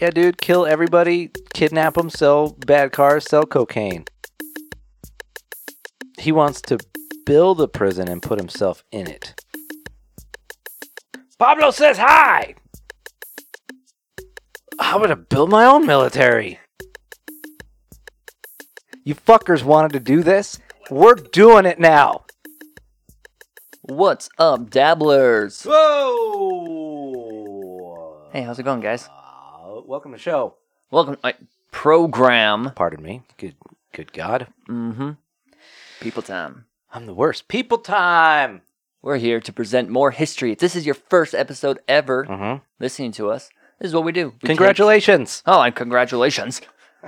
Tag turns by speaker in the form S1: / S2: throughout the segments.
S1: Yeah, dude, kill everybody, kidnap them, sell bad cars, sell cocaine. He wants to build a prison and put himself in it. Pablo says hi! I'm gonna build my own military. You fuckers wanted to do this? We're doing it now!
S2: What's up, dabblers?
S1: Whoa!
S2: Hey, how's it going, guys?
S1: Uh, welcome to the show.
S2: Welcome to my program.
S1: Pardon me. Good, good God.
S2: Mm-hmm. People time.
S1: I'm the worst. People time!
S2: We're here to present more history. If this is your first episode ever
S1: Mm-hmm.
S2: listening to us, this is what we do. We take-
S1: Congratulations!
S2: oh, and congratulations.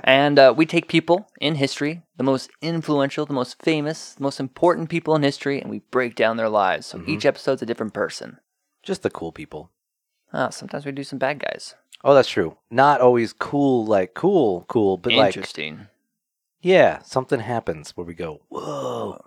S2: and uh, we take people in history, the most influential, the most famous, the most important people in history, and we break down their lives.
S1: Mm-hmm.
S2: So each episode's a different person.
S1: Just the cool people.
S2: Ah, sometimes we do some bad guys.
S1: Oh, that's true. Not always cool, like cool, cool, but like,
S2: Interesting.
S1: yeah, something happens where we go, whoa,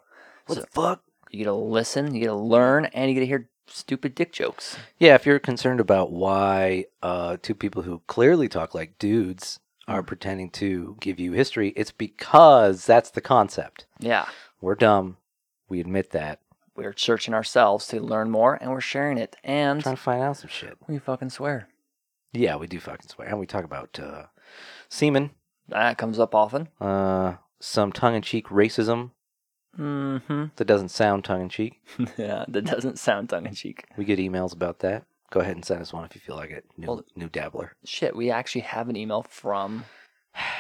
S1: what
S2: So-
S1: the fuck?
S2: you get to listen, you get to learn, and you get to hear stupid dick jokes.
S1: Yeah, if you're concerned about why uh, two people who clearly talk like dudes are
S2: Hmm.
S1: pretending to give you history, it's because that's the concept.
S2: Yeah.
S1: We're dumb. We admit that.
S2: We're searching ourselves to learn more, and we're sharing it. And
S1: trying to find out some shit.
S2: we fucking swear.
S1: Yeah, we do fucking swear. And we talk about uh, semen,
S2: That comes up often.
S1: uh, some tongue in cheek racism
S2: Mm-hmm.
S1: that doesn't sound tongue in cheek.
S2: yeah, that doesn't sound tongue-in-cheek.
S1: We get emails about that. Go ahead and send us one if you feel like it. New,
S2: Well-
S1: new dabbler.
S2: Shit, we actually have an email from...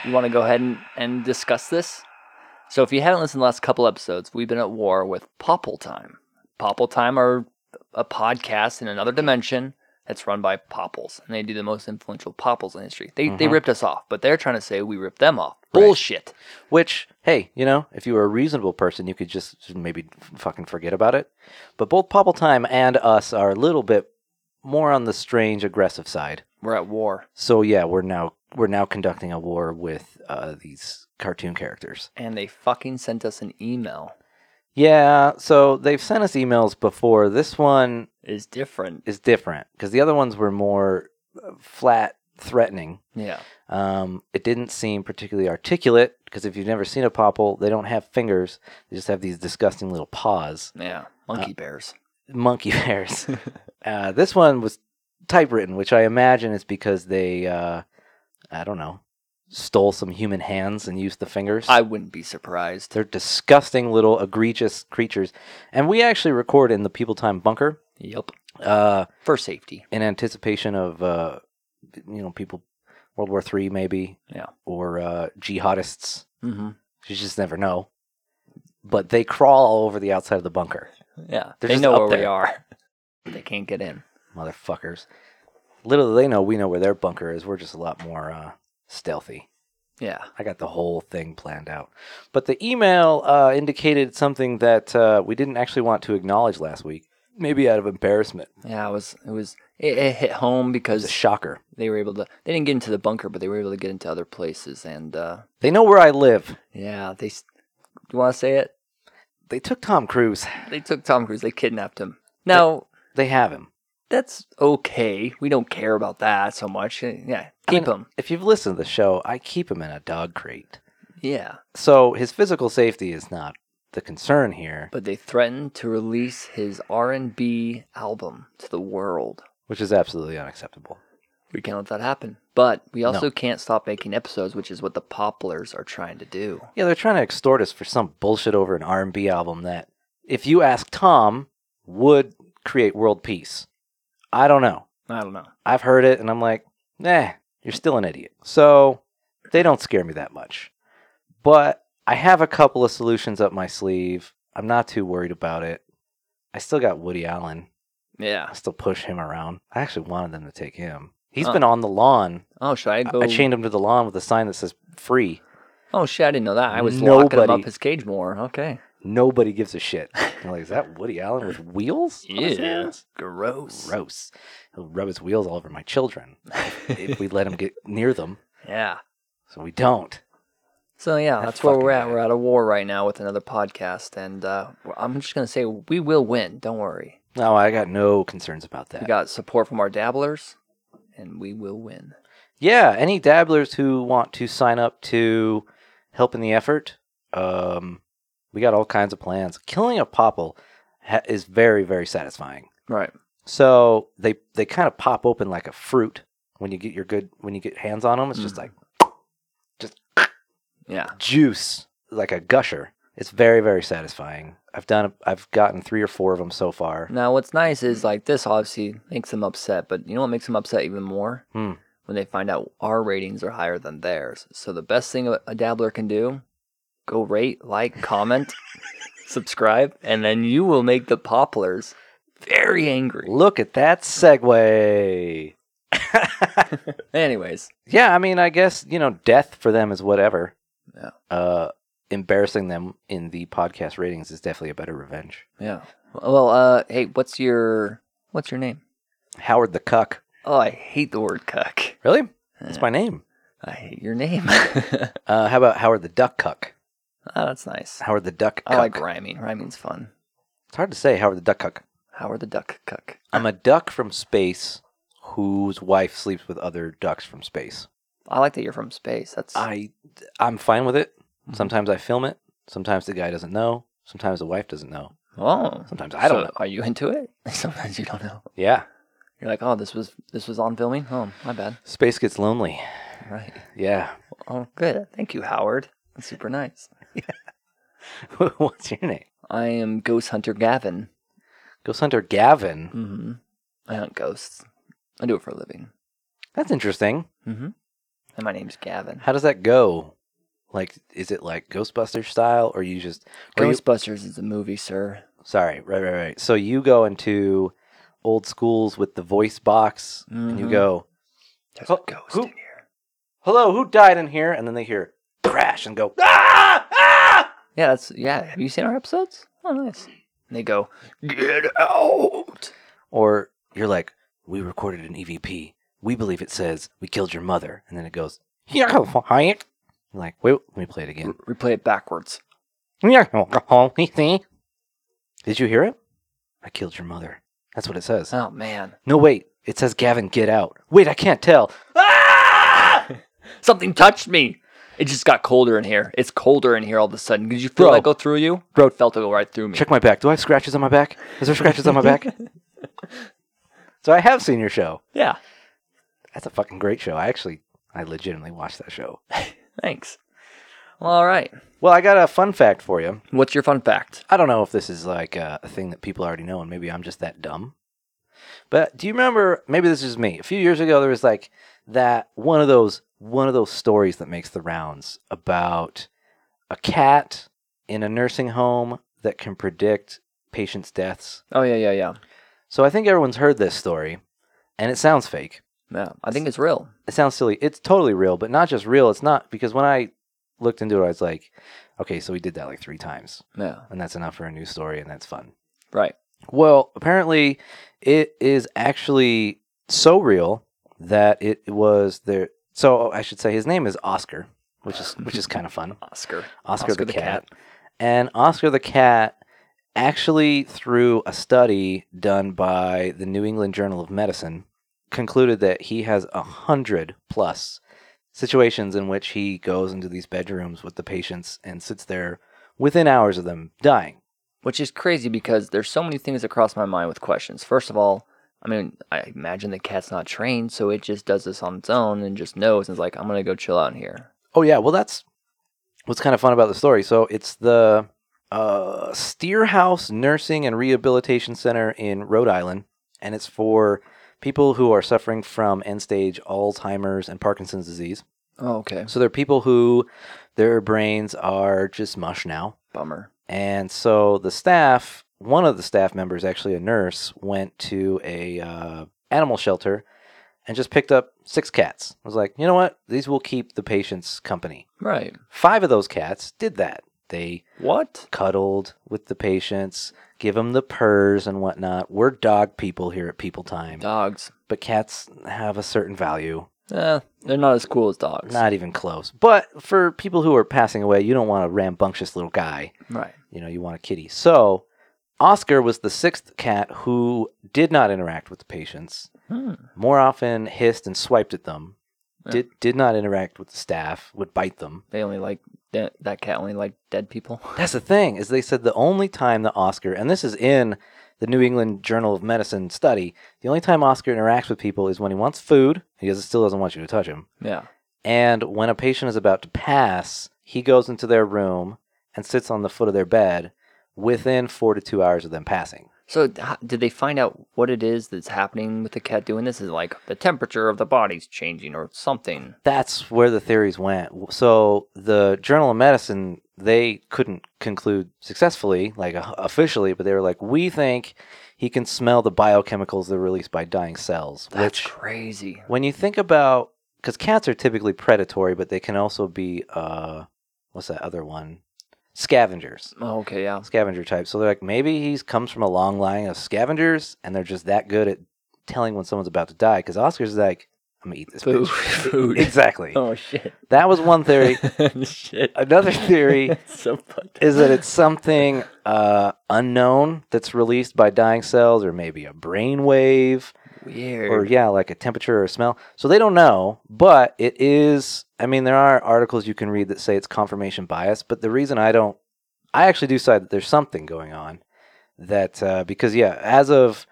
S2: You want to go ahead and, and discuss this? So if you haven't listened to the last couple episodes, we've been at war with Popple Time. Popple Time are a podcast in another dimension that's run by Popples, and they do the most influential Popples in history. They they
S1: Mhm.
S2: ripped us off, but they're trying to say we ripped them off.
S1: Right.
S2: Bullshit.
S1: Which, hey, you know, if you were a reasonable person, you could just maybe f- fucking forget about it. But both Popple Time and us are a little bit more on the strange, aggressive side.
S2: We're at war,
S1: So yeah, we're now we're now conducting a war with uh, these cartoon characters.
S2: and they fucking sent us an email.
S1: Yeah, so they've sent us emails before. This one
S2: Is different.
S1: is different because the other ones were more uh, flat, threatening.
S2: Yeah,
S1: Um, it didn't seem particularly articulate because if you've never seen a popple, they don't have fingers; they just have these disgusting little paws,
S2: yeah. Monkey bears.
S1: monkey bears. uh, this one was typewritten, which I imagine is because they, uh, I don't know, stole some human hands and used the fingers.
S2: I wouldn't be surprised.
S1: They're disgusting little egregious creatures, and we actually record in the People Time bunker
S2: Yep.
S1: uh,
S2: For safety.
S1: in anticipation of, uh, you know, people World War Three maybe,
S2: Yeah.
S1: or uh, jihadists.
S2: Mm-hmm.
S1: You just never know. But they crawl all over the outside of the bunker,
S2: Yeah,
S1: They're
S2: they
S1: just
S2: know
S1: up
S2: where we
S1: there.
S2: are. they can't get in.
S1: motherfuckers. Little do they know, we know where their bunker is. We're just a lot more uh, stealthy.
S2: Yeah.
S1: I got the whole thing planned out. But the email uh, indicated something that uh, we didn't actually want to acknowledge last week, maybe out of embarrassment.
S2: Yeah, it was it was it, it hit home
S1: It was a
S2: because
S1: shocker.
S2: they were able to they didn't get into the bunker, but they were able to get into other places and uh
S1: They know where I live.
S2: yeah, they s- you want to say it?
S1: They took Tom Cruise.
S2: They took Tom Cruise, they kidnapped him. Now,
S1: They have him.
S2: that's okay. We don't care about that so much. Uh, Yeah, keep
S1: I-
S2: him.
S1: If you've listened to the show, I keep him in a dog crate.
S2: Yeah,
S1: So his physical safety is not the concern here,
S2: but they threatened to release his R&B album to the world.
S1: which is absolutely unacceptable.
S2: We can't let that happen. But we also can't stop making episodes, which is what the Poplars are trying to do.
S1: Yeah, they're trying to extort us for some bullshit over an R&B album that, if you ask Tom, would create world peace. I don't know.
S2: I don't know.
S1: I've heard it and I'm like, nah, you're still an idiot. So they don't scare me that much. But I have a couple of solutions up my sleeve. I'm not too worried about it. I still got Woody Allen.
S2: Yeah.
S1: I still push him around. I actually wanted them to take him. He's
S2: Huh.
S1: been on the lawn.
S2: Oh, should I go?
S1: I chained him to the lawn with a sign that says free.
S2: Oh shit, I didn't know that. I was locking him
S1: Nobody-
S2: up his cage more. Okay.
S1: Nobody gives a shit. I'm like, is that Woody Allen with wheels? on his hands?"
S2: Gross.
S1: Gross. He'll rub his wheels all over my children if we let him get near them.
S2: yeah.
S1: So we don't.
S2: So yeah,
S1: That's
S2: that's, where
S1: fucking
S2: we're at.
S1: bad.
S2: We're at a war right now with another podcast, and uh, I'm just gonna say we will win. Don't worry.
S1: No, I got no concerns about
S2: We
S1: that.
S2: got support from our dabblers, and we will win.
S1: yeah, any dabblers who want to sign up to help in the effort, um, we got all kinds of plans. Killing a popple ha- is very, very satisfying.
S2: Right.
S1: So they they kind of pop open like a fruit when you get your good when you get hands on them. It's just
S2: Mhm.
S1: like
S2: Yeah.
S1: juice, like a gusher. It's very, very satisfying. I've done I've gotten three or four of them so far.
S2: Now, what's nice is like this obviously makes them upset, but you know what makes them upset even more?
S1: Hmm.
S2: When they find out our ratings are higher than theirs. So, the best thing a a dabbler can do go rate, like, comment, subscribe, and then you will make the poplars very angry.
S1: Look at that segue.
S2: Anyways,
S1: Yeah, I mean, I guess you know, death for them is whatever.
S2: Yeah.
S1: Uh, embarrassing them in the podcast ratings is definitely a better revenge.
S2: yeah. Well, uh, hey, what's your what's your name?
S1: Howard the cuck.
S2: Oh, I hate the word cuck.
S1: Really? That's my name.
S2: I hate your name. Ah,
S1: Uh, how about Howard the duck cuck?
S2: that's nice.
S1: Howard the duck. Cuck.
S2: I like rhyming. Rhyming's fun.
S1: It's hard to say Howard the duck cuck.
S2: Howard the Duck Cuck.
S1: I'm a duck from space whose wife sleeps with other ducks from space.
S2: I like that you're from space. That's
S1: I I'm fine with it.
S2: Mhm.
S1: Sometimes I film it. Sometimes the guy doesn't know. Sometimes the wife doesn't know.
S2: oh.
S1: Sometimes I don't
S2: So
S1: know.
S2: Are you into it? Sometimes you don't know.
S1: Yeah.
S2: You're like, oh, this was this was on filming. Oh, my bad.
S1: Space gets lonely.
S2: Right.
S1: Yeah.
S2: Oh, good. Thank you, Howard. That's super nice.
S1: What's your name?
S2: I am Ghost Hunter Gavin.
S1: Ghost Hunter Gavin.
S2: Mm-hmm. I hunt ghosts. I do it for a living.
S1: That's interesting.
S2: Mm-hmm. And my name's Gavin.
S1: How does that go? Like, is it like Ghostbuster style, or you just? or you-
S2: Ghostbusters is a movie, sir.
S1: sorry, right, right, right. So you go into old schools with the voice box, and you
S2: Mhm.
S1: go,
S2: There's
S1: Oh,
S2: a ghost
S1: who-
S2: in here.
S1: "Hello, who died in here?" And then they hear crash and go, "Ah, ah!"
S2: Yeah, that's yeah. Have you seen our episodes? Oh, nice. And they go, get out.
S1: Or you're like, "We recorded an EVP. We believe it says we killed your mother," and then it goes, "Yeah, fine." You're Like, wait, let me play it again.
S2: We play it backwards.
S1: Did you hear it? I killed your mother. That's what it says.
S2: Oh man.
S1: No, wait. It says Gavin, get out. Wait, I can't tell.
S2: Ah! Something touched me. It just got colder in here. It's colder in here all of a sudden. Did you feel
S1: Bro.
S2: that go through you? Bro, it felt it go right through me.
S1: Check my back. Do I have scratches on my back? Is there scratches on my back? So I have seen your show.
S2: Yeah.
S1: That's a fucking great show. I actually, I legitimately watched that show.
S2: Thanks. Well, all right.
S1: Well, I got a fun fact for you.
S2: What's your fun fact?
S1: I don't know if this is like uh, a thing that people already know, and maybe I'm just that dumb. But do you remember? Maybe this is me. A few years ago, there was like that one of those one of those stories that makes the rounds about a cat in a nursing home that can predict patients' deaths.
S2: Oh yeah, yeah, yeah.
S1: So I think everyone's heard this story, and it sounds fake.
S2: Yeah. I think it's real.
S1: It sounds silly. It's totally real, but not just real. It's not because when I looked into it, I was like, okay, so we did that like three times,
S2: Yeah.
S1: and that's enough for a news story, and that's fun.
S2: Right.
S1: Well, apparently, it is actually so real that it was there. So oh, I should say his name is Oscar, which is which is kind of fun.
S2: Oscar.
S1: Oscar, the, cat. and Oscar the cat actually, through a study done by the New England Journal of Medicine, concluded that he has a hundred plus situations in which he goes into these bedrooms with the patients and sits there within hours of them dying.
S2: Which is crazy because there's so many things that cross my mind with questions. First of all, I mean, I imagine the cat's not trained, so it just does this on its own and just knows and is like, I'm gonna go chill out in here.
S1: Oh yeah, well that's what's kind of fun about the story. So it's the uh, Steerhouse Nursing and Rehabilitation Center in Rhode Island, and it's for people who are suffering from end-stage Alzheimer's and Parkinson's disease.
S2: Oh, okay.
S1: So they're people who their brains are just mush now,
S2: Bummer.
S1: and so the staff, one of the staff members, actually a nurse, went to a uh, animal shelter and just picked up six cats. I was like, you know what? These will keep the patients company.
S2: Right.
S1: Five of those cats did that. They
S2: What?
S1: cuddled with the patients, give them the purrs and whatnot. We're dog people here at People Time,
S2: Dogs.
S1: but cats have a certain value.
S2: Eh, they're not as cool as dogs.
S1: Not even close. But for people who are passing away, you don't want a rambunctious little guy.
S2: Right.
S1: you know, you want a kitty. So Oscar was the sixth cat who did not interact with the patients,
S2: Hmm.
S1: more often hissed and swiped at them.
S2: Yeah.
S1: did did not interact with the staff, would bite them.
S2: They only like that, that cat only liked dead people.
S1: That's the thing, is they said the only time that Oscar, and this is in the New England Journal of Medicine study, the only time Oscar interacts with people is when he wants food, he does- still doesn't want you to touch him,
S2: Yeah.
S1: and when a patient is about to pass, he goes into their room and sits on the foot of their bed within four to two hours of them passing.
S2: So d- ho- did they find out what it is that's happening with the cat doing this? Is it like the temperature of the body's changing or something?
S1: That's where the theories went. So the Journal of Medicine, they couldn't conclude successfully, like uh, officially, but they were like, we think he can smell the biochemicals that are released by dying cells,
S2: That's
S1: which
S2: crazy.
S1: when you think about because cats are typically predatory but they can also be uh what's that other one scavengers
S2: Oh, okay, yeah.
S1: scavenger type so they're like maybe he's comes from a long line of scavengers and they're just that good at telling when someone's about to die because oscar's like i'm gonna eat this
S2: Food.
S1: bitch."
S2: Food.
S1: exactly
S2: Oh shit.
S1: that was one theory
S2: shit.
S1: another theory
S2: It's so fucked.
S1: is that it's something uh, unknown that's released by dying cells or maybe a brain wave
S2: weird.
S1: or yeah, like a temperature or a smell. So they don't know, but it is. I mean, there are articles you can read that say it's confirmation bias, but the reason I don't, I actually do side that there's something going on. That uh, because yeah, as of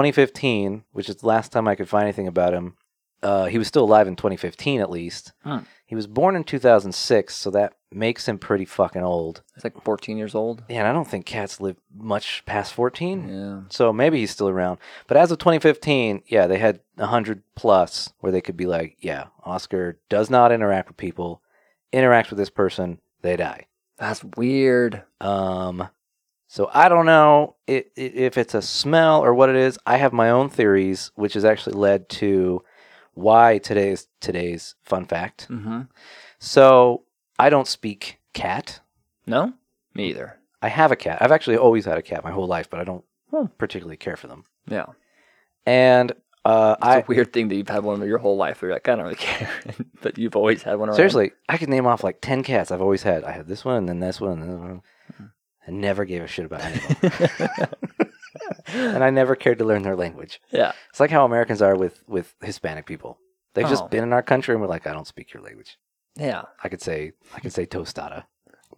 S1: 2015, which is the last time I could find anything about him, uh, he was still alive in 2015 at least.
S2: Hmm.
S1: He was born in 2006, so that makes him pretty fucking old.
S2: It's like 14 years old.
S1: Yeah, and I don't think cats live much past 14.
S2: Yeah.
S1: So maybe he's still around. But as of 2015, yeah, they had 100 plus where they could be like, yeah, Oscar does not interact with people, interacts with this person, they die.
S2: That's weird.
S1: Um, so I don't know i- i- if it's a smell or what it is. I have my own theories, which has actually led to why today's today's fun fact.
S2: Mm-hmm.
S1: So I don't speak cat.
S2: No? Me either.
S1: I have a cat. I've actually always had a cat my whole life, but I don't
S2: Hmm.
S1: particularly care for them.
S2: Yeah.
S1: And uh,
S2: It's a
S1: I
S2: weird thing that you've had one your whole life. You're like, I don't really care. but you've always had one around.
S1: Seriously, I could name off like 10 cats I've always had. I had this one, and then this one, and then this one. I never gave a shit about any of them. and I never cared to learn their language.
S2: yeah.
S1: It's like how Americans are with, with Hispanic people. They've
S2: Oh.
S1: just been in our country and we're like, I don't speak your language.
S2: Yeah.
S1: I could say I could say tostada.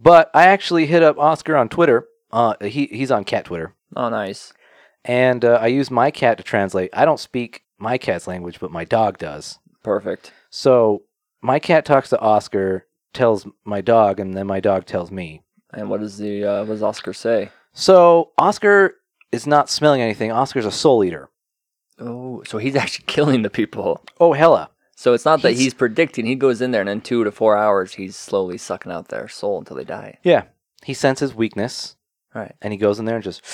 S1: But I actually hit up Oscar on Twitter. Uh, he, he's on cat Twitter.
S2: Oh, nice.
S1: And uh, I use my cat to translate. I don't speak my cat's language, but my dog does.
S2: Perfect.
S1: So my cat talks to Oscar, tells my dog, and then my dog tells me.
S2: And what does the uh, what does Oscar say?
S1: So Oscar is not smelling anything. Oscar's a soul eater.
S2: Oh, so he's actually killing the people.
S1: Oh hella.
S2: So it's not that
S1: He's-
S2: he's predicting. He goes in there and in two to four hours, he's slowly sucking out their soul until they die.
S1: He senses weakness
S2: Right.
S1: and he goes in there and just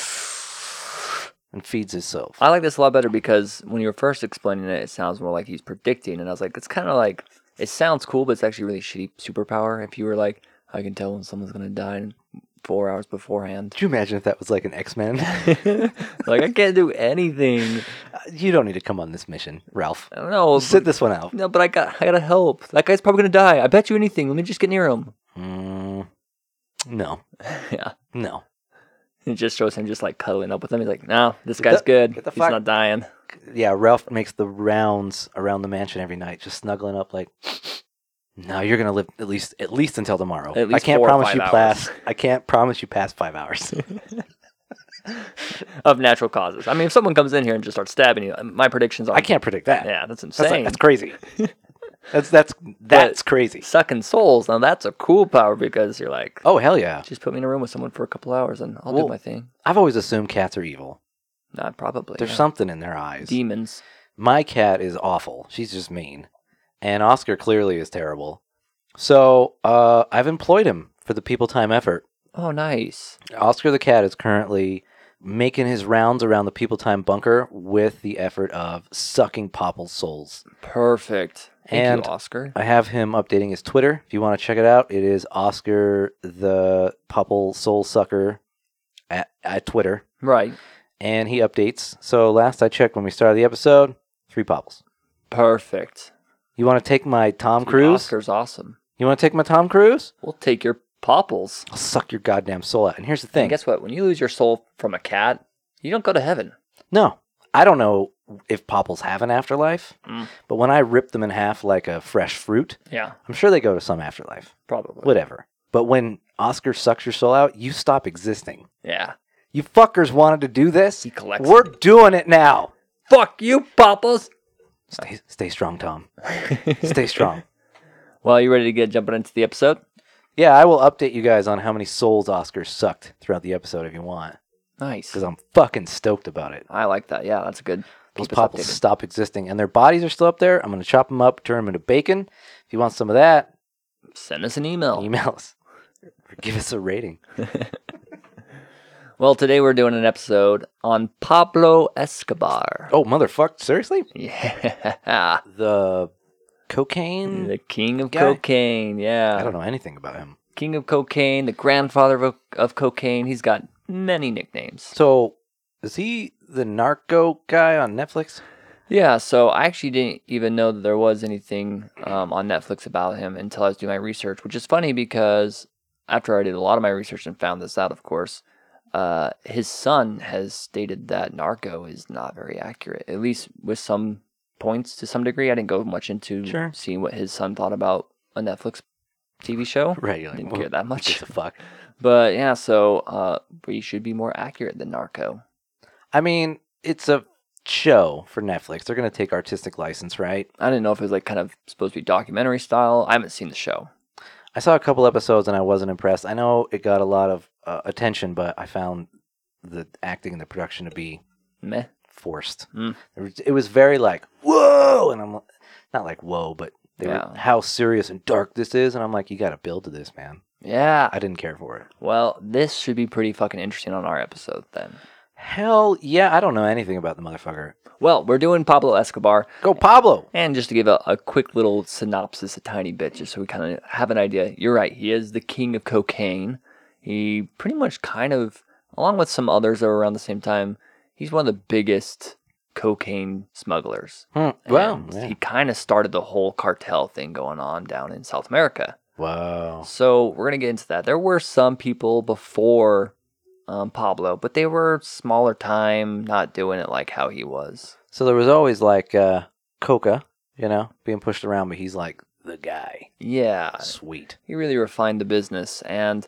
S1: and feeds himself.
S2: I like this a lot better because when you were first explaining it, it sounds more like he's predicting, and I was like, it's kind of like it sounds cool, but it's actually a really shitty superpower. If you were like, I can tell when someone's gonna die in four hours beforehand.
S1: Could you imagine if that was like an Uh, X Men?
S2: like I can't do anything.
S1: you don't need to come on this mission, Ralph.
S2: I don't know.
S1: Sit
S2: But,
S1: this one out.
S2: no, but I got I gotta help. That guy's probably gonna die. I bet you anything. Let me just get near him.
S1: Mm, no,
S2: yeah.
S1: no.
S2: It just shows him just like cuddling up with him. He's like, no, this guy's
S1: the-
S2: good.
S1: get the
S2: He's
S1: fuck-
S2: not dying.
S1: Yeah, Ralph makes the rounds around the mansion every night, just snuggling up like. No, you're gonna live at least at least until tomorrow.
S2: At
S1: I
S2: least
S1: can't
S2: four or
S1: promise
S2: five
S1: you
S2: hours.
S1: past. I can't promise you past five hours.
S2: Of natural causes. I mean, if someone comes in here and just starts stabbing you, my predictions are
S1: I can't predict that.
S2: Yeah, that's
S1: That's,
S2: insane.
S1: like, that's crazy. that's that's that's crazy.
S2: Sucking souls. Now that's a cool power because you're like,
S1: Oh hell yeah!
S2: just put me in a room with someone for a couple hours and I'll
S1: Well-
S2: do my thing.
S1: I've always assumed cats are evil.
S2: Not probably.
S1: There's
S2: yeah.
S1: something in their eyes.
S2: demons.
S1: My cat is awful. She's just mean, and Oscar clearly is terrible. So uh, I've employed him for the people time effort.
S2: Oh, nice.
S1: Oscar the cat is currently making his rounds around the people time bunker with the effort of sucking Popple's souls.
S2: Perfect. Thank
S1: And-
S2: you, Oscar.
S1: I have him updating his Twitter. If you want to check it out, it is Oscar the Popple Soul Sucker at, at Twitter.
S2: Right.
S1: and he updates. So last I checked when we started the episode, three popples.
S2: Perfect.
S1: You want to take my Tom
S2: Dude,
S1: Cruise?
S2: Oscar's awesome.
S1: You want to take my Tom Cruise?
S2: We'll take your popples.
S1: I'll suck your goddamn soul out. And here's the
S2: And
S1: thing.
S2: guess what? When you lose your soul from a cat, you don't go to heaven.
S1: no, I don't know if popples have an afterlife.
S2: Mm.
S1: But when I rip them in half like a fresh fruit,
S2: Yeah,
S1: I'm sure they go to some afterlife.
S2: probably.
S1: Whatever. But when Oscar sucks your soul out, you stop existing.
S2: Yeah,
S1: You fuckers wanted to do this.
S2: he collects.
S1: We're doing it now.
S2: Fuck you, Popples.
S1: Stay, stay strong, Tom. Stay strong.
S2: well, you ready to get jumping into the episode?
S1: Yeah, I will update you guys on how many souls Oscar sucked throughout the episode if you want,
S2: Nice.
S1: because I'm fucking stoked about it.
S2: I like that. Yeah, that's good.
S1: Those
S2: Keep us
S1: popples
S2: updated.
S1: stop existing, and their bodies are still up there. I'm gonna chop them up, turn them into bacon. If you want some of that,
S2: Send us an email.
S1: email us or give us a rating.
S2: Well, today we're doing an episode on Pablo Escobar.
S1: Oh, motherfuck! Seriously,
S2: Yeah,
S1: the cocaine.
S2: the king of
S1: Guy.
S2: cocaine. Yeah,
S1: I don't know anything about him.
S2: king of cocaine, the grandfather of, of cocaine. He's got many nicknames.
S1: So, is he the narco guy on Netflix?
S2: Yeah, so I actually didn't even know that there was anything um, on Netflix about him until I was doing my research, which is funny because after I did a lot of my research and found this out, of course, uh, his son has stated that Narco is not very accurate, at least with some points to some degree. I didn't go much into
S1: Sure.
S2: seeing what his son thought about a Netflix TV show.
S1: Right, you're like,
S2: Didn't
S1: well,
S2: care that
S1: who gives
S2: much.
S1: a fuck.
S2: But yeah, so uh, we should be more accurate than Narco.
S1: I mean, it's a show for Netflix. They're gonna take artistic license, right?
S2: I didn't know if it was like kind of supposed to be documentary style. I haven't seen the show.
S1: I saw a couple episodes and I wasn't impressed. I know it got a lot of uh, attention, but I found the acting and the production to be
S2: Meh.
S1: forced.
S2: Mm.
S1: It was- It was very like whoa, and I'm li- not like whoa, but they
S2: Yeah.
S1: were, how serious and dark this is, and I'm like, you got to build to this, man.
S2: Yeah.
S1: I didn't care for it.
S2: Well, this should be pretty fucking interesting on our episode then.
S1: Hell yeah, I don't know anything about the motherfucker.
S2: Well, we're doing Pablo Escobar,
S1: Go Pablo.
S2: and just to give a, a quick little synopsis, a tiny bit, just so we kind of have an idea. You're right, he is the king of cocaine. He pretty much kind of, along with some others that were around the same time, he's one of the biggest cocaine smugglers.
S1: Hmm. Wow.
S2: And
S1: yeah.
S2: he kind of started the whole cartel thing going on down in South America.
S1: Wow.
S2: So we're gonna get into that. There were some people before um, Pablo, but they were smaller time, not doing it like how he was.
S1: So there was always like uh, Coca, you know, being pushed around, but he's like the guy. Uh,
S2: Yeah,
S1: Sweet.
S2: he really refined the business and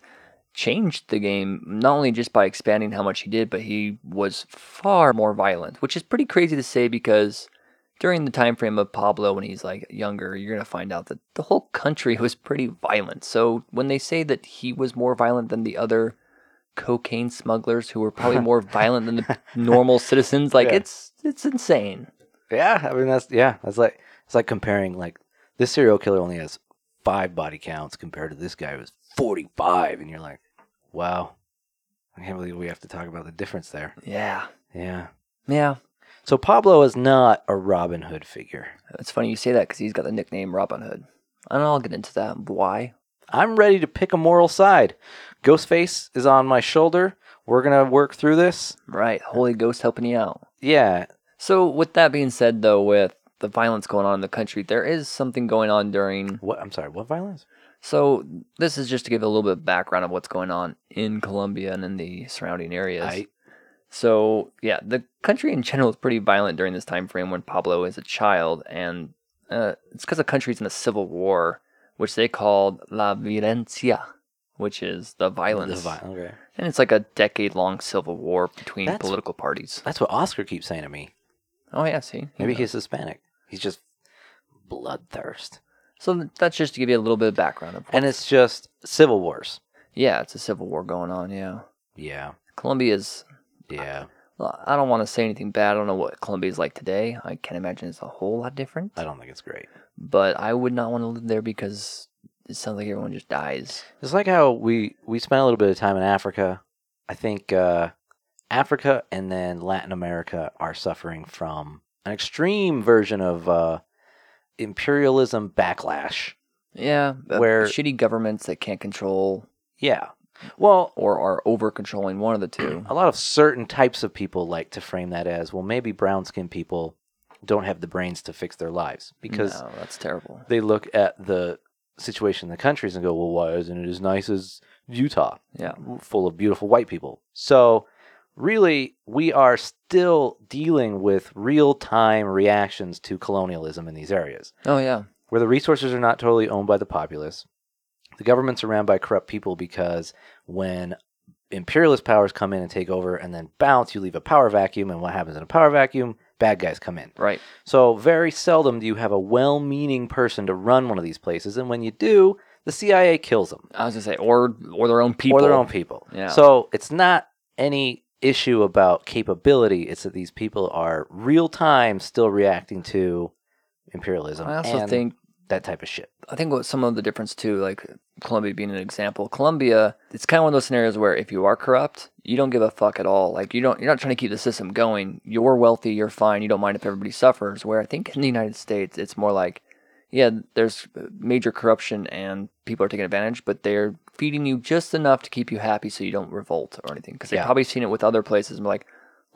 S2: changed the game not only just by expanding how much he did, but he was far more violent, which is pretty crazy to say because during the time frame of Pablo when he's like younger, you're gonna find out that the whole country was pretty violent. So when they say that he was more violent than the other cocaine smugglers who were probably more violent than the normal citizens, like
S1: Yeah.
S2: it's it's insane.
S1: Yeah, I mean that's yeah, that's like it's like comparing like this serial killer only has five body counts compared to this guy who has forty five, and you're like, wow, I can't believe we have to talk about the difference there.
S2: Yeah.
S1: Yeah.
S2: Yeah.
S1: So Pablo is not a Robin Hood figure.
S2: It's funny you say that because he's got the nickname Robin Hood. And I'll get into that. Why?
S1: I'm ready to pick a moral side. Ghostface is on my shoulder. We're gonna work through this.
S2: Right, Holy Ghost helping you out.
S1: Yeah,
S2: So, with that being said, though, with the violence going on in the country, there is something going on during.
S1: What? I'm sorry. What violence?
S2: So, this is just to give a little bit of background of what's going on in Colombia and in the surrounding areas.
S1: I-
S2: So, yeah, the country in general is pretty violent during this time frame when Pablo is a child, and uh, it's because the country's in a civil war, which they called la violencia, which is the violence.
S1: The vi- okay.
S2: And it's like a decade-long civil war between
S1: That's-
S2: political parties.
S1: That's what Oscar keeps saying to me.
S2: Oh yeah, see, you
S1: Maybe
S2: know.
S1: he's Hispanic. He's just bloodthirst.
S2: So th- that's just to give you a little bit of background. Of
S1: And it's just civil wars.
S2: yeah, it's a civil war going on. Yeah,
S1: Yeah.
S2: Colombia's.
S1: Yeah.
S2: well, I don't want to say anything bad. I don't know what Colombia's like today. I can imagine it's a whole lot different.
S1: I don't think it's great.
S2: But I would not want to live there because it sounds like everyone just dies.
S1: It's like how we we spent a little bit of time in Africa. I think uh, Africa and then Latin America are suffering from an extreme version of uh, imperialism backlash.
S2: Yeah, uh,
S1: Where-
S2: shitty governments that can't control
S1: Yeah. Well,
S2: or are over controlling one of the two.
S1: a lot of certain types of people like to frame that as well maybe brown skinned people don't have the brains to fix their lives because
S2: no, that's terrible.
S1: they look at the situation in the countries and go well why isn't it as nice as utah
S2: Yeah,
S1: full of beautiful white people so really, we are still dealing with real time reactions to colonialism in these areas,
S2: Oh yeah.
S1: where the resources are not totally owned by the populace. The government's are ran by corrupt people because when imperialist powers come in and take over and then bounce, you leave a power vacuum. And what happens in a power vacuum? Bad guys come in.
S2: Right.
S1: So, very seldom do you have a well meaning person to run one of these places. And when you do, the CIA kills them
S2: I was gonna say, or or their own people,
S1: or their own people.
S2: Yeah.
S1: So, it's not any issue about capability, it's that these people are real time still reacting to imperialism
S2: I also
S1: and
S2: think
S1: that type of shit.
S2: I think what some of the difference too, like Colombia being an example, Colombia, it's kind of one of those scenarios where if you are corrupt, you don't give a fuck at all. Like you don't, you're not trying to keep the system going. You're wealthy, you're fine. You don't mind if everybody suffers. Where I think in the United States, it's more like, yeah, there's uh, major corruption and people are taking advantage, but they're feeding you just enough to keep you happy so you don't revolt or anything. Because they've
S1: Yeah.
S2: probably seen it with other places. And be like,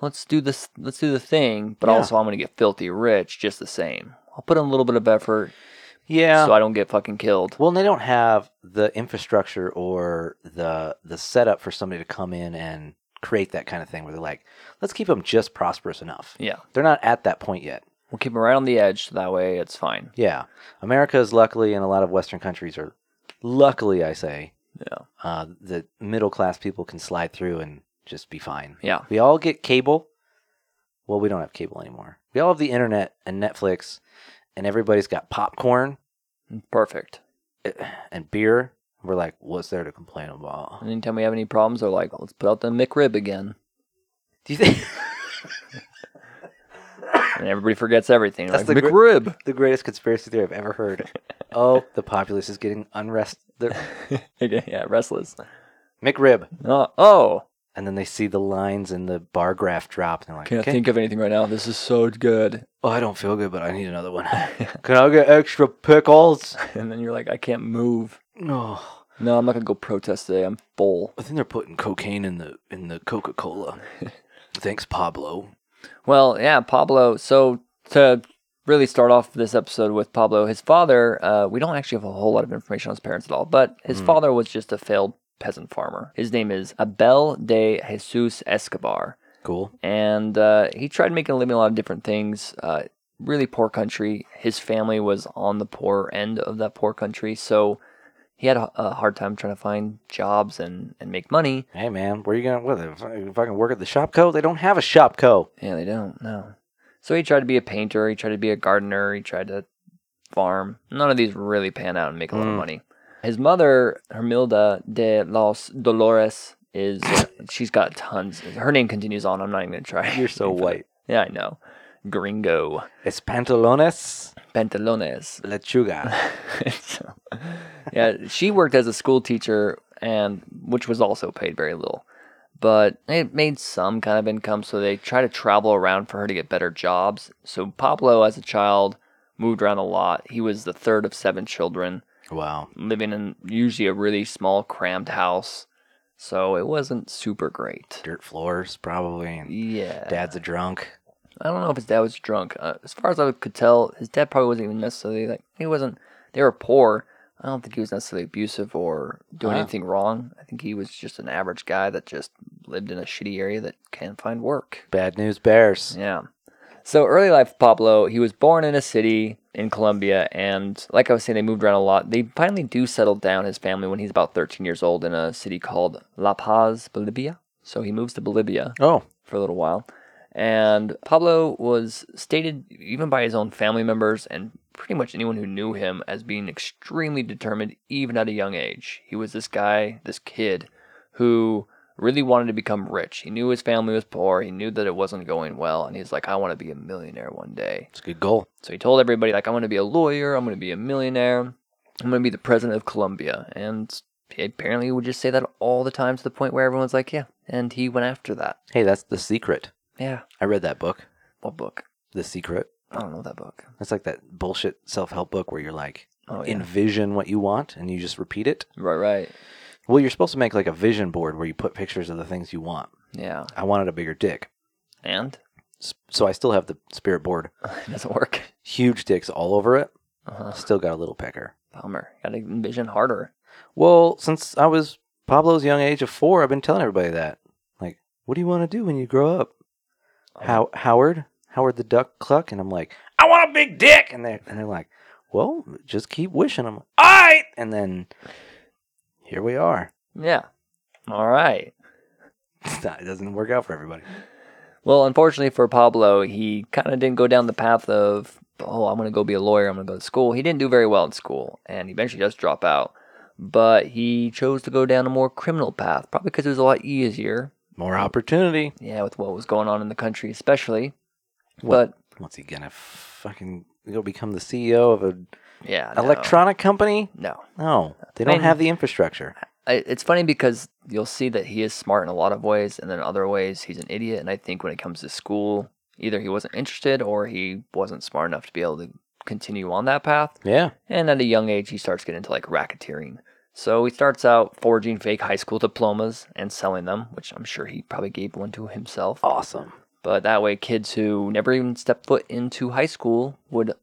S2: let's do this, let's do the thing, but
S1: Yeah.
S2: also I'm going to get filthy rich just the same. I'll put in a little bit of effort
S1: Yeah.
S2: so I don't get fucking killed.
S1: Well, and they don't have the infrastructure or the the setup for somebody to come in and create that kind of thing where they're like, let's keep them just prosperous enough.
S2: Yeah,
S1: They're not at that point yet.
S2: we'll keep them right on the edge. So that way, it's fine.
S1: Yeah. America is luckily, and a lot of Western countries are luckily, I say,
S2: Yeah.
S1: uh, the middle class people can slide through and just be fine.
S2: Yeah,
S1: We all get cable. Well, we don't have cable anymore. We all have the internet and Netflix, and everybody's got popcorn
S2: perfect.
S1: and beer. We're like, what's there to complain about?
S2: And anytime we have any problems, they're like, "Let's put out the McRib again,"
S1: Do you think
S2: and everybody forgets everything.
S1: That's
S2: like
S1: the gr-
S2: McRib.
S1: the greatest conspiracy theory I've ever heard? oh, the populace is getting unrest. They're,
S2: yeah, restless.
S1: McRib.
S2: Oh, oh,
S1: And then they see the lines in the bar graph drop, and they're like,
S2: can't
S1: "Okay,
S2: think of anything right now. This is so good.
S1: Oh, I don't feel good, but I need another one. Can I get extra pickles?
S2: And then you're like, "I can't move."
S1: No,
S2: No, I'm not gonna go protest today. I'm full.
S1: I think they're putting cocaine in the in the Coca Cola. Thanks, Pablo.
S2: Well, yeah, Pablo. So to really start off this episode with Pablo, his father, uh, we don't actually have a whole lot of information on his parents at all, but his
S1: Mm.
S2: father was just a failed peasant farmer. His name is Abel de Jesus Escobar,
S1: Cool.
S2: and uh, he tried making a living in a lot of different things. Uh, really poor country. His family was on the poor end of that poor country, so he had a, a hard time trying to find jobs and, and make money.
S1: Hey, man, where you gonna? What if I, if I can work at the Shopco? They don't have a Shopco.
S2: Yeah, they don't. No. So he tried to be a painter. He tried to be a gardener. He tried to farm. None of these really pan out and make a lot of
S1: Mm.
S2: money. His mother, Hermilda de los Dolores, is she's got tons. Her name continues on. I'm not even gonna try.
S1: You're so white.
S2: Yeah, I know. Gringo
S1: It's pantalones,
S2: pantalones.
S1: lechuga.
S2: So, yeah, she worked as a school teacher, and which was also paid very little, but it made some kind of income. So they try to travel around for her to get better jobs. So Pablo, as a child, moved around a lot. He was the third of seven children,
S1: Wow.
S2: living in usually a really small, crammed house. So it wasn't super great.
S1: Dirt floors, probably. And
S2: Yeah,
S1: Dad's a drunk.
S2: I don't know if his dad was drunk. Uh, as far as I could tell, his dad probably wasn't even necessarily like he wasn't. They were poor. I don't think he was necessarily abusive or doing
S1: Wow.
S2: anything wrong. I think he was just an average guy that just lived in a shitty area that can't find work.
S1: Bad news bears.
S2: Yeah. So early life Pablo, he was born in a city in Colombia, and like I was saying, they moved around a lot. They finally do settle down his family when he's about 13 years old in a city called La Paz, Bolivia. So he moves to Bolivia
S1: Oh,
S2: for a little while. And Pablo was stated, even by his own family members and pretty much anyone who knew him, as being extremely determined, even at a young age. He was this guy, this kid, who really wanted to become rich. He knew his family was poor. He knew that it wasn't going well. And he's like, I want to be a millionaire one day.
S1: it's a good goal.
S2: So he told everybody, like, I'm going to be a lawyer. I'm going to be a millionaire. I'm going to be the president of Colombia. And he apparently would just say that all the time to the point where everyone's like, yeah. And he went after that.
S1: Hey, that's the secret.
S2: Yeah.
S1: I read that book,
S2: What book?
S1: The Secret.
S2: I don't know that book.
S1: It's like that bullshit self help book where you're like,
S2: Oh yeah,
S1: envision what you want and you just repeat it.
S2: right, right.
S1: Well, you're supposed to make like a vision board where you put pictures of the things you want.
S2: Yeah,
S1: I wanted a bigger dick.
S2: and
S1: S- So I still have the spirit board.
S2: it doesn't work.
S1: Huge dicks all over it.
S2: Uh-huh.
S1: Still got a little pecker.
S2: Bummer. Got to envision harder.
S1: Well, since I was Pablo's young age of four, I've been telling everybody that. Like, What do you want to do when you grow up?
S2: Um,
S1: How Howard? Howard the Duck Cluck? And I'm like, I want a big dick. And they're, and they're like, well, just keep wishing. I'm like, all right. And then here we are.
S2: Yeah. All right.
S1: It's not- it doesn't work out for everybody.
S2: Well, unfortunately for Pablo, he kind of didn't go down the path of, oh, I'm going to go be a lawyer. I'm going to go to school. He didn't do very well in school and eventually does drop out. But he chose to go down a more criminal path, probably because it was a lot easier.
S1: More opportunity.
S2: Yeah, with what was going on in the country, especially.
S1: What? What's he gonna fucking go become the CEO of an
S2: But yeah, no.
S1: electronic company?
S2: No,
S1: No, they don't
S2: mean-
S1: have the infrastructure.
S2: I, it's funny because you'll see that he is smart in a lot of ways, and then in other ways he's an idiot. And I think when it comes to school, either he wasn't interested or he wasn't smart enough to be able to continue on that path.
S1: Yeah,
S2: And at a young age, he starts getting into like racketeering. So he starts out forging fake high school diplomas and selling them, which I'm sure he probably gave one to himself.
S1: awesome.
S2: But that way, kids who never even stepped foot into high school would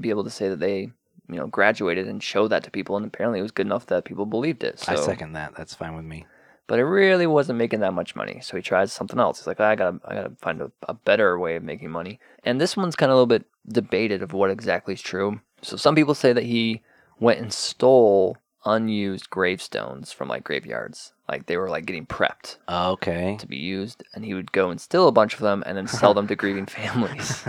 S2: be able to say that they, you know, graduated and show that to people. And apparently, it was good enough that people believed it. So,
S1: I second that. That's fine with me.
S2: But it really wasn't making that much money. So he tries something else. He's like, I gotta, I gotta find a, a better way of making money. And this one's kind of a little bit debated of what exactly is true. So some people say that he went and stole unused gravestones from like graveyards, like they were like getting prepped
S1: Okay.
S2: to be used, and he would go and steal a bunch of them and then sell them to grieving families.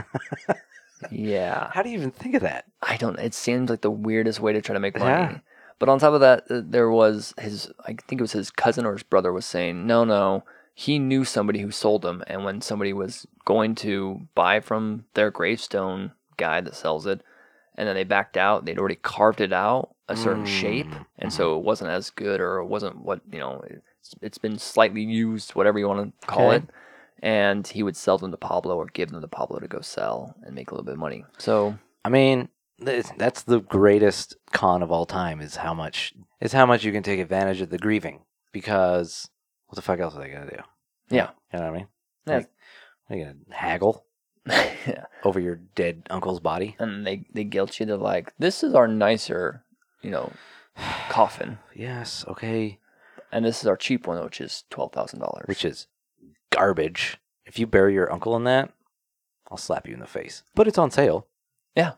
S2: yeah,
S1: How do you even think of that?
S2: I don't. It seems like the weirdest way to try to make money.
S1: Yeah.
S2: But on top of that, uh, there was his. I think it was his cousin or his brother was saying, no, no, he knew somebody who sold them, and when somebody was going to buy from their gravestone guy that sells it. And then they backed out. They'd already carved it out a certain shape,
S1: Mm,
S2: and so it wasn't as good, or it wasn't what you know. It's, it's been slightly used, whatever you want to call
S1: Okay.
S2: it. And he would sell them to Pablo, or give them to Pablo to go sell and make a little bit of money. So
S1: I mean, th- that's the greatest con of all time is how much is how much you can take advantage of the grieving because what the fuck else are they gonna do?
S2: Yeah.
S1: you know what I mean.
S2: Yeah.
S1: Like, are they gonna haggle
S2: yeah.
S1: over your dead uncle's body?
S2: And they, they guilt you to like, this is our nicer, you know, coffin.
S1: Yes. Okay.
S2: And this is our cheap one, which is twelve thousand dollars.
S1: which is garbage. If you bury your uncle in that, I'll slap you in the face. But it's on sale.
S2: Yeah.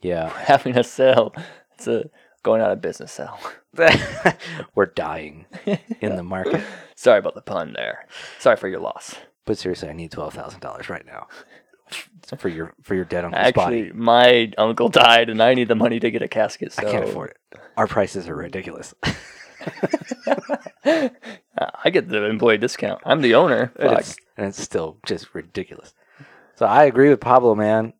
S1: Yeah.
S2: having a sale. It's a going out of business sale.
S1: We're dying in the market.
S2: Sorry about the pun there. Sorry for your loss.
S1: But seriously, I need twelve thousand dollars right now. It's for your for your dead uncle's
S2: Actually,
S1: body.
S2: my uncle died and I need the money to get a casket. So
S1: I can't afford it. Our prices are ridiculous.
S2: it. I get the employee discount. I'm the owner.
S1: and,
S2: Fuck.
S1: it's, and it's still just ridiculous. So I agree with Pablo, man.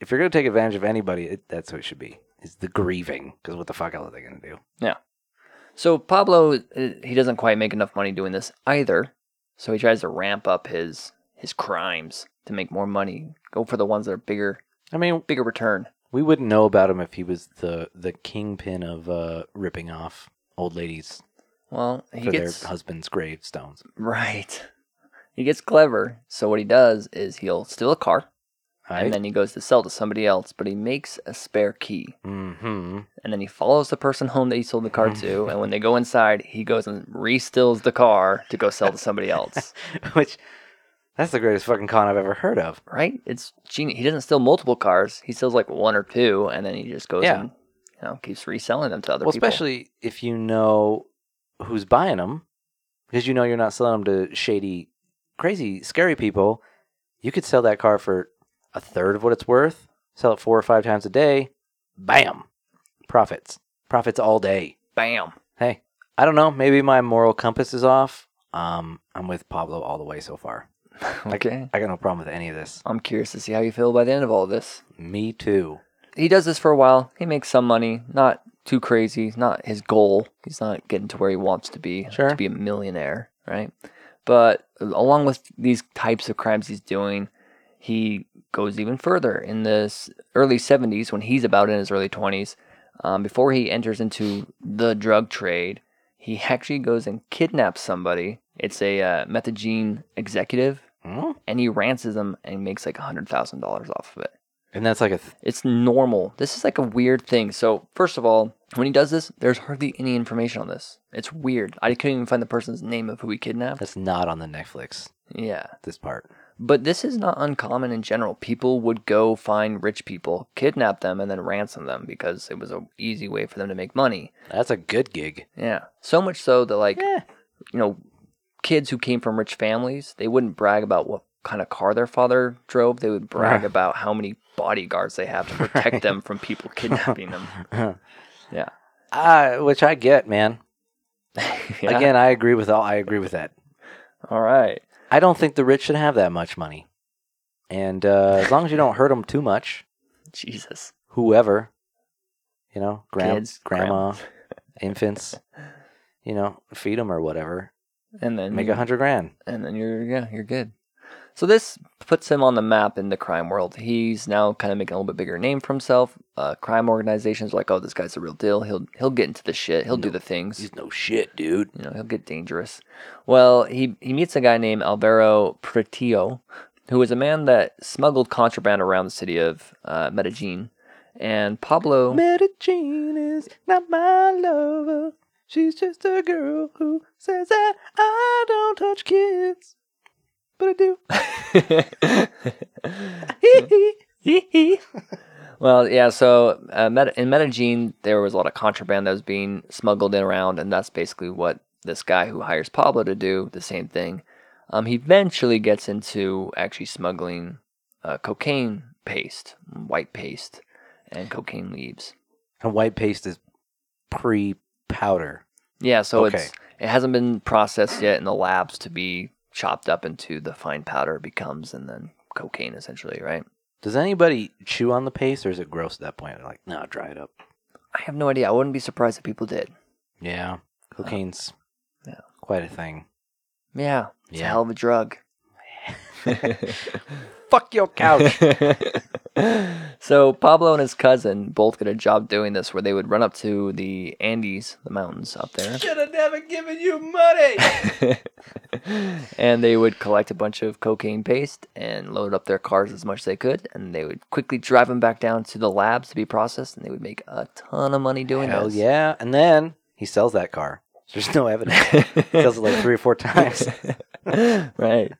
S1: If you're gonna take advantage of anybody, it, that's what it should be. Is the grieving? Because what the fuck else are they gonna do?
S2: So Pablo, uh, he doesn't quite make enough money doing this either. So he tries to ramp up his his crimes to make more money. Go for the ones that are bigger,
S1: I mean,
S2: bigger return.
S1: We wouldn't know about him if he was the the kingpin of uh, ripping off old ladies
S2: Well, he
S1: for
S2: gets
S1: their husbands' gravestones.
S2: right. He gets clever. So what he does is he'll steal a car
S1: Right?
S2: and then he goes to sell to somebody else, but he makes a spare key.
S1: mm-hmm.
S2: And then he follows the person home that he sold the car to, and when they go inside, he goes and restills the car to go sell to somebody else.
S1: Which that's the greatest fucking con I've ever heard of.
S2: right? It's genius. He doesn't steal multiple cars. He steals like one or two, and then he just goes
S1: Yeah.
S2: and you know keeps reselling them to other
S1: well,
S2: people.
S1: especially if you know who's buying them, because you know you're not selling them to shady, crazy, scary people. You could sell that car for a third of what it's worth. Sell it four or five times a day. Bam, profits, profits all day.
S2: bam.
S1: hey, I don't know. Maybe my moral compass is off. Um, I'm with Pablo all the way so far.
S2: Okay,
S1: I got no problem with any of this.
S2: I'm curious to see how you feel by the end of all this.
S1: Me too.
S2: He does this for a while. He makes some money, not too crazy. It's not his goal. He's not getting to where he wants to be
S1: Sure.
S2: to be a millionaire, right? But along with these types of crimes he's doing, he goes even further in this early 70s when he's about in his early 20s um, before he enters into the drug trade he actually goes and kidnaps somebody it's a uh, methagene executive
S1: Hmm?
S2: and he ransoms them and makes like $100000 off of it
S1: And that's like a th-
S2: It's normal. This is like a weird thing. So, first of all, when he does this, there's hardly any information on this. It's weird. I couldn't even find the person's name of who he kidnapped.
S1: that's not on the Netflix.
S2: Yeah.
S1: This part.
S2: But this is not uncommon in general. People would go find rich people, kidnap them, and then ransom them because it was an easy way for them to make money.
S1: That's a good gig.
S2: Yeah. So much so that, like,
S1: Yeah.
S2: you know, kids who came from rich families, they wouldn't brag about what kind of car their father drove. They would brag
S1: Right.
S2: about how many bodyguards they have to protect
S1: Right.
S2: them from people kidnapping them. Yeah.
S1: Uh, which I get, man.
S2: Yeah?
S1: Again, I agree with all. I agree with that.
S2: All right.
S1: I don't think the rich should have that much money. And uh, as long as you don't hurt them too much,
S2: Jesus.
S1: whoever, you know, grand,
S2: Kids,
S1: grandma, infants, you know, feed them or whatever,
S2: And then
S1: make a hundred grand.
S2: and then you're yeah you're good so this puts him on the map in the crime world he's now kind of making a little bit bigger name for himself uh, crime organizations are like oh this guy's the real deal he'll he'll get into the shit he'll do the things
S1: He's no shit, dude.
S2: you know he'll get dangerous well he he meets a guy named alvaro pretillo who was a man that smuggled contraband around the city of uh, medellin and pablo
S1: Medellin is not my lover. She's just a girl who says that I don't touch kids, but I do.
S2: Well, yeah. So uh, Med- in Medellin, there was a lot of contraband that was being smuggled in around, and that's basically what this guy who hires Pablo to do the same thing. Um, he eventually gets into actually smuggling uh, cocaine paste, white paste, and cocaine leaves.
S1: and white paste is pre-powder.
S2: Yeah. So
S1: Okay.
S2: it's it hasn't been processed yet in the labs to be chopped up into the fine powder it becomes, and then cocaine essentially, right?
S1: Does anybody chew on the paste, or is it gross at that point? They're like, no, dry it up.
S2: I have no idea. I wouldn't be surprised if people did.
S1: Yeah, cocaine's
S2: Yeah.
S1: quite a thing.
S2: Yeah. It's a
S1: Yeah.
S2: hell of a drug.
S1: Fuck your couch.
S2: so Pablo and his cousin both get a job doing this where they would run up to the Andes, the mountains up there,
S1: Should have never given you money.
S2: and they would collect a bunch of cocaine paste and load up their cars as much as they could, and they would quickly drive them back down to the labs to be processed, and they would make a ton of money doing
S1: Hell
S2: this.
S1: yeah! And then he sells that car. There's no evidence. he sells it like three or four times.
S2: right.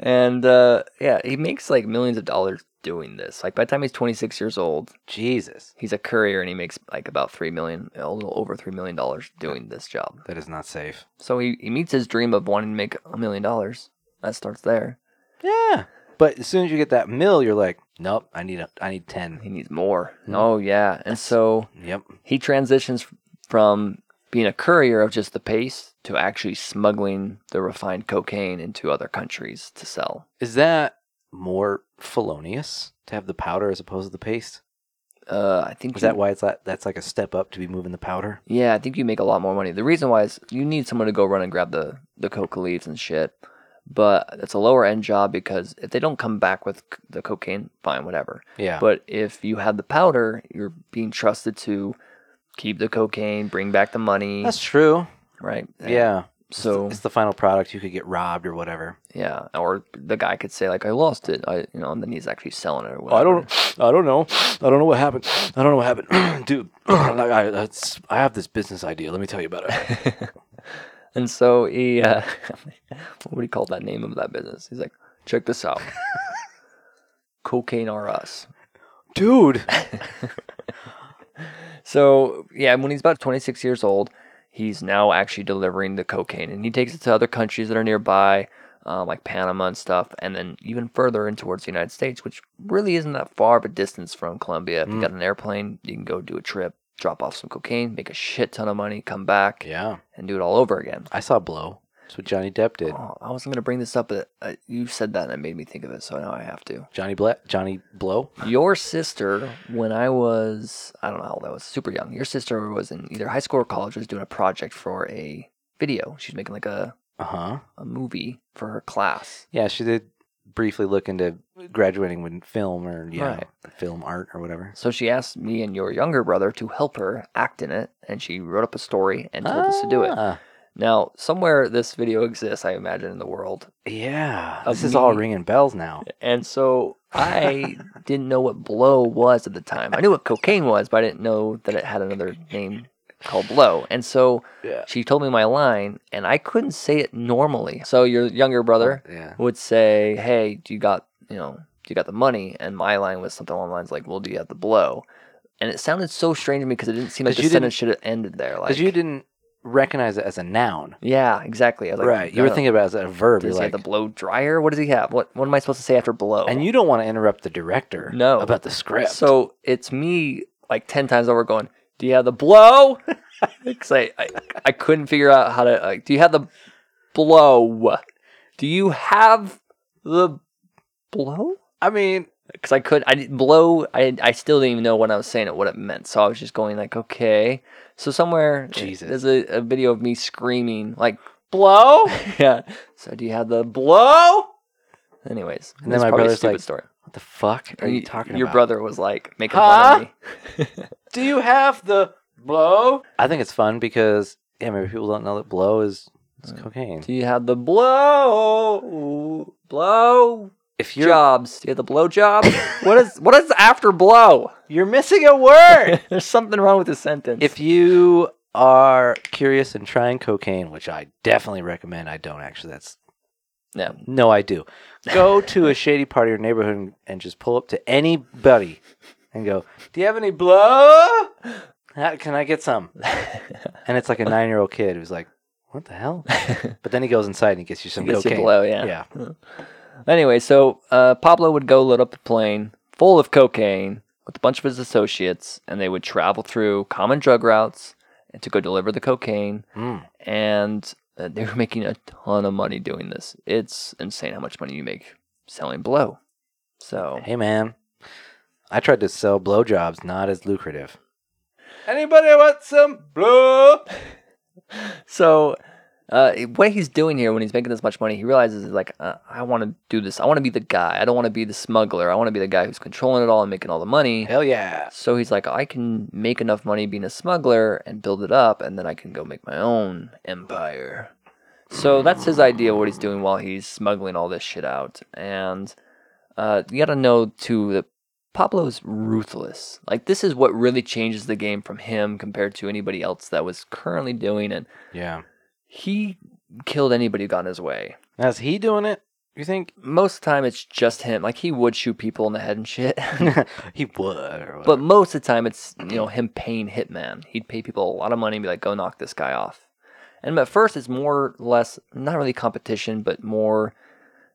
S2: And uh, yeah, he makes like millions of dollars doing this. Like by the time he's 26 years old,
S1: Jesus,
S2: he's a courier and he makes like about three million, a little over three million dollars doing this job.
S1: that is not safe.
S2: So he, he meets his dream of wanting to make a million dollars. That starts there.
S1: Yeah, but as soon as you get that mill, you're like, nope, I need a, I need ten.
S2: He needs more.
S1: Hmm.
S2: Oh yeah, and so
S1: Yep.
S2: he transitions from being a courier of just the paste to actually smuggling the refined cocaine into other countries to sell.
S1: Is that more felonious to have the powder as opposed to the paste?
S2: Uh, I think
S1: Is that
S2: you-
S1: why it's like that's like a step up to be moving the powder?
S2: Yeah, I think you make a lot more money. The reason why is you need someone to go run and grab the the coca leaves and shit, but it's a lower end job because if they don't come back with c- the cocaine, fine, whatever.
S1: Yeah.
S2: But if you have the powder, you're being trusted to keep the cocaine, bring back the money,
S1: that's true.
S2: right? And
S1: Yeah. It's the-
S2: So
S1: it's the final product. You could get robbed or whatever.
S2: yeah, or the guy could say like, "I lost it," I you know, and then he's actually selling it. Or whatever.
S1: Oh, I don't. I don't know. I don't know what happened. I don't know what happened, dude. like I, that's, I have this business idea. Let me tell you about it.
S2: And so he, uh, what would he call that name of that business? He's like, check this out. Cocaine or us.
S1: dude.
S2: So yeah, when he's about 26 years old, he's now actually delivering the cocaine, and he takes it to other countries that are nearby, um, like Panama and stuff, and then even further in towards the United States, which really isn't that far of a distance from Colombia. If you
S1: Mm.
S2: got an airplane, you can go do a trip, drop off some cocaine, make a shit ton of money, come back,
S1: Yeah,
S2: and do it all over again.
S1: I saw Blow. That's what Johnny Depp did.
S2: Oh, I wasn't gonna bring this up, but uh, you said that and it made me think of it, so now I have to.
S1: Johnny Bla- Johnny Blow.
S2: Your sister, when I was, I don't know how old I was, super young. Your sister was in either high school or college, was doing a project for a video. She's making like a,
S1: Uh huh.
S2: a movie for her class.
S1: Yeah, she did briefly look into graduating with film or yeah,
S2: Right.
S1: film art or whatever.
S2: So she asked me and your younger brother to help her act in it, and she wrote up a story and told us to do it.
S1: Ah,
S2: Now, somewhere this video exists, I imagine, in the world.
S1: Yeah,
S2: Of
S1: this is all
S2: me.
S1: ringing bells now.
S2: And so I didn't know what blow was at the time. I knew what cocaine was, but I didn't know that it had another name called blow. And so
S1: Yeah.
S2: she told me my line, and I couldn't say it normally. So your younger brother
S1: Yeah.
S2: would say, "Hey, do you got you know do you got the money?" And my line was something along the lines like, "Well, do you have the blow?" And it sounded so strange to me because it didn't seem like
S1: 'Cause
S2: the
S1: you didn't-
S2: sentence should have ended there. Like
S1: Because you didn't recognize it as a noun.
S2: Yeah, exactly. I was like,
S1: right. You were
S2: "No,
S1: thinking about it as a verb.
S2: Does
S1: You're
S2: he
S1: like,
S2: have the blow dryer? What does he have? What What am I supposed to say after blow?
S1: and you don't want to interrupt the director
S2: Oh. No.
S1: about the script.
S2: So it's me like ten times over going. Do you have the blow? Because I, I I couldn't figure out how to like. Do you have the blow? Do you have the blow?
S1: I mean,
S2: Because I could I didn't blow. I I still didn't even know what I was saying or what it meant. So I was just going like, okay. So somewhere
S1: Jesus.
S2: there's a, a video of me screaming like,
S1: blow.
S2: yeah. So do you have the blow? Anyways,
S1: And then
S2: that's
S1: my
S2: probably a
S1: brother's
S2: stupid
S1: like,
S2: story.
S1: What the fuck are you talking
S2: Your
S1: about?
S2: brother was like making fun of me.
S1: Do you have the blow? I think it's fun because yeah, maybe people don't know that blow is, is
S2: Mm.
S1: cocaine.
S2: Do you have the blow blow
S1: If you're
S2: jobs? Do you have the blow job? what is what is after blow?
S1: you're missing a word.
S2: There's something wrong with the sentence.
S1: if you are curious and trying cocaine, which I definitely recommend, I don't actually. That's
S2: no,
S1: No, I do. Go to a shady part of your neighborhood and, and just pull up to anybody and go, Do you have any blow? Uh, Can I get some? And it's like a nine year old kid who's like, What the hell? But then he goes inside and he gets you some
S2: gets you
S1: cocaine.
S2: blow.
S1: yeah.
S2: Yeah. Anyway, so uh, Pablo would go load up a plane full of cocaine with a bunch of his associates, and they would travel through common drug routes to go deliver the cocaine.
S1: Mm.
S2: and uh, they were making a ton of money doing this. It's insane how much money you make selling blow. So
S1: Hey, man. I tried to sell blowjobs, not as lucrative. Anybody want some blow?
S2: so uh, what he's doing here when he's making this much money, he realizes like uh, I want to do this. I want to be the guy. I don't want to be the smuggler. I want to be the guy who's controlling it all and making all the money.
S1: Hell yeah.
S2: So he's like, I can make enough money being a smuggler and build it up, and then I can go make my own empire. So that's his idea of what he's doing while he's smuggling all this shit out. And uh, you gotta know, too, that Pablo's ruthless. Like, this is what really changes the game from him compared to anybody else that was currently doing it.
S1: Yeah.
S2: He killed anybody who got in his way.
S1: Now, is he doing it? You think?
S2: Most of the time, it's just him. Like, he would shoot people in the head and shit.
S1: he would. or
S2: But most of the time, it's you know him paying hitman. He'd pay people a lot of money and be like, "Go knock this guy off." And at first, it's more or less not really competition, but more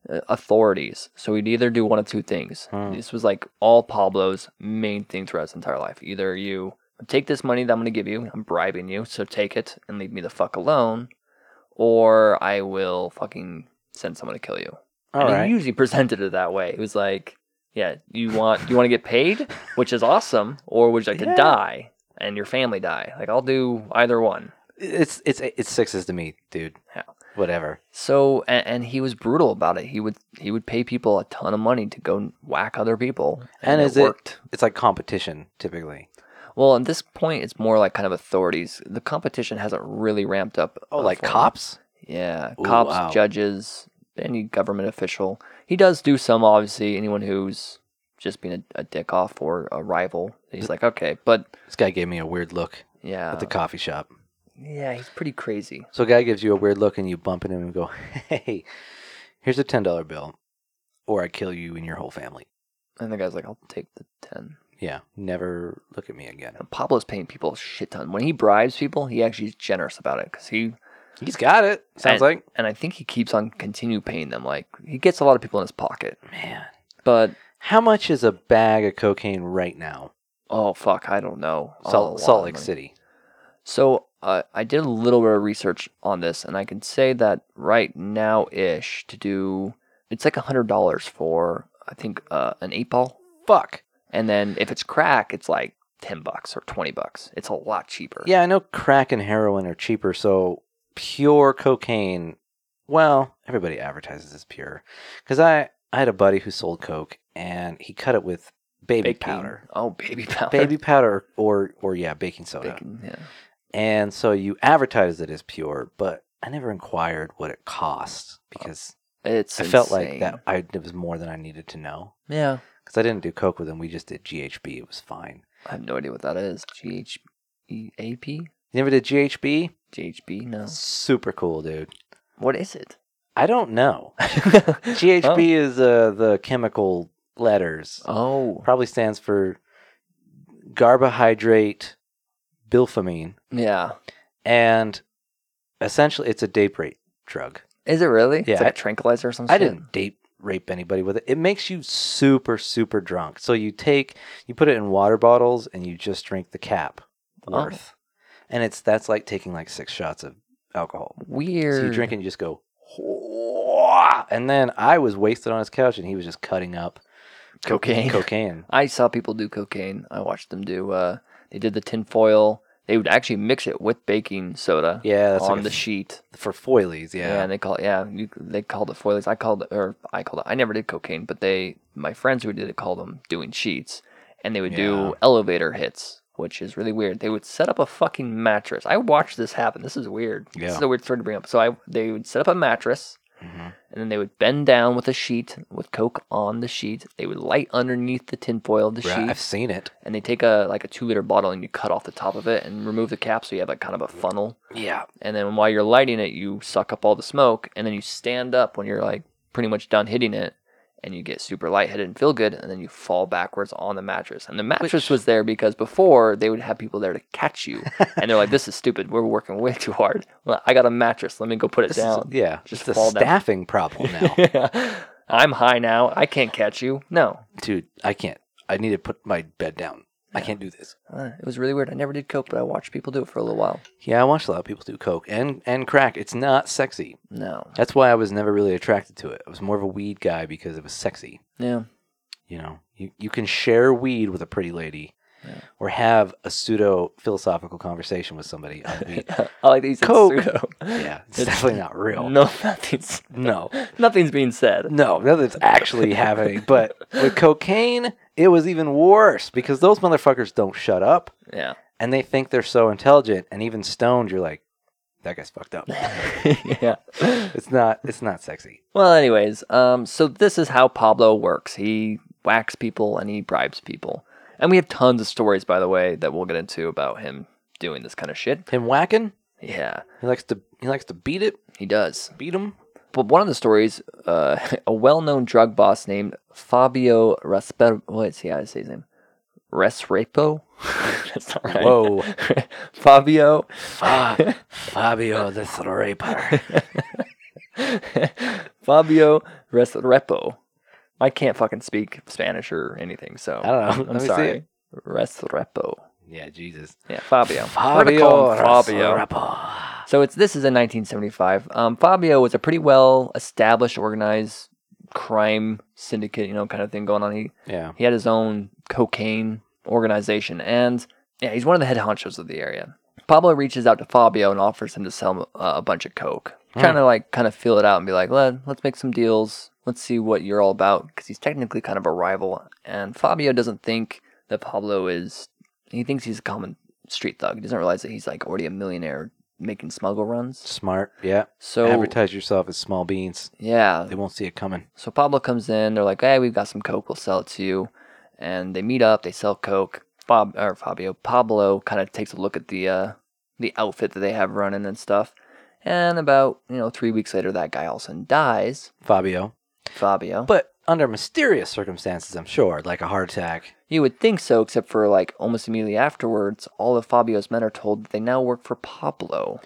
S2: uh, authorities. So he'd either do one of two things.
S1: Hmm.
S2: This was like all Pablo's main thing throughout his entire life. Either you take this money that I'm going to give you, I'm bribing you, so take it and leave me the fuck alone, or I will fucking send someone to kill you.
S1: All
S2: and
S1: right.
S2: he usually presented it that way. It was like, yeah, you want you want to get paid, which is awesome, or would you like
S1: Yeah.
S2: to die and your family die? Like I'll do either one.
S1: It's it's it's sixes to me, dude.
S2: Yeah.
S1: Whatever.
S2: So and, and he was brutal about it. He would he would pay people a ton of money to go whack other people,
S1: And is it-
S2: worked.
S1: It's like competition typically.
S2: Well, at this point, it's more like kind of authorities. The competition hasn't really ramped up.
S1: Oh,
S2: uh,
S1: like
S2: for him.
S1: cops?
S2: Yeah,
S1: Ooh,
S2: cops,
S1: wow.
S2: judges, any government official. He does do some, obviously. Anyone who's just being a, a dick off or a rival, he's like, okay, but
S1: This guy gave me a weird look
S2: yeah,
S1: at the coffee shop.
S2: yeah, he's pretty crazy.
S1: So a guy gives you a weird look and you bump into him and go, "Hey, here's a ten dollar bill, or I kill you and your whole family."
S2: And the guy's like, I'll take the ten.
S1: Yeah, never look at me again.
S2: And Pablo's paying people a shit ton. When he bribes people, he actually is generous about it because he
S1: He's got it. Sounds like
S2: and I think he keeps on continue paying them. Like he gets a lot of people in his pocket,
S1: man.
S2: but
S1: How much is a bag of cocaine right now?
S2: oh fuck, I don't know. A lot
S1: Salt,
S2: of
S1: Salt Lake
S2: money.
S1: City.
S2: So uh, I did a little bit of research on this, and I can say that right now ish to do it's like hundred dollars for I think uh, an eight ball,
S1: Fuck.
S2: and then if it's crack, it's like ten bucks or twenty bucks. It's a lot cheaper.
S1: Yeah, I know crack and heroin are cheaper, so pure cocaine, well, everybody advertises as pure. Because I, I had a buddy who sold coke, and he cut it with baby
S2: Baking-
S1: powder.
S2: Oh, baby powder.
S1: Baby powder or, or yeah, baking soda.
S2: Baking, yeah.
S1: And so you advertise it as pure, but I never inquired what it cost because
S2: It's
S1: I felt like
S2: Oh, insane.
S1: that I it was more than I needed to know
S2: Yeah,
S1: because I didn't do coke with them. We just did GHB. It was fine.
S2: I have no idea what that is. G H E A P
S1: You never did GHB?
S2: G H B. No,
S1: Super cool, dude.
S2: what is it?
S1: I don't know. GHB is uh, the chemical letters.
S2: Oh,
S1: Probably stands for carbohydrate bilphamine,
S2: yeah.
S1: and essentially it's a date rape drug.
S2: Is it really?
S1: Yeah,
S2: it's like
S1: I-
S2: a tranquilizer or something.
S1: I didn't date rape anybody with it. It makes you super super drunk. So you take you put it in water bottles and you just drink the cap
S2: Oh.
S1: worth, and it's that's like taking like six shots of alcohol.
S2: Weird.
S1: So you drink it and you just go, "Whoa." and then I was wasted on his couch and he was just cutting up co-
S2: Cocaine.
S1: Cocaine.
S2: I saw people do cocaine. I watched them do. Uh, they did the tin foil. They would actually mix it with baking soda
S1: Yeah, that's
S2: on
S1: like a
S2: the
S1: f-
S2: sheet.
S1: for foilies.
S2: Yeah.
S1: Yeah.
S2: and they call it. Yeah, you, they called it foilies. I called it, or I called it. I never did cocaine, but they, my friends who did it, called them doing sheets, and they would
S1: Yeah.
S2: do elevator hits, which is really weird. They would set up a fucking mattress. I watched this happen. This is weird. This
S1: Yeah.
S2: is a weird story to bring up. So I, they would set up a mattress,
S1: Mhm.
S2: and then they would bend down with a sheet with coke on the sheet. They would light underneath the tinfoil of the
S1: Right,
S2: sheet,
S1: I've seen it.
S2: and they take a like a two liter bottle and you cut off the top of it and remove the cap, so you have like kind of a funnel
S1: Yeah.
S2: and then while you're lighting it, you suck up all the smoke, and then you stand up when you're like pretty much done hitting it, and you get super lightheaded and feel good, and then you fall backwards on the mattress. And the mattress
S1: Which-
S2: was there because before they would have people there to catch you, and they're like, "This is stupid. We're working way too hard. Well, I got a mattress. Let me go put it
S1: This is-
S2: down."
S1: yeah.
S2: Just
S1: Just a
S2: fall down.
S1: staffing problem now.
S2: I'm high now. I can't catch you. No,
S1: Dude, I can't. I need to put my bed down. I can't do this.
S2: Uh, it was really weird. I never did coke, but I watched people do it for a little while.
S1: Yeah, I watched a lot of people do coke and, and crack. It's not sexy.
S2: No,
S1: That's why I was never really attracted to it. I was more of a weed guy because it was sexy.
S2: yeah,
S1: You know, you, you can share weed with a pretty lady
S2: Yeah.
S1: or have a pseudo philosophical conversation with somebody on weed.
S2: I like these
S1: Coke.
S2: Pseudo.
S1: yeah, it's,
S2: It's-
S1: definitely not real.
S2: No, nothing's
S1: No,
S2: nothing's being said.
S1: no, nothing's actually happening. But with cocaine, it was even worse because those motherfuckers don't shut up
S2: Yeah.
S1: and they think they're so intelligent. And even stoned, you're like, that guy's fucked up.
S2: yeah.
S1: It's not. It's not sexy.
S2: Well, anyways, um, so this is how Pablo works. He whacks people and he bribes people. And we have tons of stories, by the way, that we'll get into about him doing this kind of shit.
S1: Him whacking.
S2: Yeah,
S1: He likes to. He likes to beat it.
S2: he does.
S1: Beat him.
S2: But one of the stories, uh, a well-known drug boss named Fabio Rasper. What's he? How to say his name? Resrepo. That's not right.
S1: Whoa,
S2: Fabio
S1: Fa- Fabio the raper.
S2: Fabio Resrepo. I can't fucking speak Spanish or anything, so
S1: I don't know.
S2: Um, I'm
S1: Let me see
S2: sorry.
S1: it.
S2: Resrepo.
S1: Yeah, Jesus.
S2: Yeah, Fabio. We're gonna
S1: Fabio,
S2: call him
S1: Fabio.
S2: Fabio. So it's this is in 1975. Um, Fabio was a pretty well established, organized crime syndicate, you know, kind of thing going on. He
S1: Yeah.
S2: he had his own cocaine organization, and yeah, he's one of the head honchos of the area. Pablo reaches out to Fabio and offers him to sell him uh, a bunch of coke,
S1: Hmm.
S2: trying to like kind of feel it out and be like, Let, let's make some deals. Let's see what you're all about, because he's technically kind of a rival. And Fabio doesn't think that Pablo is. He thinks he's a common street thug. He doesn't realize that he's like already a millionaire making smuggle runs.
S1: Smart. Yeah.
S2: So
S1: Advertise yourself as small beans.
S2: yeah,
S1: They won't see it coming.
S2: so Pablo comes in. They're like, "Hey, we've got some coke. We'll sell it to you." And they meet up. They sell coke. Bob or Fabio Pablo kind of takes a look at the uh, the outfit that they have running and stuff. And about you know three weeks later, that guy also dies.
S1: Fabio.
S2: Fabio. But
S1: But under mysterious circumstances, I'm sure, like a heart attack.
S2: you would think so, except for like almost immediately afterwards, all of Fabio's men are told that they now work for Pablo,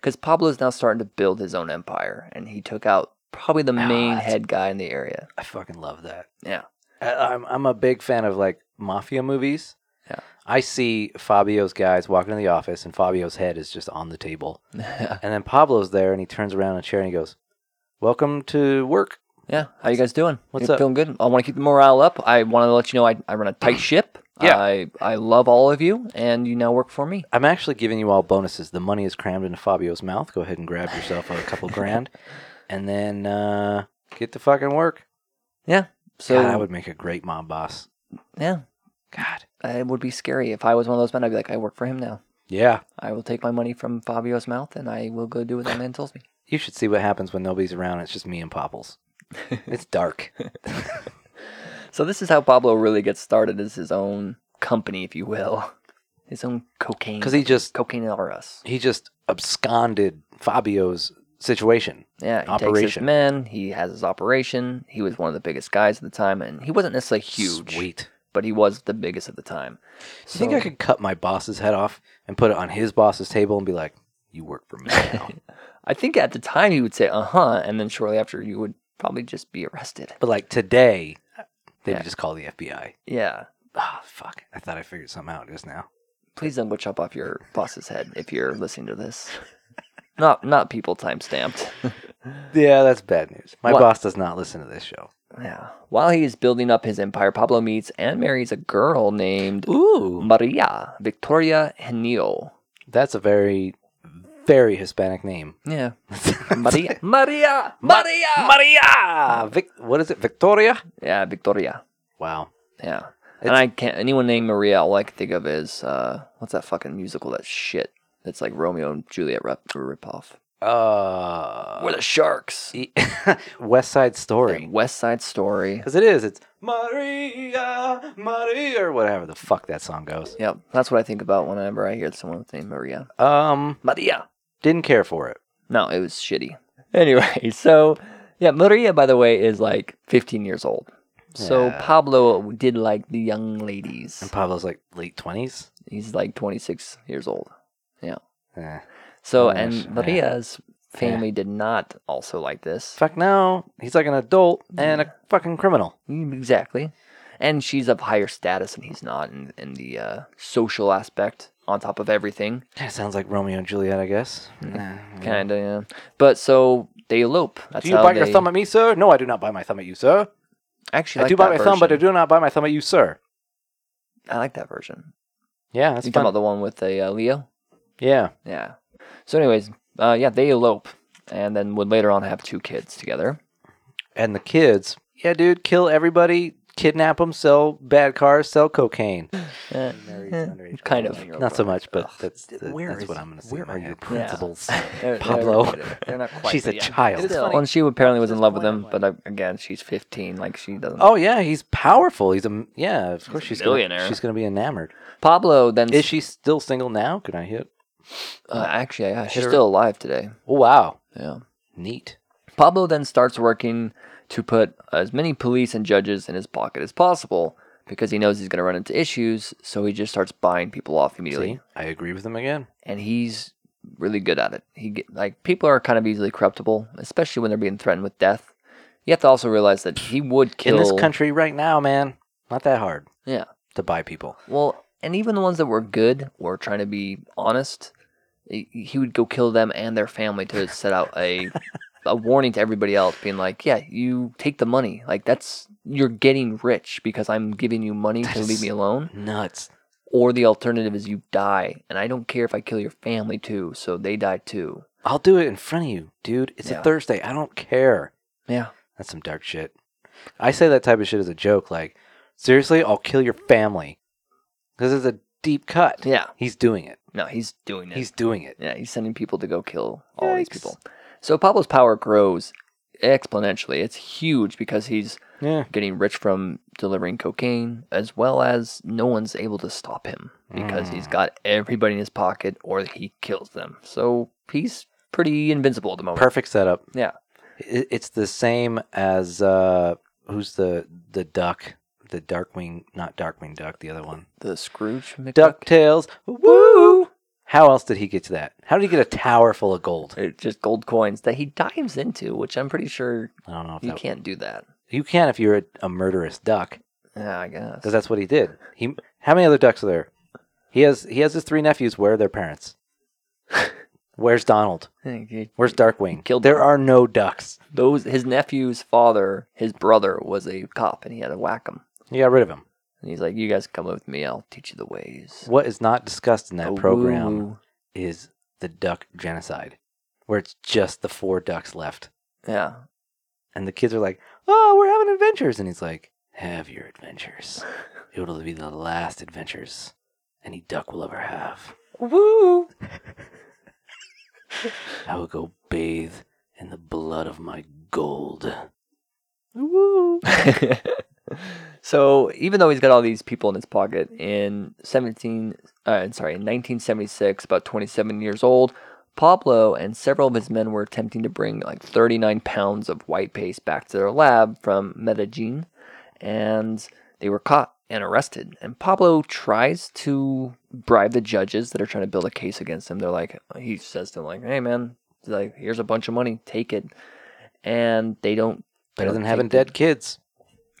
S2: because Pablo's now starting to build his own empire, and he took out probably the
S1: Oh,
S2: main
S1: that's-
S2: head guy in the area.
S1: I fucking love that.
S2: Yeah.
S1: I, I'm I'm a big fan of like mafia movies.
S2: Yeah.
S1: I see Fabio's guys walking in the office, and Fabio's head is just on the table, and then Pablo's there, and he turns around in a chair and he goes, "Welcome to work."
S2: Yeah, how you guys doing?
S1: what's
S2: you
S1: up?
S2: Feeling good. I want to keep the morale up. I want to let you know I, I run a tight ship.
S1: Yeah.
S2: I, I love all of you, and you now work for me.
S1: I'm actually giving you all bonuses. The money is crammed into Fabio's mouth. Go ahead and grab yourself a couple grand, and then uh, get to fucking work.
S2: So
S1: God, I would make a great mob boss.
S2: yeah,
S1: God,
S2: it would be scary if I was one of those men. I'd be like, I work for him now.
S1: Yeah.
S2: I will take my money from Fabio's mouth and I will go do what that man tells me.
S1: You should see what happens when nobody's around. It's just me and Popples. it's dark.
S2: So this is how Pablo really gets started as his own company, if you will. His own cocaine.
S1: Because he just
S2: cocaine or us.
S1: he just absconded Fabio's situation.
S2: Yeah, he takes his
S1: Operation.
S2: men. He has his operation. He was one of the biggest guys at the time, and he wasn't necessarily huge,
S1: Sweet.
S2: but he was the biggest at the time.
S1: Do you think I could cut my boss's head off and put it on his boss's table and be like, "You work for me now"?
S2: I think at the time he would say "uh huh," and then shortly after you would probably just be arrested.
S1: but like today, they'd
S2: Yeah.
S1: just call the FBI.
S2: Yeah,
S1: Oh fuck! I thought I figured something out just now.
S2: please don't go chop off your boss's head if you're listening to this. not not people time stamped.
S1: Yeah, that's bad news. My
S2: What?
S1: boss does not listen to this show.
S2: yeah. While he is building up his empire, Pablo meets and marries a girl named
S1: Ooh,
S2: Maria Victoria Henio.
S1: that's a very, very Hispanic name.
S2: Yeah, Maria, Maria, Maria.
S1: Maria. Vic- what is it? Victoria.
S2: Yeah, Victoria.
S1: Wow.
S2: Yeah. and
S1: It's-
S2: I can't. Anyone named Maria, all I can think of is uh, what's that fucking musical? That shit. That's like Romeo and Juliet rip ripoff.
S1: Uh,
S2: We're the Sharks.
S1: E- West Side Story.
S2: And West Side Story.
S1: Because it is. It's Maria, Maria, or whatever the fuck that song goes.
S2: Yep, that's what I think about whenever I hear someone with the name Maria.
S1: Um,
S2: Maria.
S1: didn't care for it.
S2: No, it was shitty. Anyway, so yeah, Maria, by the way, is like 15 years old. So
S1: Yeah.
S2: Pablo did like the young ladies.
S1: And Pablo's like late 20s.
S2: He's like 26 years old.
S1: Eh.
S2: So,
S1: Oh,
S2: and
S1: yes, yeah.
S2: Maria's family did not also like this.
S1: Fuck no. He's like an adult and a fucking criminal.
S2: Mm, Exactly. And she's of higher status and he's not in, in the uh, social aspect on top of everything.
S1: Yeah, sounds like Romeo and Juliet, I guess. Nah.
S2: Kind of, yeah. But so they elope. That's
S1: Do you
S2: how
S1: bite
S2: they...
S1: your thumb at me, sir? No, I do not bite my thumb at you, sir.
S2: Actually,
S1: I
S2: like
S1: do bite my
S2: that
S1: thumb, but I
S2: version.
S1: do not bite my thumb at you, sir.
S2: I like that version.
S1: Yeah, that's
S2: you
S1: fun.
S2: talking about the one with a uh, Leo?
S1: yeah.
S2: Yeah. So, anyways, uh, yeah, they elope and then would later on have two kids together.
S1: And the kids. Yeah, dude, kill everybody, kidnap them, sell bad cars, sell cocaine.
S2: Eh, eh, kind of.
S1: Not so much, but that's,
S3: Th-
S1: that-
S3: where
S1: that's
S3: is-
S1: what I'm going to say.
S3: where
S1: in my
S3: are your
S1: head.
S3: principles?
S2: They're- they're-
S1: Pablo.
S2: They're not quite.
S1: She's a
S2: but yeah.
S1: child.
S3: It's
S2: Still,
S3: funny.
S2: and she apparently was in
S3: That's
S2: love with
S3: why I'm
S2: him,
S3: like-
S2: but uh, again, she's 15. Like, she doesn't.
S1: Oh yeah, he's powerful. He's a yeah. Of course,
S2: a
S1: she's
S2: millionaire.
S1: Gonna, she's going to be enamored.
S2: Pablo then.
S1: Is she still single now? Can I hit?
S2: Uh, actually, yeah, she's
S1: Sure.
S2: still alive today.
S1: Oh wow,
S2: Yeah.
S1: neat.
S2: Pablo then starts working to put as many police and judges in his pocket as possible because he knows he's going to run into issues. So he just starts buying people off immediately,
S1: See, I agree with him again.
S2: and he's really good at it. He get, like people are kind of easily corruptible, especially when they're being threatened with death. You have to also realize that he would kill
S1: In this country right now, man, not that hard.
S2: Yeah.
S1: to buy people.
S2: Well, and even the ones that were good or trying to be honest, he he would go kill them and their family to set out a a warning to everybody else, being like, "Yeah, you take the money. Like that's you're getting rich because I'm giving you money
S1: That
S2: to leave
S1: is-
S2: me alone."
S1: Nuts.
S2: Or the alternative is you die, and I don't care if I kill your family too, so they die too.
S1: I'll do it in front of you, dude. It's
S2: Yeah.
S1: a Thursday. I don't care.
S2: Yeah,
S1: That's some dark shit. I say that type of shit as a joke. Like, seriously, I'll kill your family because it's a deep cut.
S2: yeah.
S1: He's doing it.
S2: No, he's doing it.
S1: He's doing it.
S2: Yeah, he's sending people to go kill all these
S1: Yikes.
S2: people. So Pablo's power grows exponentially. It's huge because he's
S1: Yeah.
S2: getting rich from delivering cocaine, as well as no one's able to stop him because he's
S1: Mm.
S2: got everybody in his pocket or he kills them. So he's pretty invincible at the moment.
S1: Perfect setup.
S2: Yeah.
S1: I- It's the same as uh, who's the the duck, the Darkwing, not Darkwing Duck, the other one,
S2: The Scrooge McDuck.
S1: Ducktales. Woo! How else did he get to that? How did he get a tower full of gold?
S2: It- just gold coins that he dives into, which I'm pretty sure
S1: I don't know if
S2: you
S1: that
S2: can't do that.
S1: you can if you're a, a murderous duck,
S2: Yeah, I guess.
S1: because that's what he did. He how many other ducks are there? He has he has his three nephews. Where are their parents? Where's Donald? Where's Darkwing?
S2: Killed
S1: there
S2: them.
S1: are no ducks.
S2: Those his nephew's father, his brother was a cop, and he had to whack him.
S1: He got rid of him.
S2: And he's like, "You guys come with me. I'll teach you the ways."
S1: What is not discussed in that
S2: Oh,
S1: program?
S2: woo.
S1: is the duck genocide, where it's just the four ducks left.
S2: Yeah,
S1: And the kids are like, oh, we're having adventures. And he's like, have your adventures. It'll be the last adventures any duck will ever have.
S2: Woo!
S1: I will go bathe in the blood of my gold. Woo!
S2: so even though he's got all these people in his pocket, in seventeen, uh, sorry, in nineteen seventy six, about twenty seven years old, Pablo and several of his men were attempting to bring like thirty nine pounds of white paste back to their lab from Medellin, and they were caught and arrested. And Pablo tries to bribe the judges that are trying to build a case against him. They're like, he says to them like, "Hey man, like here's a bunch of money, take it," and they don't. they
S1: Better
S2: don't
S1: than
S2: take
S1: having
S2: the-
S1: dead kids.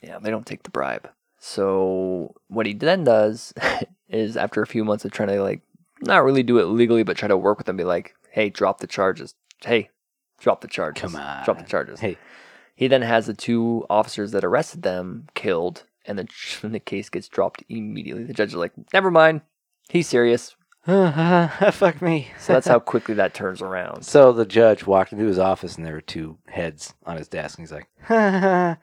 S2: yeah, they don't take the bribe. So what he then does is after a few months of trying to like not really do it legally, but try to work with them, be like, hey, drop the charges. Hey, drop the charges.
S1: Come on.
S2: Drop the charges.
S1: Hey,
S2: He then has the two officers that arrested them killed, and the, and the case gets dropped immediately. The judge is like, never mind. He's serious.
S1: fuck me.
S2: So that's how quickly that turns around.
S1: So the judge walked into his office and there were two heads on his desk, and he's like, ha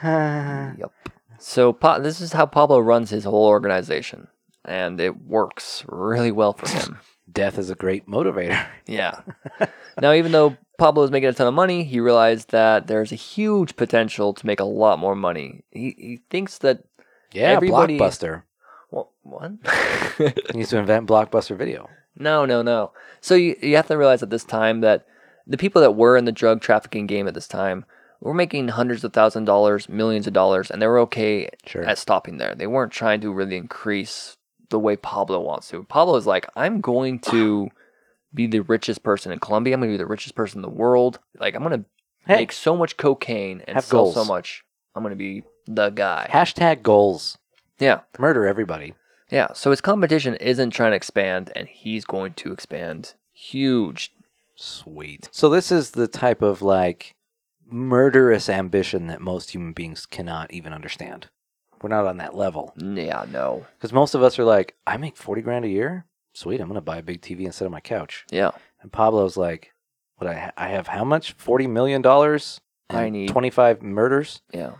S1: ha.
S2: Yep. So pa- this is how Pablo runs his whole organization, and it works really well for him.
S1: Death is a great motivator.
S2: Yeah. now, even though Pablo was making a ton of money, he realized that there's a huge potential to make a lot more money. He, he thinks that,
S1: Yeah,
S2: Everybody-
S1: blockbuster.
S2: what? what?
S1: He needs to invent blockbuster video.
S2: no, no, no. So you, you have to realize at this time that the people that were in the drug trafficking game at this time were making hundreds of thousands of dollars, millions of dollars, and they were okay
S1: Sure.
S2: at stopping there. They weren't trying to really increase the way Pablo wants to. Pablo is like, I'm going to be the richest person in Colombia. I'm going to be the richest person in the world. Like, I'm going to
S1: Hey.
S2: make so much cocaine and
S1: Have
S2: sell
S1: goals.
S2: so much. I'm going to be the guy.
S1: Hashtag goals.
S2: yeah.
S1: Murder everybody.
S2: Yeah. So his competition isn't trying to expand, and he's going to expand huge.
S1: Sweet. So this is the type of like murderous ambition that most human beings cannot even understand. We're not on that level
S2: Yeah, no.
S1: because most of us are like, I make forty grand a year. Sweet, I'm gonna buy a big TV instead of my couch.
S2: Yeah.
S1: And Pablo's like, "What I ha- I have how much? Forty million dollars?
S2: I need-
S1: twenty five murders?
S2: Yeah.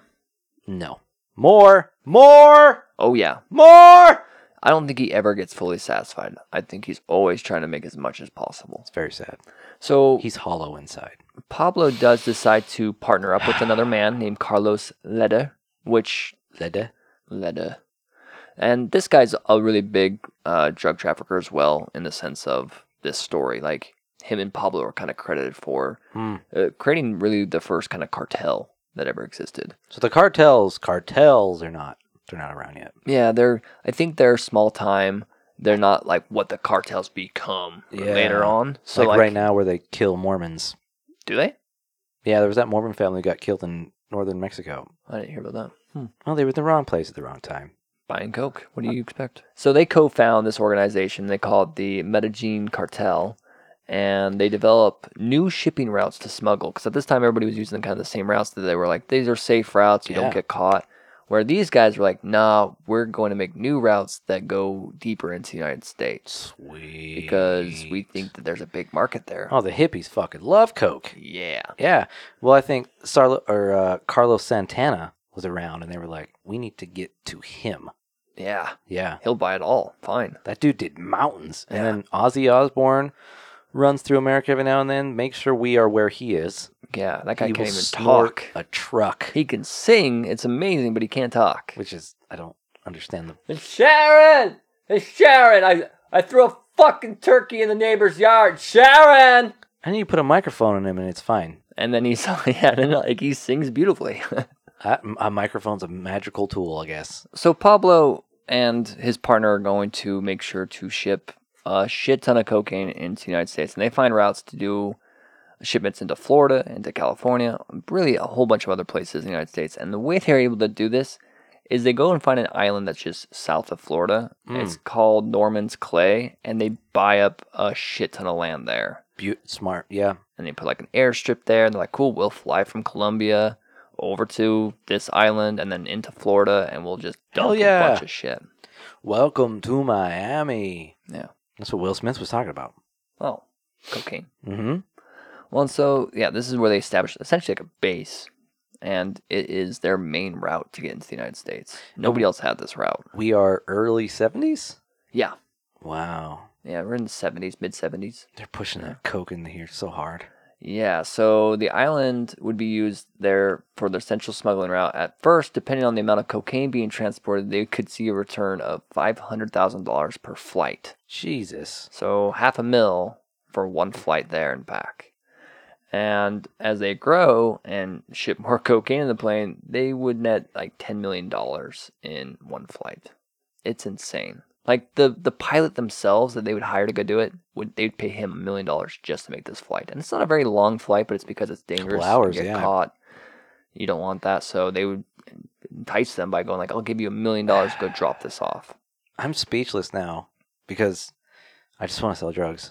S1: No, more, more,
S2: Oh, yeah.
S1: more."
S2: I don't think he ever gets fully satisfied. I think he's always trying to make as much as possible.
S1: It's very sad.
S2: So
S1: He's hollow inside.
S2: Pablo does decide to partner up with another man named Carlos Leder, which
S1: Lede.
S2: Leder, and this guy's a really big uh, drug trafficker as well in the sense of this story. Like him and Pablo are kind of credited for
S1: Hmm.
S2: uh, creating really the first kind of cartel that ever existed.
S1: So the cartels, cartels are not. They're not around yet.
S2: Yeah, they're I think they're small time. They're not like what the cartels become
S1: Yeah.
S2: later on. So
S1: like,
S2: like,
S1: right now, where they kill Mormons.
S2: do they?
S1: Yeah, there was that Mormon family who got killed in northern Mexico.
S2: I didn't hear about that. Hmm.
S1: Well, they were at the wrong place at the wrong time.
S2: buying coke. What
S1: Uh,
S2: do you expect? So they co-found this organization. They call it the Medellin Cartel, and they develop new shipping routes to smuggle. Because at this time, everybody was using kind of the same routes that they were like, these are safe routes. You
S1: Yeah.
S2: don't get caught. Where these guys were like, nah, we're going to make new routes that go deeper into the United States
S1: Sweet.
S2: because we think that there's a big market there.
S1: Oh, the hippies fucking love coke.
S2: Yeah.
S1: Yeah. Well, I think Sarlo or uh, Carlos Santana was around, and they were like, "We need to get to him."
S2: Yeah.
S1: Yeah,
S2: He'll buy it all. Fine.
S1: that dude did mountains. And
S2: Yeah.
S1: then Ozzy Osbourne runs through America every now and then, makes sure we are where he is.
S2: Yeah. That guy
S1: he
S2: can't
S1: will
S2: even
S1: snort
S2: talk.
S1: a truck,
S2: He can sing. It's amazing, but he can't talk.
S1: which is I don't understand the
S2: And Sharon! Hey, Sharon! I, I threw a fucking turkey in the neighbor's yard. Sharon!
S1: I need to put a microphone on him, and it's fine.
S2: And then he's yeah, and like he sings beautifully.
S1: I, a microphone's a magical tool, I guess.
S2: so Pablo and his partner are going to make sure to ship a shit ton of cocaine into the United States, and they find routes to do shipments into Florida, into California, really a whole bunch of other places in the United States. And the way they're able to do this is they go and find an island that's just south of Florida. It's called Norman's Clay, and they buy up a shit ton of land there
S1: Bu- smart, yeah.
S2: and they put like an airstrip there and they're like cool we'll fly from colombia over to this island and then into florida and we'll just
S1: Hell
S2: dump
S1: yeah.
S2: a bunch of shit
S1: Welcome to Miami.
S2: yeah
S1: That's what Will Smith was talking about.
S2: well cocaine
S1: Mm-hmm.
S2: well and so yeah this is where they establish essentially like a base and it is their main route to get into the united
S1: Mm-hmm.
S2: states nobody else had this route
S1: We are early seventies.
S2: yeah
S1: Wow.
S2: Yeah, we're in the 70s, mid 70s.
S1: They're pushing that coke into here so hard.
S2: Yeah, so the island would be used there for their central smuggling route. At first, depending on the amount of cocaine being transported, they could see a return of $500,000 per flight.
S1: Jesus.
S2: So half a mil for one flight there and back. And as they grow and ship more cocaine in the plane, they would net like $10 million in one flight. It's insane. Like the, the pilot themselves that they would hire to go do it, would they'd pay him a million dollars just to make this flight. And it's not a very long flight, but it's because it's dangerous. You
S1: hours,
S2: get
S1: yeah.
S2: caught. You don't want that. So they would entice them by going like, I'll give you a million dollars to go drop this off.
S1: I'm speechless now because I just want to sell drugs.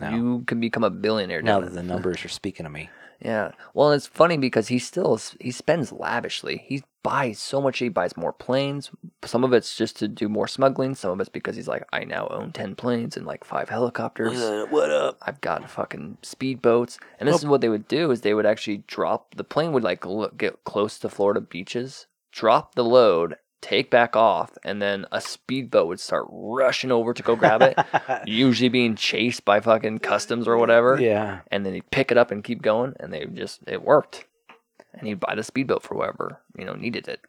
S1: Now,
S2: You can become a billionaire.
S1: now
S2: doing
S1: that the
S2: it.
S1: numbers are speaking to me.
S2: Yeah. Well, it's funny because he still he spends lavishly. He buys so much. He buys more planes. Some of it's just to do more smuggling. Some of it's because he's like, I now own ten planes and like five helicopters.
S1: what up?
S2: I've got fucking speedboats. And this is what they would do is they would actually drop the plane would like lo- get close to Florida beaches, drop the load, take back off, and then a speedboat would start rushing over to go grab it. usually being chased by fucking customs or whatever
S1: yeah.
S2: and then he'd pick it up and keep going, and they just it worked. And he'd buy the speedboat for whoever you know needed it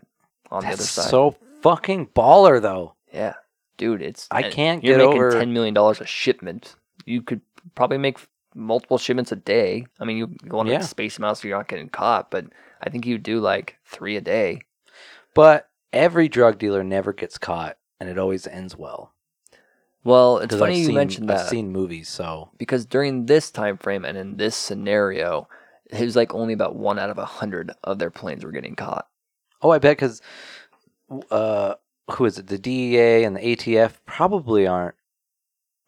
S2: on the other
S1: That's
S2: side.
S1: so fucking baller, though.
S2: yeah, dude, it's
S1: I
S2: and
S1: can't
S2: You're
S1: get
S2: making
S1: over-
S2: ten million dollars a shipment. You could probably make multiple shipments a day. I mean, you want
S1: Yeah.
S2: to space them out so you're not getting caught, but I think you do like three a day.
S1: But every drug dealer never gets caught, and it always ends well.
S2: Well, it's
S1: 'Cause
S2: funny
S1: I've
S2: you
S1: seen-
S2: mentioned that.
S1: I've seen movies, so
S2: because during this time frame and in this scenario, it was like only about one out of a hundred of their planes were getting caught.
S1: oh, I bet because uh, who is it? The DEA and the ATF probably aren't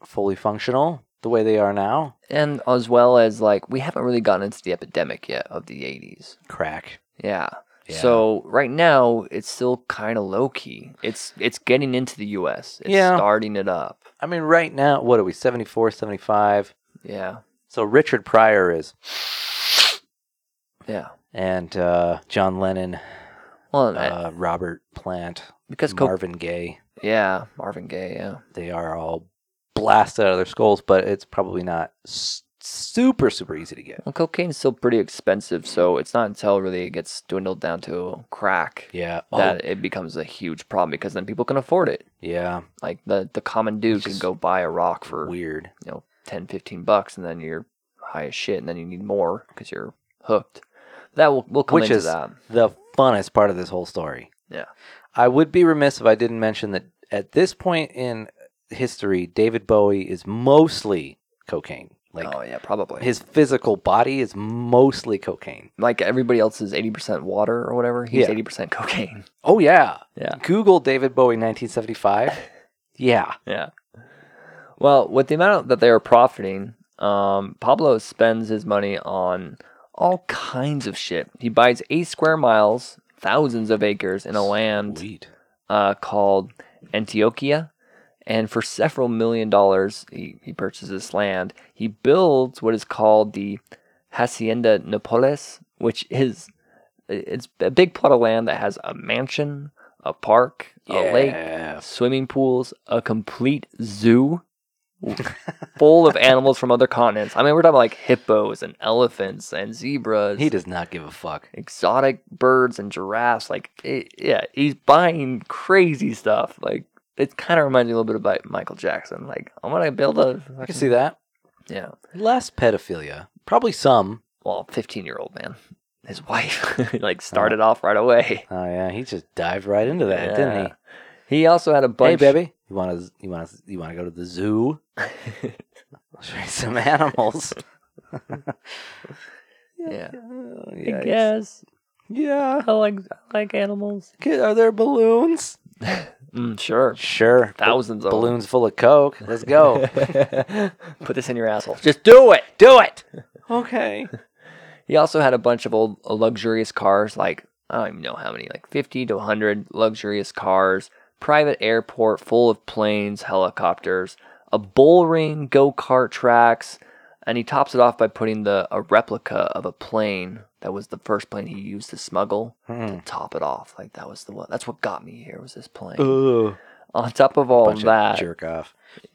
S1: fully functional the way they are now.
S2: and as well as like we haven't really gotten into the epidemic yet of the 80s
S1: Crack.
S2: yeah,
S1: Yeah.
S2: so right now it's still kind of low key it's it's getting into the us it's
S1: Yeah.
S2: starting it up
S1: I mean, right now, what are we? 74, 75.
S2: yeah
S1: So Richard Pryor is,
S2: yeah
S1: and uh, John Lennon,
S2: well and I-
S1: uh, Robert Plant,
S2: because co-
S1: Marvin Gaye.
S2: yeah marvin gaye yeah
S1: They are all blasted out of their skulls, but it's probably not s- super, super easy to get.
S2: well cocaine's still pretty expensive so it's not until really it gets dwindled down to crack
S1: Yeah. Oh,
S2: that it becomes a huge problem because then people can afford it
S1: yeah.
S2: like the the common dude can
S1: Just
S2: go buy a rock for
S1: Weird.
S2: you know 10 15 bucks and then you're high as shit and then you need more because you're hooked that will we'll come
S1: Which
S2: into
S1: is-
S2: that
S1: the funnest part of this whole story.
S2: Yeah.
S1: I would be remiss if I didn't mention that at this point in history, David Bowie is mostly cocaine. Like
S2: oh yeah probably
S1: his physical body is mostly cocaine.
S2: like everybody else is 80% water or whatever he's
S1: Yeah.
S2: 80% cocaine
S1: Oh yeah.
S2: Yeah.
S1: Google David Bowie 1975. yeah.
S2: yeah well with the amount that they are profiting um, pablo spends his money on all kinds of shit he buys eight square miles thousands of acres in a land
S1: Sweet.
S2: uh, called Antioquia. And for several million dollars, he, he purchases this land. He builds what is called the Hacienda Napoles, which is it's a big plot of land that has a mansion, a park, a lake,
S1: Yeah.
S2: swimming pools, a complete zoo full of animals from other continents. I mean, we're talking like hippos and elephants and zebras
S1: He does not give a fuck.
S2: exotic birds and giraffes. Like, it, yeah, he's buying crazy stuff. Like, it kind of reminds me a little bit about Michael Jackson. Like, I'm gonna build a
S1: I can see that.
S2: yeah,
S1: Less pedophilia. Probably some.
S2: well, 15 year old man, his wife like started off right away.
S1: Oh yeah, he just dived right into that, didn't he?
S2: he? He also had a bunch.
S1: Hey, baby, you want to you want to you want to go to the zoo? I'll show you some animals.
S2: Yeah.
S1: Uh,
S2: I
S1: yikes.
S2: guess
S1: Yeah.
S2: I like I like animals.
S1: Kid, are there balloons?
S2: Mm, sure,
S1: Sure.
S2: thousands of
S1: balloons full of coke. Let's go.
S2: them. Put this in your asshole. Just do it.
S1: Do it. Okay.
S2: He also had a bunch of old uh, luxurious cars, like I don't even know how many, like 50 to 100 luxurious cars, private airport full of planes, helicopters, a bull ring, go kart tracks, and he tops it off by putting the a replica of a plane that was the first plane he used to smuggle.
S1: Hmm.
S2: Top it off, like that was the one. That's what got me here was this plane.
S1: Ooh.
S2: On top of all
S1: Uh, Bunch of
S2: that,
S1: jerk off.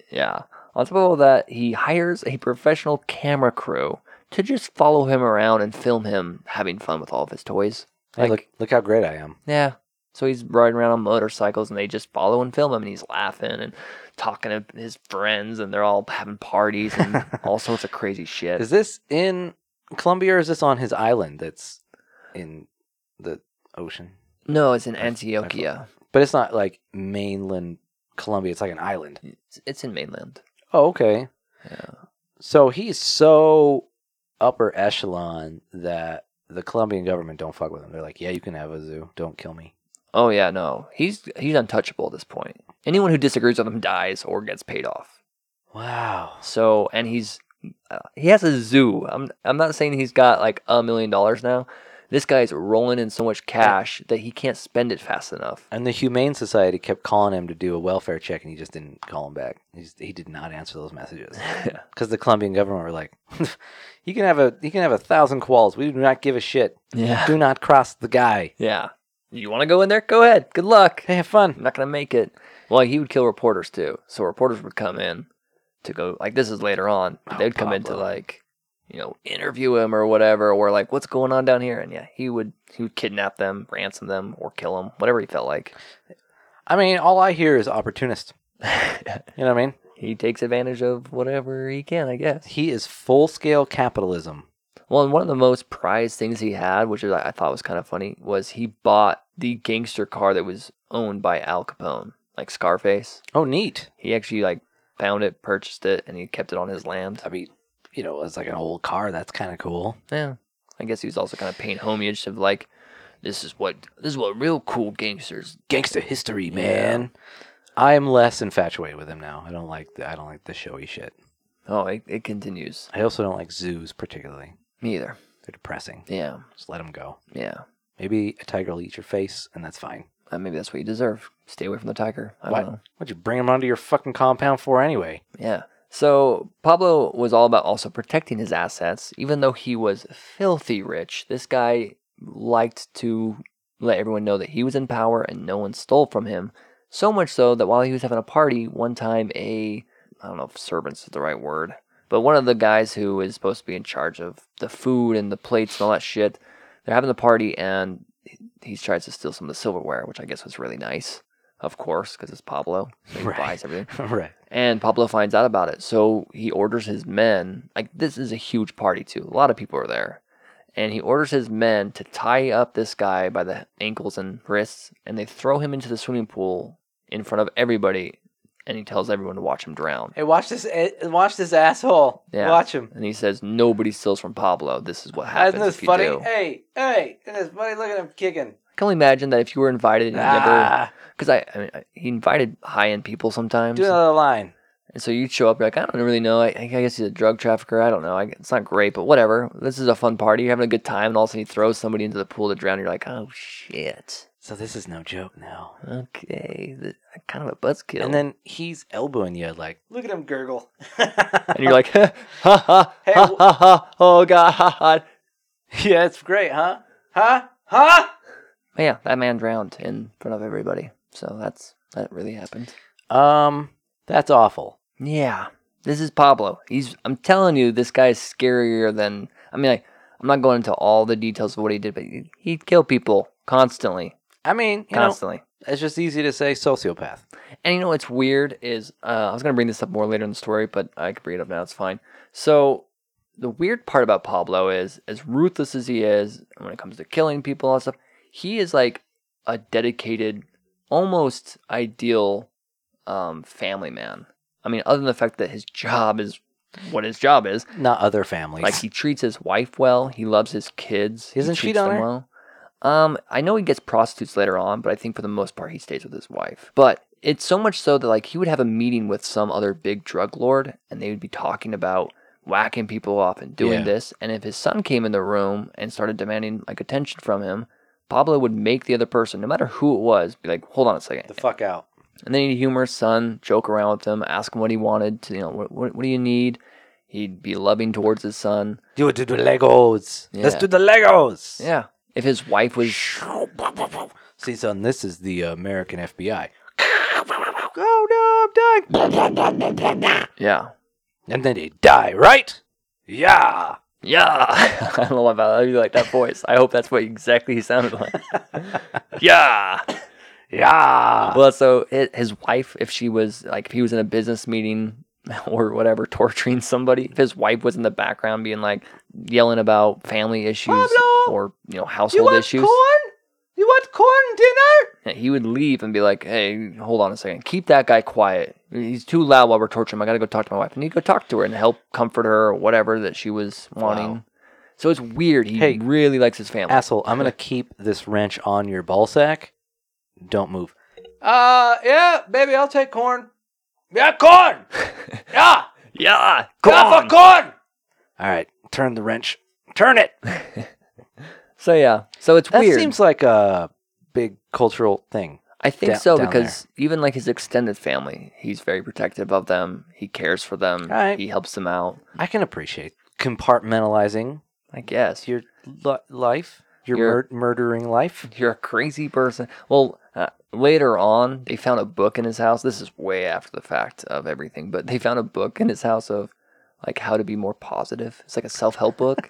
S2: yeah. On top of all that, he hires a professional camera crew to just follow him around and film him having fun with all of his toys.
S1: Hey, look, look how great I am.
S2: Yeah. So he's riding around on motorcycles and they just follow and film him and he's laughing and talking to his friends and they're all having parties and all sorts of crazy shit.
S1: Is this in Colombia or is this on his island that's in the ocean?
S2: no, it's in
S1: I- I fo-
S2: Antioquia.
S1: But it's not like mainland Colombia. It's like an island.
S2: It's, it's in mainland.
S1: Oh, okay.
S2: Yeah.
S1: So he's so upper echelon that the Colombian government don't fuck with him. They're like, yeah, you can have a zoo. Don't kill me.
S2: Oh yeah, no. He's he's untouchable at this point. Anyone who disagrees with him dies or gets paid off.
S1: Wow.
S2: So, and he's uh, he has a zoo. I'm I'm not saying he's got like a million dollars now. This guy's rolling in so much cash that he can't spend it fast enough.
S1: And the Humane Society kept calling him to do a welfare check, and he just didn't call him back. He, just, he did not answer those messages because the Colombian government were like, "You can have a you can have a thousand koalas. We do not give a shit.
S2: yeah.
S1: Do not cross the guy.
S2: Yeah. You want to go in there? Go ahead. Good luck.
S1: Hey, have fun."
S2: I'm not going to make it. Well, he would kill reporters too. So reporters would come in to go like this is later on.
S1: Oh,
S2: They'd come in to
S1: Pablo.
S2: like you know interview him or whatever or like what's going on down here and yeah he would he would kidnap them ransom them or kill them whatever he felt like
S1: I mean, all I hear is opportunist. You know what I mean?
S2: he takes advantage of whatever he can, I guess.
S1: He is full scale capitalism.
S2: Well, and one of the most prized things he had, which is, I thought was kind of funny, was he bought the gangster car that was owned by Al Capone, like Scarface.
S1: Oh, neat.
S2: He actually like found it, purchased it, and he kept it on his land.
S1: I mean, you know, it's like an old car. That's kind of cool.
S2: Yeah, I guess he was also kind of paying homage to like, this is what this is what real cool gangsters.
S1: Gangsta history,
S2: Yeah.
S1: man. I'm less infatuated with him now. I don't like the, I don't like the showy shit.
S2: Oh, it, it continues.
S1: I also don't like zoos particularly.
S2: Me either.
S1: They're depressing.
S2: Yeah,
S1: Just let them go.
S2: yeah.
S1: Maybe a tiger will eat your face, and that's fine.
S2: Uh, maybe that's what you deserve. Stay away from the tiger. I don't
S1: What?
S2: know.
S1: What'd you bring them onto your fucking compound for anyway?
S2: Yeah. So Pablo was all about also protecting his assets. Even though he was filthy rich, this guy liked to let everyone know that he was in power and no one stole from him. So much so that while he was having a party, one time a I don't know if servants is the right word, but one of the guys who is supposed to be in charge of the food and the plates and all that shit, they're having the party and he- he tries to steal some of the silverware, which I guess was really nice, of course, because it's Pablo. So he
S1: Right.
S2: buys everything.
S1: right.
S2: And Pablo finds out about it. So he orders his men, like, this is a huge party, too. A lot of people are there. And he orders his men to tie up this guy by the ankles and wrists, and they throw him into the swimming pool in front of everybody. And he tells everyone to watch him drown.
S1: Hey, watch this. eh, Watch this asshole.
S2: Yeah.
S1: Watch him.
S2: And he says, Nobody steals from Pablo. This is what happens. if you do." I
S1: Hey, hey, isn't this funny? Look at him kicking.
S2: can only imagine that if you were invited and you
S1: Ah.
S2: never. Because I, I, mean, I- he invited high end people sometimes.
S1: do another line.
S2: And so you show up, you're like, I don't really know. I, I guess he's a drug trafficker. I don't know. I, it's not great, but whatever. This is a fun party. You're having a good time. And all of a sudden, he throws somebody into the pool to drown. You're like, oh, shit.
S1: So this is no joke now.
S2: Okay. th- kind of a buzzkill.
S1: And then he's elbowing you like, look at him gurgle.
S2: and you're like, ha, ha,
S1: Hey,
S2: ha,
S1: w-
S2: ha, ha, oh, God.
S1: yeah, it's great, huh? Huh? Huh?
S2: But yeah, that man drowned in front of everybody. So that's, that really happened.
S1: Um, that's awful.
S2: Yeah. This is Pablo. He's I'm telling you, this guy's scarier than I mean like I'm not going into all the details of what he did, but he- he'd kill people constantly.
S1: I mean, you know,
S2: Constantly.
S1: it's just easy to say sociopath.
S2: And you know what's weird is uh, I was gonna bring this up more later in the story, but I can bring it up now. It's fine. So the weird part about Pablo is, as ruthless as he is when it comes to killing people and all that stuff, he is like a dedicated, almost ideal um, family man. I mean, other than the fact that his job is what his job is,
S1: Not other families.
S2: like he treats his wife well. He loves his kids.
S1: He doesn't
S2: he
S1: cheat
S2: treats
S1: on
S2: them
S1: her?
S2: Well. Um, I know he gets prostitutes later on, but I think for the most part he stays with his wife. But it's so much so that like he would have a meeting with some other big drug lord, and they would be talking about whacking people off and doing
S1: Yeah.
S2: this. And if his son came in the room and started demanding like attention from him, Pablo would make the other person, no matter who it was, be like, "Hold on a second,
S1: the fuck out.
S2: and then he'd humor his son, joke around with him, ask him what he wanted. To, you know, what, what, what do you need? He'd be loving towards his son.
S1: Do it to the Legos. Let's
S2: Yeah.
S1: do the Legos.
S2: Yeah. If his wife was
S1: See, son, this is the American FBI. oh no, I'm dying.
S2: Yeah.
S1: And then they die, right? Yeah.
S2: Yeah. I don't know about you like that voice. I hope that's what exactly he sounded like. yeah.
S1: Yeah.
S2: Well, so hi- his wife, if she was like, if he was in a business meeting or whatever, torturing somebody, if his wife was in the background being like yelling about family issues
S1: Pablo,
S2: or, you know, household issues,
S1: You want corn dinner?
S2: and he would leave and be like, hey, hold on a second. Keep that guy quiet. He's too loud while we're torturing him. I got to go talk to my wife. And he'd go talk to her and help comfort her or whatever that she was wanting.
S1: Wow.
S2: So it's weird. He
S1: Hey.
S2: really likes his family.
S1: Asshole, I'm gonna keep this wrench on your ball sack. Don't move. Uh yeah, baby, I'll take corn. Yeah, corn! yeah! Ah,
S2: yeah.
S1: Half a corn! Alright, turn the wrench. Turn it!
S2: So, yeah. So it's
S1: That
S2: weird.
S1: seems like a big cultural thing.
S2: I think
S1: da-
S2: so
S1: down
S2: because even like his extended family, he's very protective of them. He cares for them.
S1: Right.
S2: He helps them out.
S1: I can appreciate compartmentalizing
S2: I guess you're
S1: your li- life, your
S2: Your-
S1: mur- murdering life.
S2: you're a crazy person. Well, uh, later on, they found a book in his house. This is way after the fact of everything, but they found a book in his house of like how to be more positive. It's like a self help book.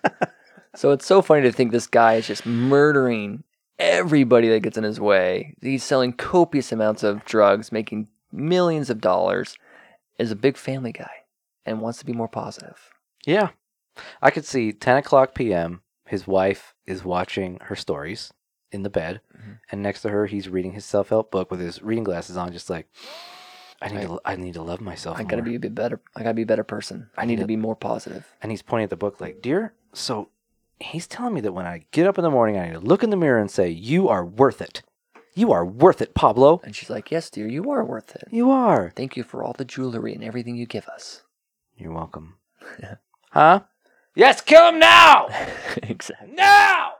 S2: so it's so funny to think this guy is just murdering everybody that gets in his way. He's selling copious amounts of drugs, making millions of dollars. Is a big family guy and wants to be more positive.
S1: Yeah. I could see 10 o'clock p.m., his wife is watching her stories in the bed,
S2: Mhm.
S1: and next to her, he's reading his self help book with his reading glasses on, just like, I need, to, I need to love myself.
S2: I gotta
S1: more."
S2: be a bit better. I gotta be a better person. I need to be more positive.
S1: And he's pointing at the book, like, Dear, so he's telling me that when I get up in the morning, I need to look in the mirror and say, You are worth it. You are worth it, Pablo.
S2: And she's like, "Yes, dear, you are worth it."
S1: You are.
S2: Thank you for all the jewelry and everything you give us.
S1: You're welcome. huh? Yes, kill him now!
S2: exactly.
S1: Now!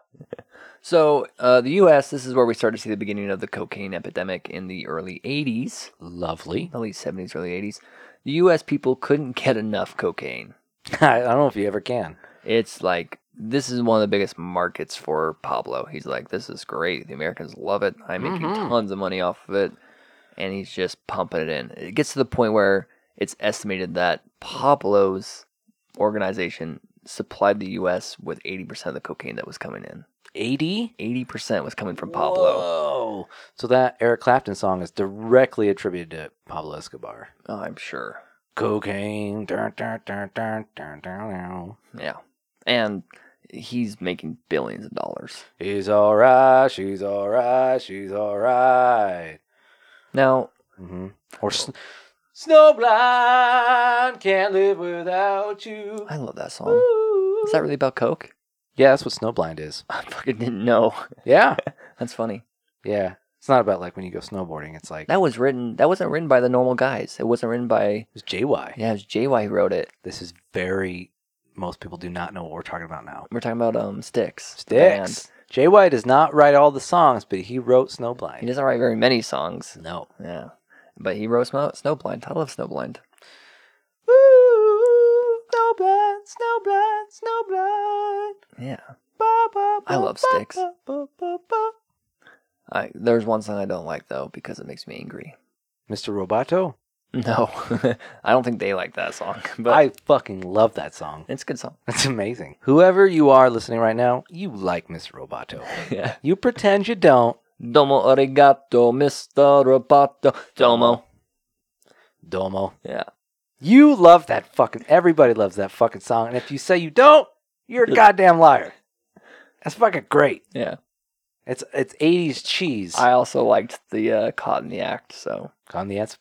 S2: So, uh, the U.S. This is where we start to see the beginning of the cocaine epidemic in the early '80s,
S1: Lovely.
S2: the late '70s, early '80s. The U.S. people couldn't get enough cocaine.
S1: I I don't know if you ever can.
S2: It's like this is one of the biggest markets for Pablo. He's like, "This is great. The Americans love it. I'm making
S1: Mhm.
S2: tons of money off of it," and he's just pumping it in. It gets to the point where it's estimated that Pablo's organization supplied the U.S. with 80% of the cocaine that was coming in.
S1: 80?
S2: 80% was coming from Pablo.
S1: Whoa. So that Eric Clapton song is directly attributed to Pablo Escobar.
S2: Oh, I'm sure.
S1: Cocaine. Dun, dun, dun, dun, dun, dun, dun.
S2: Yeah. And he's making billions of dollars.
S1: He's alright. She's alright. She's alright.
S2: Now,
S1: Mm-hmm. Or sn- Snowblind. Can't live without you.
S2: I love that song.
S1: Ooh.
S2: Is that really about Coke?
S1: Yeah, that's what Snowblind is.
S2: I fucking didn't know.
S1: Yeah.
S2: That's funny.
S1: Yeah. It's not about like when you go snowboarding. It's like,
S2: That was written, that wasn't written by the normal guys. It wasn't written by,
S1: it's JY.
S2: yeah, it was JY who wrote it.
S1: This is very, most people do not know what we're talking about now.
S2: We're talking about um Sticks. the band.
S1: Sticks. JY does not write all the songs, but he wrote
S2: He
S1: Snowblind.
S2: doesn't write very many songs.
S1: No.
S2: Yeah. But he wrote Snow- Snowblind. I love Snowblind.
S1: Ooh, Snowblind, Snowblind, Snowblind.
S2: Yeah.
S1: Ba, ba,
S2: I
S1: ba,
S2: love
S1: ba,
S2: Styx.
S1: ba, ba, ba, ba.
S2: I, there's one song I don't like though because it makes me angry.
S1: Mr. Roboto.
S2: No, I don't think they like that song, but
S1: I fucking love that song.
S2: it's a good song.
S1: That's amazing. Whoever you are listening right now, you like Mr. Roboto.
S2: yeah.
S1: You pretend you don't.
S2: Domo arigato, Mr. Roboto. Domo.
S1: Domo.
S2: Yeah.
S1: You love that fucking. Everybody loves that fucking song. And if you say you don't, you're a goddamn liar. That's fucking great.
S2: Yeah.
S1: It's it's eighties cheese.
S2: I also liked the uh, Caught in the Act, so
S1: on the that's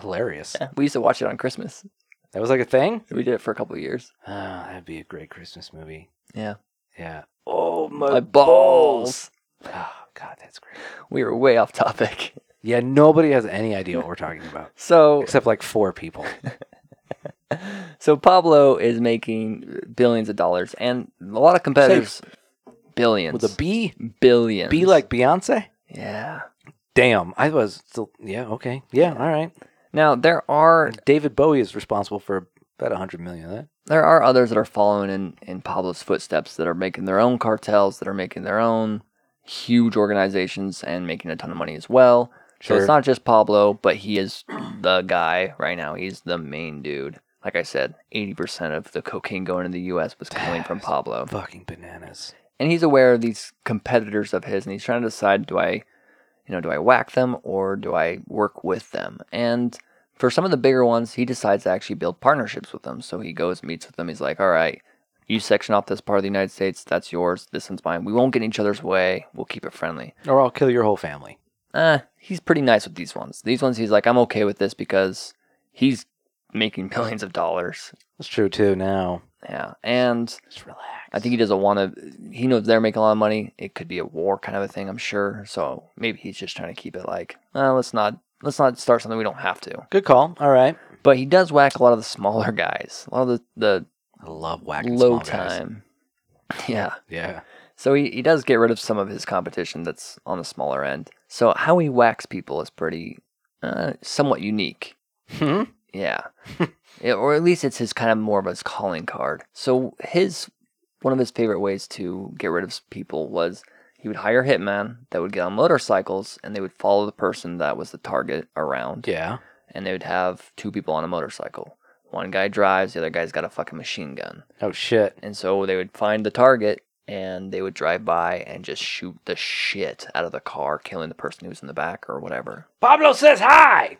S1: hilarious.
S2: yeah. we used to watch it on Christmas.
S1: That was like a thing.
S2: We did it for a couple of years.
S1: Ah, that'd be a great Christmas movie.
S2: Yeah.
S1: Yeah. Oh my,
S2: My
S1: balls.
S2: balls.
S1: Oh god, that's great.
S2: We were way off topic.
S1: Yeah, nobody has any idea what we're talking about
S2: So,
S1: except like four people.
S2: so Pablo is making billions of dollars, and a lot of competitors. Billions.
S1: With a B,
S2: billions.
S1: B like Beyonce.
S2: Yeah.
S1: Damn, I was still. Yeah, okay. Yeah, all right.
S2: Now there are
S1: David Bowie is responsible for about a hundred million of that.
S2: there are others that are following in, in Pablo's footsteps that are making their own cartels, that are making their own huge organizations and making a ton of money as well. So
S1: Sure.
S2: it's not just Pablo, but he is the guy right now. He's the main dude. Like I said, 80% of the cocaine going in the US was coming from Pablo.
S1: fucking bananas.
S2: And he's aware of these competitors of his and he's trying to decide do I you know, do I whack them or do I work with them? And for some of the bigger ones, he decides to actually build partnerships with them. So he goes, meets with them. He's like, all right, you section off this part of the United States. That's yours. This one's mine. We won't get in each other's way. We'll keep it friendly
S1: Or I'll kill your whole family.
S2: uh, he's pretty nice with these ones. These ones, he's like, I'm okay with this because he's making billions of dollars.
S1: That's true too. Now,
S2: Yeah. And
S1: just relax.
S2: I think he doesn't want to, he knows they're making a lot of money. It could be a war kind of a thing, I'm sure. So maybe he's just trying to keep it like, uh, let's not, let's not start something we don't have to.
S1: good call. All right.
S2: But he does whack a lot of the smaller guys, a lot of the,
S1: I love
S2: the
S1: whacking
S2: low
S1: small guys.
S2: time. Yeah.
S1: Yeah.
S2: So he, he does get rid of some of his competition that's on the smaller end. So how he whacks people is pretty, uh, somewhat unique.
S1: Hmm?
S2: Yeah. Yeah, or at least it's his kind of more of his calling card. So his one of his favorite ways to get rid of s- people was he would hire hitmen that would get on motorcycles and they would follow the person that was the target around
S1: Yeah.
S2: and they would have two people on a motorcycle. One guy drives, the other guy's got a fucking machine gun.
S1: Oh shit.
S2: And so they would find the target and they would drive by and just shoot the shit out of the car, killing the person who's in the back or whatever.
S1: Pablo says hi.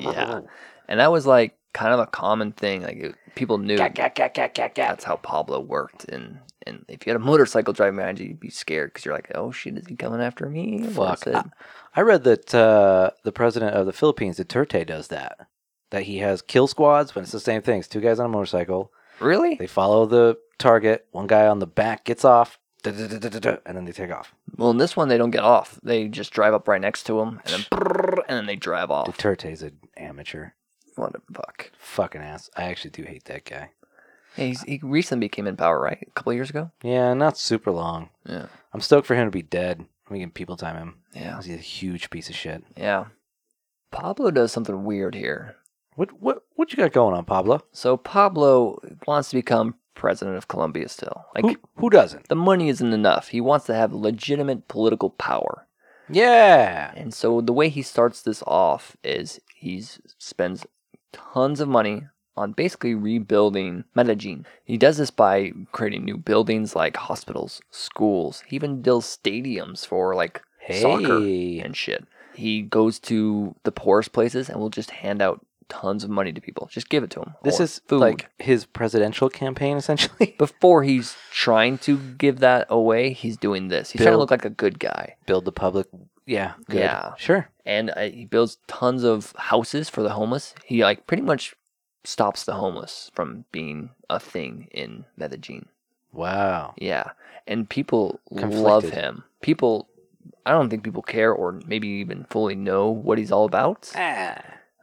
S2: Yeah. And that was like kind of a common thing. Like it, people knew that's how Pablo worked. And and if you had a motorcycle driving behind you, you'd be scared because you're like, oh shit, is he coming after me? What's
S1: Fuck.
S2: it?
S1: I, I read that uh, the president of the Philippines, Duterte, does that. That he has kill squads, but it's the same thing. It's two guys on a motorcycle.
S2: Really?
S1: They follow the target. One guy on the back gets off, duh, duh, duh, duh, duh, duh, and then they take off.
S2: Well, in this one, they don't get off. They just drive up right next to him, and then brrrr, and then they drive off.
S1: Duterte's an amateur.
S2: What the fuck?
S1: Fucking ass. I actually do hate that guy.
S2: Yeah, he's, he recently became in power, right? A couple years ago.
S1: Yeah, not super long.
S2: Yeah.
S1: I'm stoked for him to be dead. We can people time him.
S2: Yeah.
S1: He's a huge piece of shit.
S2: Yeah. Pablo does something weird here.
S1: What what what you got going on, Pablo?
S2: So Pablo wants to become president of Colombia still. Like
S1: Who who doesn't?
S2: the money isn't enough. He wants to have legitimate political power.
S1: Yeah.
S2: And so the way he starts this off is he spends tons of money on basically rebuilding Medellin. He does this by creating new buildings like hospitals, schools, he even builds stadiums for like
S1: Hey.
S2: soccer and shit. He goes to the poorest places and will just hand out tons of money to people. Just give it to them.
S1: This is like his presidential campaign essentially.
S2: before he's trying to give that away, he's doing this. He's trying to
S1: Build-
S2: look like a good guy.
S1: Build the public. Yeah. Good.
S2: Yeah.
S1: Sure.
S2: and uh, he builds tons of houses for the homeless. He like pretty much stops the homeless from being a thing in Medellin.
S1: Wow.
S2: Yeah, and people love
S1: Conflicted.
S2: him. People, I don't think people care or maybe even fully know what he's all about.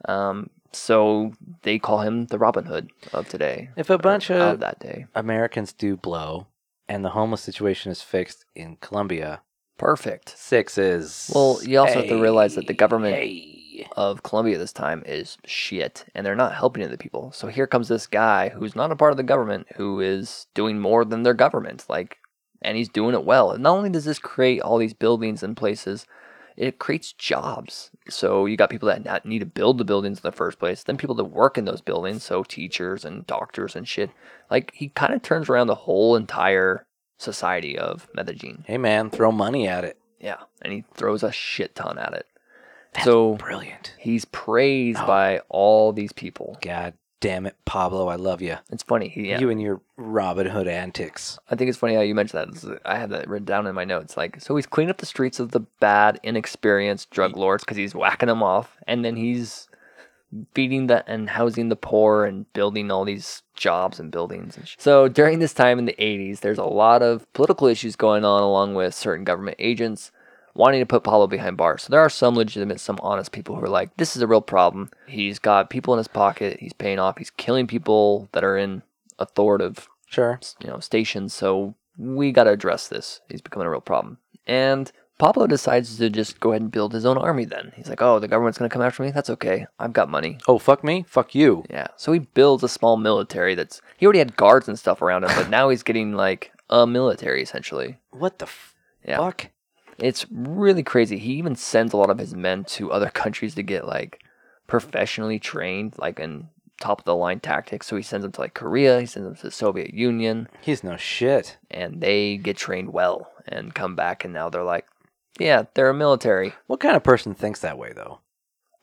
S2: Um, so they call him the Robin Hood of today.
S1: If a
S2: or
S1: bunch
S2: of
S1: of
S2: that day,
S1: Americans do blow and the homeless situation is fixed in Colombia,
S2: perfect.
S1: six is
S2: Well, you also have to realize that the government-
S1: Hey.
S2: Of Colombia this time is shit, and they're not helping the people. So here comes this guy who's not a part of the government, who is doing more than their government, like, and he's doing it well. And not only does this create all these buildings and places, it creates jobs. So you got people that not need to build the buildings in the first place, then people that work in those buildings, so teachers and doctors and shit. Like he kind of turns around the whole entire society of Medellin.
S1: Hey man, throw money at it.
S2: Yeah, and he throws a shit ton at it.
S1: That's
S2: so
S1: brilliant.
S2: He's praised
S1: Oh.
S2: by all these people.
S1: God damn it, Pablo, I love you.
S2: It's funny. He, yeah.
S1: You and your Robin Hood antics.
S2: I think it's funny how you mentioned that. It's- I had that written down in my notes. Like, so he's cleaning up the streets of the bad, inexperienced drug lords because he's whacking them off, and then he's feeding the and housing the poor and building all these jobs and buildings. And sh- so during this time in the 80s, there's a lot of political issues going on, along with certain government agents wanting to put Paulo behind bars. So there are some legitimate, some honest people who are like, this is a real problem. He's got people in his pocket. He's paying off. He's killing people that are in authoritative
S1: Sure.
S2: you know stations so we got to address this he's becoming a real problem and pablo decides to just go ahead and build his own army then he's like oh the government's going to come after me that's okay i've got money
S1: Oh, fuck me? Fuck you.
S2: yeah so he builds a small military that's he already had guards and stuff around him but now he's getting like a military essentially
S1: What the f-
S2: Yeah.
S1: fuck?
S2: It's really crazy. He even sends a lot of his men to other countries to get like professionally trained, like in top of the line tactics. So he sends them to like Korea, he sends them to the Soviet Union,
S1: He's no shit.
S2: and they get trained well and come back. And now they're like, yeah, they're a military.
S1: What kind of person thinks that way though?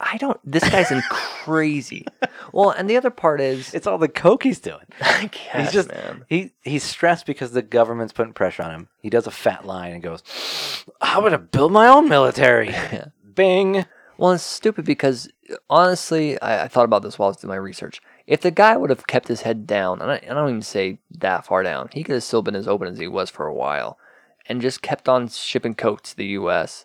S2: I don't, this guy's in crazy. Well, and the other part is,
S1: It's all the coke he's doing.
S2: I guess,
S1: just-
S2: man.
S1: He he's stressed because the government's putting pressure on him. He does a fat line and goes, "I'm gonna build my own military."
S2: Yeah.
S1: Bing.
S2: Well, it's stupid because honestly, I, I thought about this while I was doing my research. If the guy would have kept his head down, and I, I don't even say that far down, he could have still been as open as he was for a while, and just kept on shipping coke to the U.S.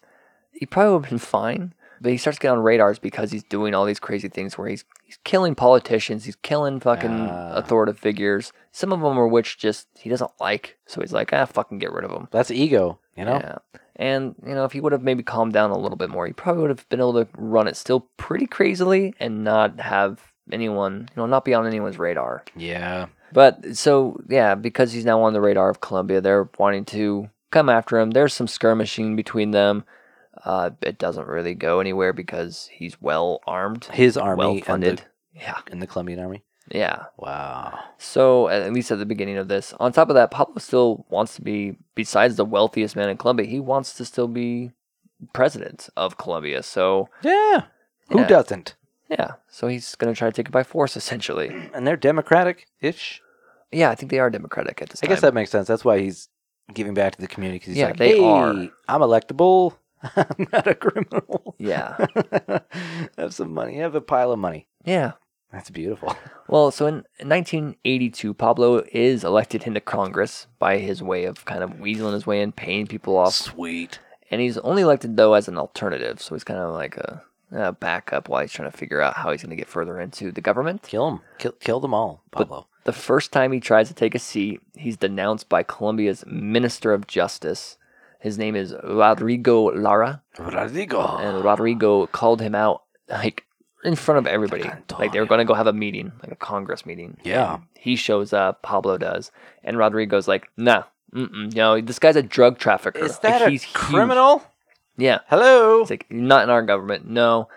S2: He probably would have been fine. But he starts getting on radars because he's doing all these crazy things where he's he's killing politicians, he's killing fucking
S1: Ah.
S2: authoritative figures. Some of them are which just he doesn't like, so he's like, ah, fucking get rid of them.
S1: That's ego, you know.
S2: Yeah. And, you know, if he would have maybe calmed down a little bit more, he probably would have been able to run it still pretty crazily and not have anyone, you know, not be on anyone's radar.
S1: Yeah.
S2: But so, yeah, because he's now on the radar of Colombia, they're wanting to come after him. There's some skirmishing between them. Uh, it doesn't really go anywhere because he's well armed,
S1: His army
S2: well funded.
S1: And
S2: Yeah.
S1: the, and the Colombian army.
S2: Yeah.
S1: Wow.
S2: So, at at least at the beginning of this, on top of that, Pablo still wants to be, besides the wealthiest man in Colombia, he wants to still be president of Colombia. So,
S1: Yeah. Who
S2: Yeah.
S1: doesn't?
S2: yeah, so he's going to try to take it by force, essentially.
S1: And they're democratic ish.
S2: Yeah, I think they are Democratic at this
S1: I
S2: time.
S1: guess that makes sense. That's why he's giving back to the community. 'cause he's
S2: Yeah,
S1: like,
S2: they
S1: "Hey,
S2: are."
S1: I'm electable. I'm not a criminal.
S2: yeah,
S1: have some money. Have a pile of money.
S2: yeah.
S1: That's beautiful.
S2: Well, so in 1982, Pablo is elected into Congress by his way of kind of weaseling his way in, paying people off.
S1: Sweet.
S2: And he's only elected though as an alternative, so he's kind of like a, a backup while he's trying to figure out how he's going to get further into the government.
S1: Kill him. Kill, kill them all, Pablo.
S2: The first time he tries to take a seat, he's denounced by Colombia's Minister of Justice. His name is Rodrigo Lara,
S1: Rodrigo.
S2: and Rodrigo called him out like in front of everybody. Like they were going to go have a meeting, like a Congress meeting.
S1: yeah.
S2: He shows up, Pablo does, and Rodrigo's like, "Nah, mm-mm, no, this guy's a drug trafficker.
S1: Is
S2: Like,
S1: that a
S2: he's huge."
S1: criminal?
S2: Yeah,
S1: Hello.
S2: it's like not in our government, no.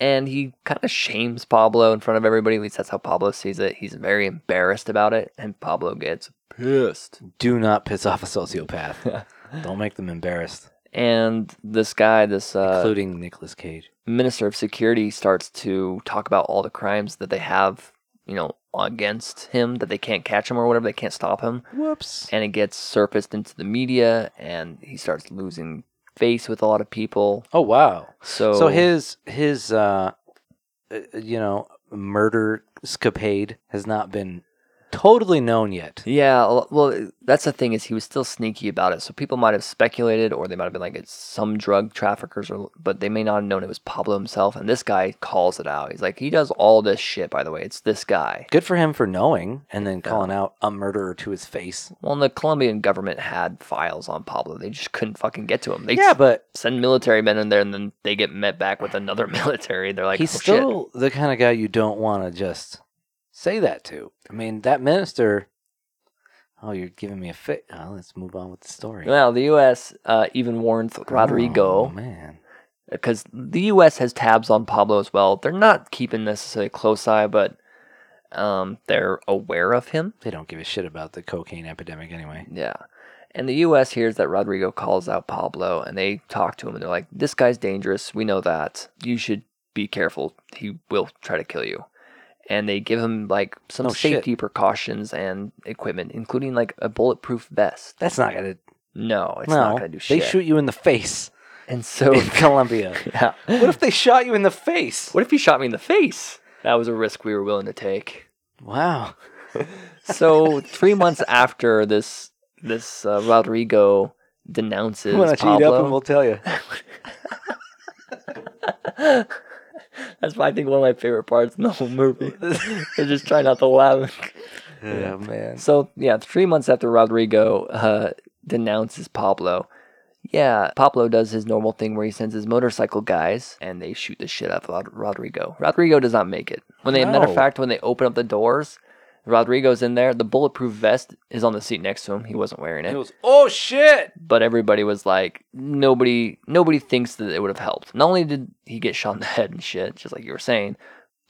S2: And he kind of shames Pablo in front of everybody. At least that's how Pablo sees it. He's very embarrassed about it, and Pablo gets pissed.
S1: Do not piss off a sociopath. Don't make them embarrassed,
S2: And this guy, this uh,
S1: including Nicolas Cage.
S2: minister of security, starts to talk about all the crimes that they have, you know, against him that they can't catch him or whatever. They can't stop him.
S1: Whoops.
S2: And it gets surfaced into the media, and he starts losing face with a lot of people.
S1: Oh wow.
S2: So,
S1: So his his uh, uh, you know murder escapade has not been totally known yet.
S2: Yeah, a lo- well, that's the thing is he was still sneaky about it. So people might have speculated, or they might have been like, it's some drug traffickers, or but they may not have known it was Pablo himself. And this guy calls it out. He's like, he does all this shit. By the way, it's this guy.
S1: Good for him for knowing and then calling out a murderer to his face.
S2: Well, and the Colombian government had files on Pablo. They just couldn't fucking get to him. They
S1: yeah, but
S2: send military men in there, and then they get met back with another military. They're like,
S1: he's
S2: "Oh, shit."
S1: still the kind of guy you don't want to just say that to. I mean, that minister. Oh, you're giving me a fit. Oh, let's move on with the story.
S2: Well, the U.S. Uh, even warned Rodrigo.
S1: Oh, man.
S2: because the U.S. has tabs on Pablo as well. They're not keeping necessarily a close eye, but um, they're aware of him.
S1: They don't give a shit about the cocaine epidemic anyway.
S2: Yeah. And the U.S. hears that Rodrigo calls out Pablo, and they talk to him, and they're like, "This guy's dangerous. We know that. You should be careful. He will try to kill you." And they give him like some
S1: Oh, shit.
S2: safety precautions and equipment, including like a bulletproof vest.
S1: That's not going to.
S2: No, it's
S1: no,
S2: not gonna do shit.
S1: They shoot you in the face
S2: and so,
S1: in Colombia.
S2: yeah.
S1: What if they shot you in the face?
S2: What if he shot me in the face? That was a risk we were willing to take.
S1: Wow.
S2: So three months after this, this uh, Rodrigo denounces
S1: I'm going to cheat up and
S2: Pablo.
S1: we'll tell you.
S2: That's why I think one of my favorite parts in the whole movie. They're just trying not to laugh.
S1: yeah, man.
S2: So yeah, three months after Rodrigo uh, denounces Pablo, yeah, Pablo does his normal thing where he sends his motorcycle guys and they shoot the shit out of Rod- Rodrigo. Rodrigo does not make it. When they, matter of
S1: No.
S2: fact, when they open up the doors, Rodrigo's in there. The bulletproof vest is on the seat next to him. He wasn't wearing
S1: It
S2: it,
S1: was, oh shit!
S2: but everybody was like, nobody, nobody thinks that it would have helped. Not only did he get shot in the head and shit, just like you were saying,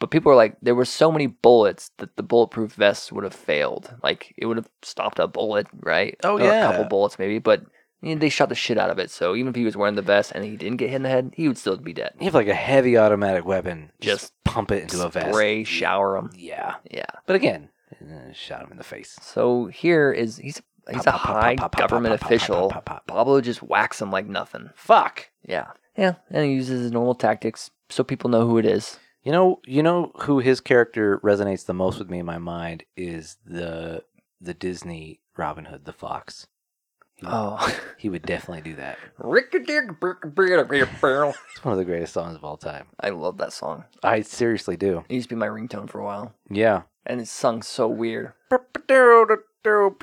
S2: but people were like, there were so many bullets that the bulletproof vest would have failed. Like it would have stopped a bullet, right?
S1: Oh,
S2: Or a couple
S1: yeah.
S2: bullets maybe, but. you know, they shot the shit out of it, so even if he was wearing the vest and he didn't get hit in the head, he would still be dead.
S1: You have like a heavy automatic weapon. Just,
S2: Just
S1: pump it into a vest.
S2: Spray, shower him.
S1: Yeah.
S2: Yeah.
S1: But again, eh, shot him in the face.
S2: So here is he's he's a
S1: Pop, pop, pop,
S2: high
S1: pop, pop, pop,
S2: government
S1: pop, pop,
S2: official.
S1: pop, pop, pop.
S2: Pablo just whacks him like nothing.
S1: Fuck.
S2: Yeah. Yeah. And he uses his normal tactics so people know who it is.
S1: You know, you know who his character resonates the most with me in my mind is the the Disney Robin Hood, the Fox.
S2: Oh.
S1: He would definitely do that. It's one of the greatest songs of all time.
S2: I love that song.
S1: I seriously do.
S2: It used to be my ringtone for a while.
S1: Yeah.
S2: And it's sung so weird. Robin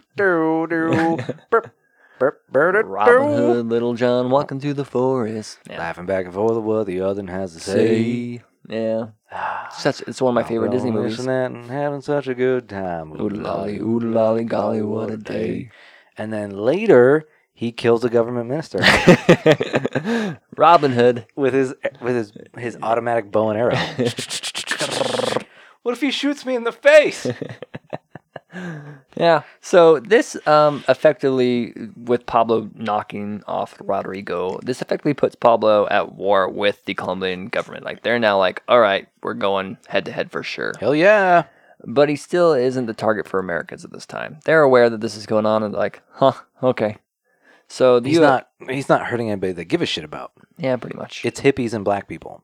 S1: Robin
S2: Hood, Little John, walking through the forest. Yeah.
S1: Laughing back and forth at what the other has to say.
S2: Yeah. Such, it's one of my favorite Disney
S1: Rolling
S2: movies.
S1: and that and having such a good time.
S2: Ooh lolly, ooh lolly, golly, what a day.
S1: And then later, he kills a government minister
S2: Robin Hood.
S1: with his with his his automatic bow and arrow. what if he shoots me in the face?
S2: Yeah. So this um, effectively, with Pablo knocking off Rodrigo, this effectively puts Pablo at war with the Colombian government. Like they're now like, all right, we're going head to head for sure.
S1: Hell yeah!
S2: But he still isn't the target for Americans at this time. They're aware that this is going on and like, huh, okay. So the
S1: He's
S2: U-
S1: not he's not hurting anybody they give a shit about.
S2: yeah, pretty much.
S1: It's hippies and black people.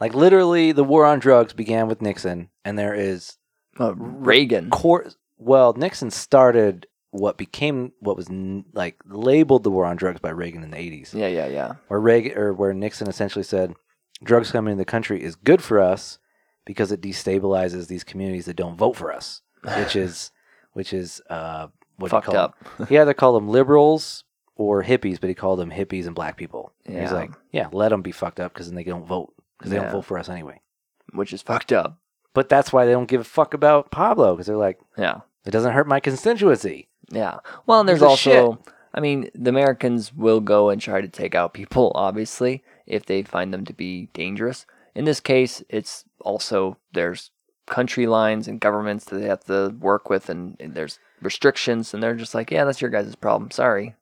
S1: Like literally, the war on drugs began with Nixon, and there is
S2: Uh, Reagan.
S1: court. Well, Nixon started what became what was n- like labeled the war on drugs by Reagan in the eighties,
S2: Yeah, yeah, yeah.
S1: or Reagan, or where Nixon essentially said, "Drugs coming into the country is good for us because it destabilizes these communities that don't vote for us," which is, which is, uh, what do you
S2: Fucked
S1: call
S2: up.
S1: Them? He either called them liberals or hippies, but he called them hippies and black people. And He's
S2: Yeah.
S1: like, "Yeah, let them be fucked up because then they don't vote because they
S2: Yeah.
S1: don't vote for us anyway."
S2: Which is fucked up.
S1: But that's why they don't give a fuck about Pablo because they're like,
S2: Yeah.
S1: "It doesn't hurt my constituency."
S2: Yeah. Well, and
S1: He's
S2: there's
S1: a
S2: also, I mean, the Americans will go and try to take out people, obviously, if they find them to be dangerous. In this case, it's also there's country lines and governments that they have to work with, and, and there's restrictions, and they're just like, yeah, that's your guys' problem. Sorry.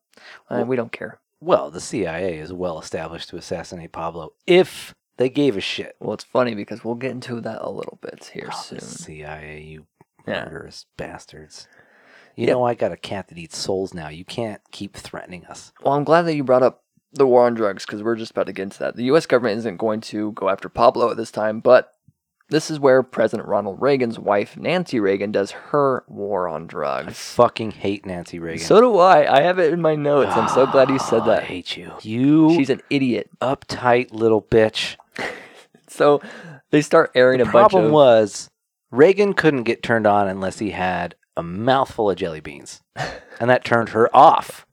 S2: Uh,
S1: Well-
S2: we don't care.
S1: Well, the CIA is well established to assassinate Pablo if they gave a shit.
S2: Well, it's funny because we'll get into that a little bit here
S1: Oh, the
S2: soon.
S1: CIA, you
S2: Yeah.
S1: murderous bastards. You
S2: Yeah.
S1: know, I got a cat that eats souls now. You can't keep threatening us.
S2: Well, I'm glad that you brought up the war on drugs because we're just about to get into that. The U.S. government isn't going to go after Pablo at this time, but this is where President Ronald Reagan's wife, Nancy Reagan, does her war on
S1: I
S2: drugs.
S1: fucking hate Nancy Reagan.
S2: So do I. I have it in my notes. I'm so glad you said
S1: Ah, I
S2: that.
S1: hate you. You
S2: She's an idiot.
S1: uptight little bitch.
S2: So they start airing
S1: The
S2: a bunch
S1: problem
S2: of.
S1: was Reagan couldn't get turned on unless he had a mouthful of jelly beans, and that turned her off.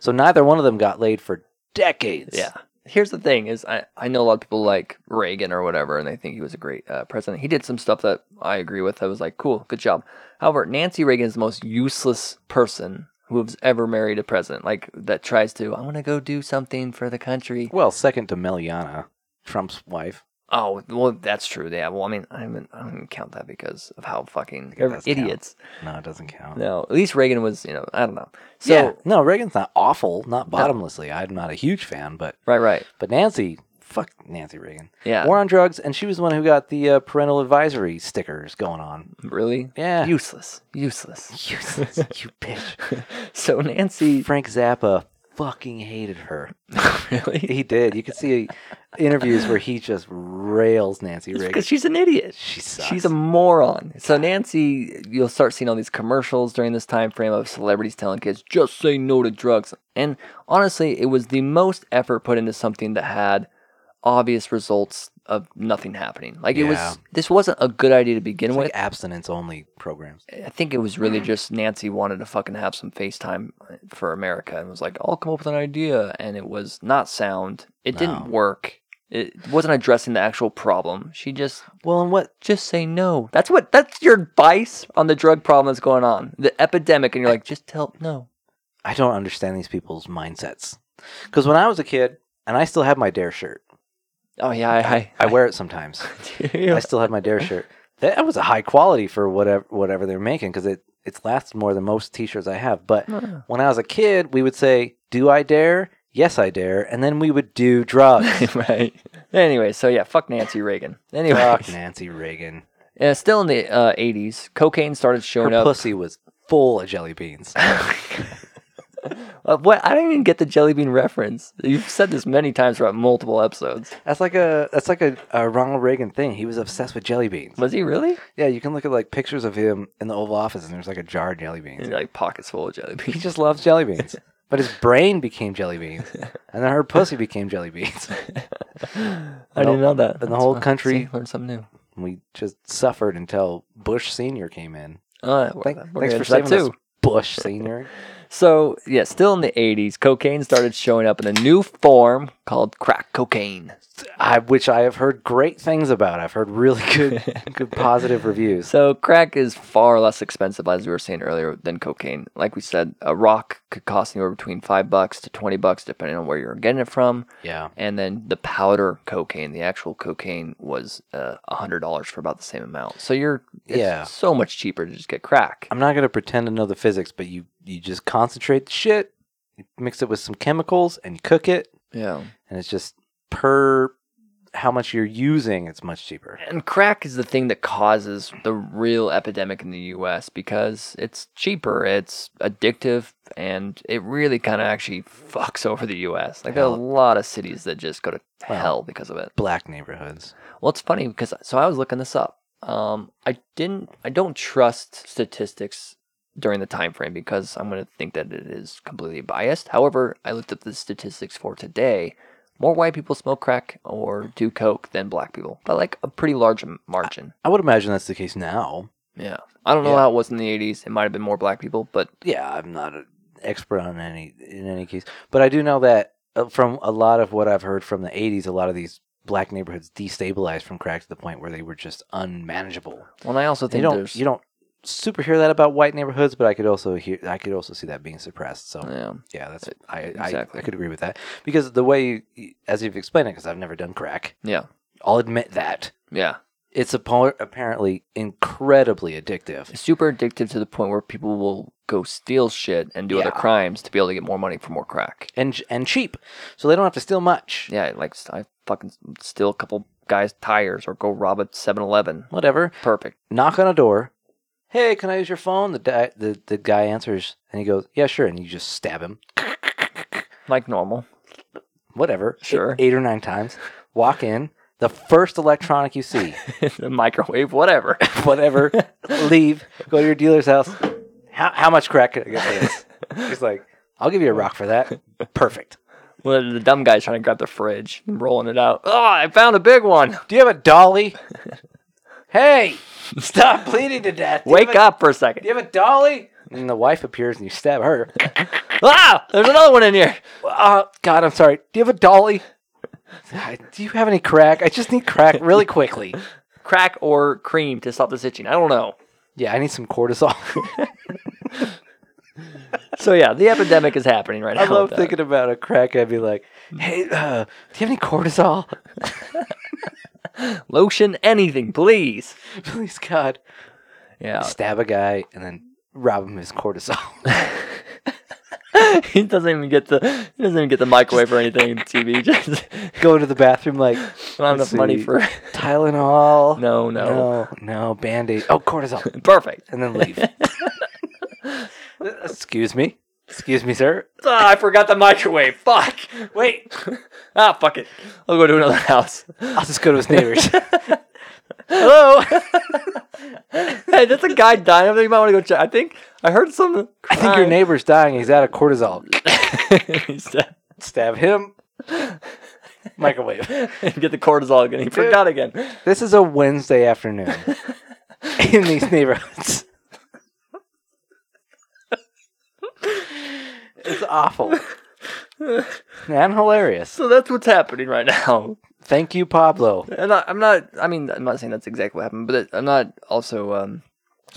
S1: So neither one of them got laid for decades.
S2: Yeah. Here's the thing: is I, I know a lot of people like Reagan or whatever, and they think he was a great uh, president. He did some stuff that I agree with. I was like, cool, good job. However, Nancy Reagan is the most useless person who's ever married a president. Like that tries to, I want to go do something for the country.
S1: Well, second to Meliana, Trump's wife.
S2: Oh, well, that's true. Yeah. Well, I mean, I haven't, I don't count that because of how fucking
S1: think it does count.
S2: idiots.
S1: No, it doesn't count.
S2: No, at least Reagan was, you know, I don't know. So
S1: yeah, no, Reagan's not awful, not bottomlessly. I'm not a huge fan, but
S2: right, right,
S1: but Nancy, fuck Nancy Reagan.
S2: yeah,
S1: War on drugs, and she was the one who got the uh, parental advisory stickers going on.
S2: really
S1: Yeah,
S2: useless, useless.
S1: useless, you bitch.
S2: So Nancy,
S1: Frank Zappa fucking hated her.
S2: really.
S1: He did. You could see interviews where he just rails Nancy Reagan.
S2: Because she's an idiot.
S1: She sucks.
S2: She's a moron. So Nancy, you'll start seeing all these commercials during this time frame of celebrities telling kids just say no to drugs. And honestly, it was the most effort put into something that had obvious results of nothing happening. Like it
S1: Yeah.
S2: was this wasn't a good idea to begin
S1: It's
S2: with.
S1: like abstinence only programs.
S2: I think it was really just Nancy wanted to fucking have some FaceTime for America and was like, I'll come up with an idea. And it was not sound. It
S1: No.
S2: didn't work. It wasn't addressing the actual problem. She just
S1: Well, and what?
S2: just say no. That's what that's your advice on the drug problem that's going on, the epidemic, and you're like, just tell no.
S1: I don't understand these people's mindsets. Because when I was a kid, and I still have my Dare shirt,
S2: Oh yeah, I
S1: I wear it sometimes. I still have my Dare shirt. That was a high quality for whatever whatever they're making because it it's lasted more than most T-shirts I have. But when I was a kid, we would say, "Do I dare?" Yes, I dare, and then we would do drugs.
S2: right. Anyway, so yeah, fuck Nancy Reagan. Anyway,
S1: Fuck Nancy Reagan.
S2: yeah, still in the uh, 80s, cocaine started
S1: Her
S2: showing up.
S1: pussy was full of jelly beans.
S2: Uh, what? I don't even get the jelly bean reference. You've said this many times throughout multiple episodes.
S1: That's like a that's like a, a Ronald Reagan thing. He was obsessed with jelly beans.
S2: Was he really?
S1: Yeah, you can look at like pictures of him in the Oval Office, and there's like a jar of jelly
S2: He's
S1: beans.
S2: like pockets full of jelly
S1: He
S2: beans.
S1: just loves jelly beans. But his brain became jelly beans, and then her pussy became jelly beans.
S2: I didn't know that.
S1: and the whole
S2: fun.
S1: country-
S2: See, learned something new.
S1: We just suffered until Bush Senior came in.
S2: Uh,
S1: Thank-
S2: we're
S1: thanks
S2: gonna
S1: for
S2: do that
S1: saving us, Bush Senior.
S2: So yeah, still in the '80s, cocaine started showing up in a new form called crack cocaine.
S1: I, which I have heard great things about. I've heard really good, good positive reviews.
S2: So crack is far less expensive, as we were saying earlier, than cocaine. Like we said, a rock could cost anywhere between five bucks to twenty bucks, depending on where you're getting it from.
S1: Yeah,
S2: And then the powder cocaine, the actual cocaine, was uh, a hundred dollars for about the same amount. So you're it's
S1: Yeah.
S2: so much cheaper to just get crack.
S1: I'm not gonna pretend to know the physics, but you you just concentrate the shit, you mix it with some chemicals, and cook it,
S2: Yeah.
S1: and it's just per how much you're using, it's much cheaper.
S2: And crack is the thing that causes the real epidemic in the US because it's cheaper, it's addictive, and it really kind of actually fucks over the US. Like, there are a
S1: Hell.
S2: lot of cities that just go to
S1: Well.
S2: hell because of it.
S1: Black neighborhoods.
S2: Well, it's funny because so I was looking this up. Um, I didn't, I don't trust statistics during the time frame because I'm going to think that it is completely biased. However, I looked up the statistics for today. More white people smoke crack or do coke than black people by like a pretty large m- margin.
S1: I would imagine that's the case now.
S2: Yeah. I don't know
S1: Yeah.
S2: how it was in the 80s. It might have been more black people, but
S1: Yeah, I'm not an expert on any in any case, but I do know that uh, from a lot of what I've heard from the '80s, a lot of these black neighborhoods destabilized from crack to the point where they were just unmanageable.
S2: well, and I also
S1: you
S2: think
S1: don't
S2: there's
S1: you don't super hear that about white neighborhoods, but I could also hear I could also see that being suppressed. So
S2: yeah.
S1: yeah, that's I
S2: Uh, Exactly.
S1: I, I could agree with that because the way you, as you've explained it, because I've never done crack.
S2: Yeah.
S1: I'll admit that
S2: Yeah.
S1: it's appa- apparently incredibly addictive.
S2: It's super addictive to the point where people will go steal shit and do other
S1: Yeah.
S2: crimes to be able to get more money for more crack.
S1: And, and cheap, so they don't have to steal much.
S2: Yeah, like I fucking steal a couple guys' tires or go rob a 7-Eleven.
S1: Whatever.
S2: Perfect.
S1: knock on a door. Hey, can I use your phone? The, di- the the guy answers and he goes, Yeah, sure. And you just stab him.
S2: Like normal.
S1: Whatever. e-
S2: Sure.
S1: Eight, or nine times. Walk in. The first electronic you see,
S2: the microwave, whatever.
S1: whatever. leave. Go to your dealer's house. How, how much crack can I get for this? He's like, I'll give you a rock for that. Perfect.
S2: Well, the dumb guy's trying to grab the fridge and rolling it out. Oh, I found a big one.
S1: Do you have a dolly? Hey, stop bleeding to death. Do you have
S2: Wake
S1: a-
S2: up for a
S1: Do
S2: second.
S1: you have a dolly? And the wife appears and you stab her.
S2: Ah, there's another one in here.
S1: Uh, God, I'm sorry. Do you have a dolly? I- Do you have any crack? I just need crack really quickly.
S2: Crack or cream to stop this itching. I don't know.
S1: Yeah, I need some cortisol.
S2: So yeah, the epidemic is happening right now.
S1: I love
S2: with uh, that.
S1: thinking about a crack. I'd be like, hey, uh, do you have any cortisol?
S2: lotion, anything, please.
S1: Please, God.
S2: Yeah,
S1: Stab a guy and then rob him his cortisol.
S2: he doesn't even get the he doesn't even get the microwave or anything. TV just I
S1: Go to the bathroom like
S2: don't have enough money
S1: see.
S2: for
S1: Tylenol.
S2: no, no,
S1: No, no, band aid. Oh, cortisol.
S2: Perfect.
S1: And then leave. Excuse me. Excuse me, sir.
S2: Ah, I forgot the microwave. Fuck. Wait. Ah, fuck it. I'll go to another house.
S1: I'll just go to his neighbors. Hello.
S2: Hey, that's a guy dying over there. You might want to go check. I think I heard some.
S1: I think your neighbor's dying. He's out of cortisol.
S2: He's dead.
S1: Stab him. Microwave.
S2: Get the cortisol again. He forgot again.
S1: This is a Wednesday afternoon in these neighborhoods. it's awful and hilarious.
S2: So that's what's happening right now.
S1: Thank you, Pablo.
S2: I'm not. I'm not. I mean, I'm not saying that's exactly what happened, but it, I'm not also um,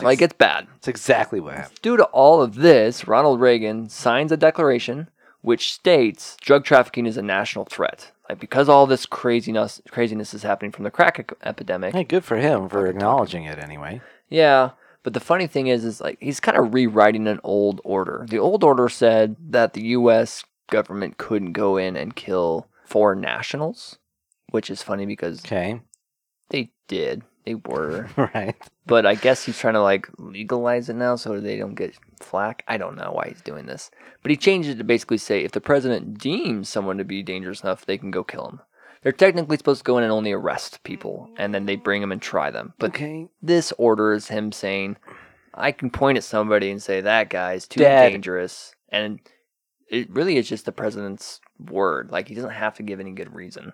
S2: like it's bad.
S1: That's exactly what happened.
S2: Due to all of this, Ronald Reagan signs a declaration which states drug trafficking is a national threat. Like because all this craziness craziness is happening from the crack ec- epidemic.
S1: Hey, good for him for acknowledging it anyway.
S2: Yeah, but the funny thing is, is like he's kind of rewriting an old order. The old order said that the U.S. government couldn't go in and kill foreign nationals, which is funny because
S1: Okay.
S2: they did. They were,
S1: Right.
S2: but I guess he's trying to like legalize it now so they don't get flack. I don't know why he's doing this, but he changed it to basically say if the president deems someone to be dangerous enough, they can go kill him. They're technically supposed to go in and only arrest people, and then they bring them and try them. But
S1: okay.
S2: this order is him saying, I can point at somebody and say that guy's too
S1: Dead.
S2: dangerous, and it really is just the president's word. Like he doesn't have to give any good reason. And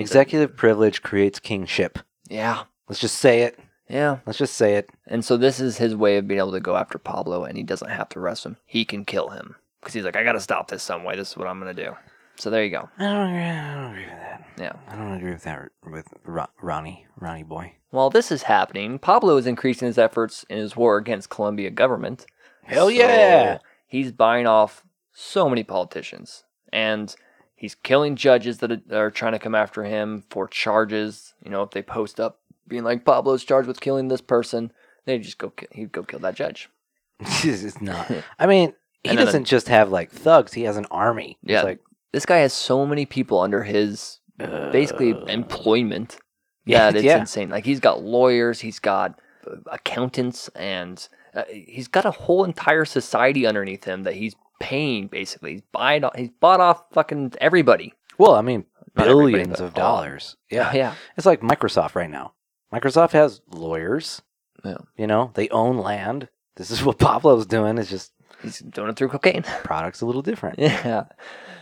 S2: he's like,
S1: Executive privilege creates kingship.
S2: Yeah.
S1: Let's just say it.
S2: Yeah.
S1: Let's just say it.
S2: And so this is his way of being able to go after Pablo, and he doesn't have to arrest him. He can kill him because he's like, I got to stop this some way. This is what I'm gonna do. So there you go.
S1: I don't agree, I don't agree with that.
S2: Yeah.
S1: I don't agree with that with Ro- Ronnie, Ronnie boy.
S2: While this is happening, Pablo is increasing his efforts in his war against Colombia government.
S1: Hell
S2: So,
S1: yeah.
S2: He's buying off so many politicians, and he's killing judges that are- are trying to come after him for charges. You know, if they post up being like Pablo's charged with killing this person, they just go. ki- He'd go kill that judge.
S1: This is not. I mean, he
S2: And then-
S1: doesn't just have like thugs. He has an army.
S2: Yeah.
S1: It's like
S2: This guy has so many people under his basically
S1: uh,
S2: employment.
S1: yeah,
S2: Yeah, it's
S1: yeah.
S2: insane. Like he's got lawyers, he's got uh, accountants, and uh, he's got a whole entire society underneath him that he's paying. Basically, he's buying. o- He's bought off fucking everybody.
S1: Well, I mean,
S2: Not everybody,
S1: billions of
S2: but a lot.
S1: dollars. Yeah.
S2: yeah.
S1: It's like Microsoft right now. Microsoft has lawyers.
S2: Yeah.
S1: You know, they own land. This is what Pablo's doing. It's just
S2: He's doing it through cocaine.
S1: products a little different.
S2: yeah.